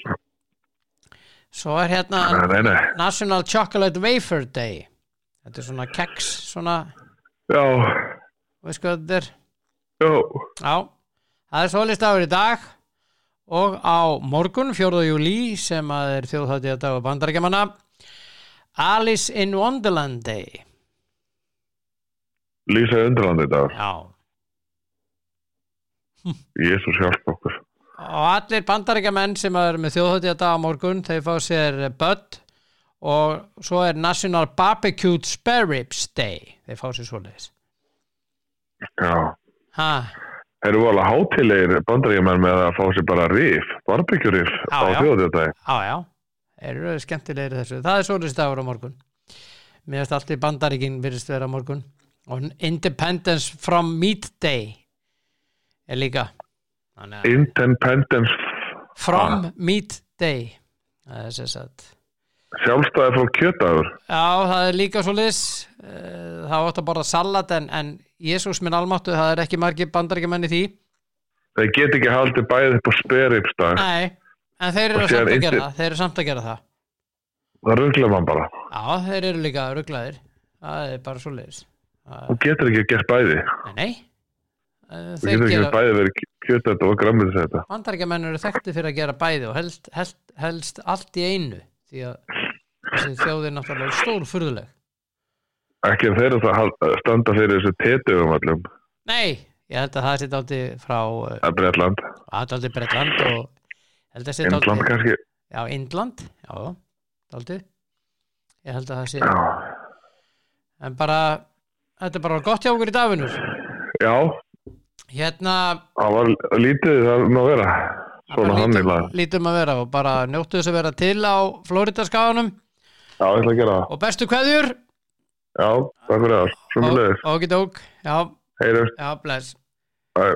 Speaker 1: Svo er hérna
Speaker 6: Nei, nei, nei.
Speaker 1: National Chocolate Wafer Day Þetta er svona keks, svona,
Speaker 6: Já,
Speaker 1: veist hvað þetta er
Speaker 6: já,
Speaker 1: Já, það er solistagur í dag og á morgun 4. júli sem að er þjóðhættið að dagu bandarækjamanna Alice in Wonderland Day
Speaker 6: lýsa undralandi í dag.
Speaker 1: Já,
Speaker 6: Jésús hjálp okkur.
Speaker 1: og allir bandarækjamenn sem að eru með þjóðhættið að dagu morgun þeir fá sér börn og svo er National Barbecued Spare Ribs Day þeir fá sér svoleiðis
Speaker 6: Já,
Speaker 1: Ha,
Speaker 6: þeir eru alveg hátilegir bandaríkjumenn með að fá sér bara rif, barbekjurif
Speaker 1: Já,
Speaker 6: á
Speaker 1: já.
Speaker 6: þjóðjóðdæg.
Speaker 1: á já, þeir eru skemmtilegir í þessu það er solistagur á morgun mér finnst allir bandaríkin virðist vera á morgun og Independence from Meat Day er líka Þannig að-
Speaker 6: Independence,
Speaker 1: from Meat Day það er sér satt
Speaker 6: sjálfstæði frá kjötaður.
Speaker 1: já, það er líka svo lis það átt að borða salat en, en Jésús minn almáttu, það er ekki margir bandaríkjumenn í því
Speaker 6: Þeir get ekki haldið bæðið upp á speripstæð.
Speaker 1: nei, en þeir eru
Speaker 6: Og síðan
Speaker 1: samt að
Speaker 6: indi-
Speaker 1: gera það þeir eru samt að gera það
Speaker 6: Það rugglar mann bara.
Speaker 1: já, þeir eru líka rugglaðir það er bara svo lis
Speaker 6: Þú getur ekki að gera bæði.
Speaker 1: Nei, nei. Eh,
Speaker 6: Þú
Speaker 1: Þeir
Speaker 6: getur ekki að
Speaker 1: gera,
Speaker 6: bæði verið kjötaður og grammið þetta.
Speaker 1: bandarækjamenn eru þekkti fyrir að gera bæði og helst, helst, helst allt í einu því að þessi þjóð er náttúrulega stór furðuleg.
Speaker 6: Ekki að þeir eru það hal- standa fyrir þessu tetuðum allum
Speaker 1: Nei, ég held að það sé dátti frá eh,
Speaker 6: að Bretland.
Speaker 1: að dátti Bretland og ég held að sé
Speaker 6: Indland
Speaker 1: dátti,
Speaker 6: kannski.
Speaker 1: já, Indland, já, dátti. Ég held að það sé,
Speaker 6: Já,
Speaker 1: en bara, þetta er bara gott hjá okkur í daginnur.
Speaker 6: já.
Speaker 1: Hérna,
Speaker 6: Það var lítið það má vera. Svona
Speaker 1: bara
Speaker 6: þannig
Speaker 1: lítum,
Speaker 6: lag.
Speaker 1: lítum að vera og bara njóttu þess að vera til á Flóritaskáðunum
Speaker 6: Já, ég ætla að gera það.
Speaker 1: og bestu kveðjur
Speaker 6: Já, takk fyrir það. Sumulegis.
Speaker 1: og ekki dók já,
Speaker 6: Heyrjumst.
Speaker 1: já, bless
Speaker 6: Bye.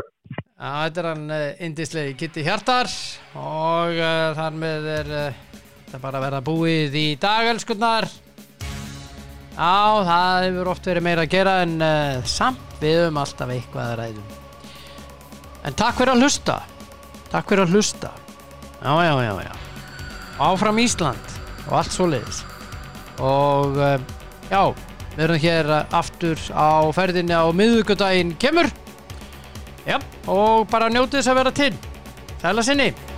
Speaker 1: Já, þetta er hann eh, indislegi Kitty Hjartar og uh, þar með er uh, þetta bara að vera búið í dag, elskunnar. Já, það hefur oft verið meira að gera en uh, samt við höfum alltaf eitthvað að ræðum. En takk fyrir að hlusta. Takk fyrir að hlusta. Já, já, já, já. Áfram Ísland og allt svoleiðis. Og uh, já, við erum hér eh, aftur á ferðinni á miðugudaginn kemur. Já, og bara njótið þess að vera til. Sæla sinni!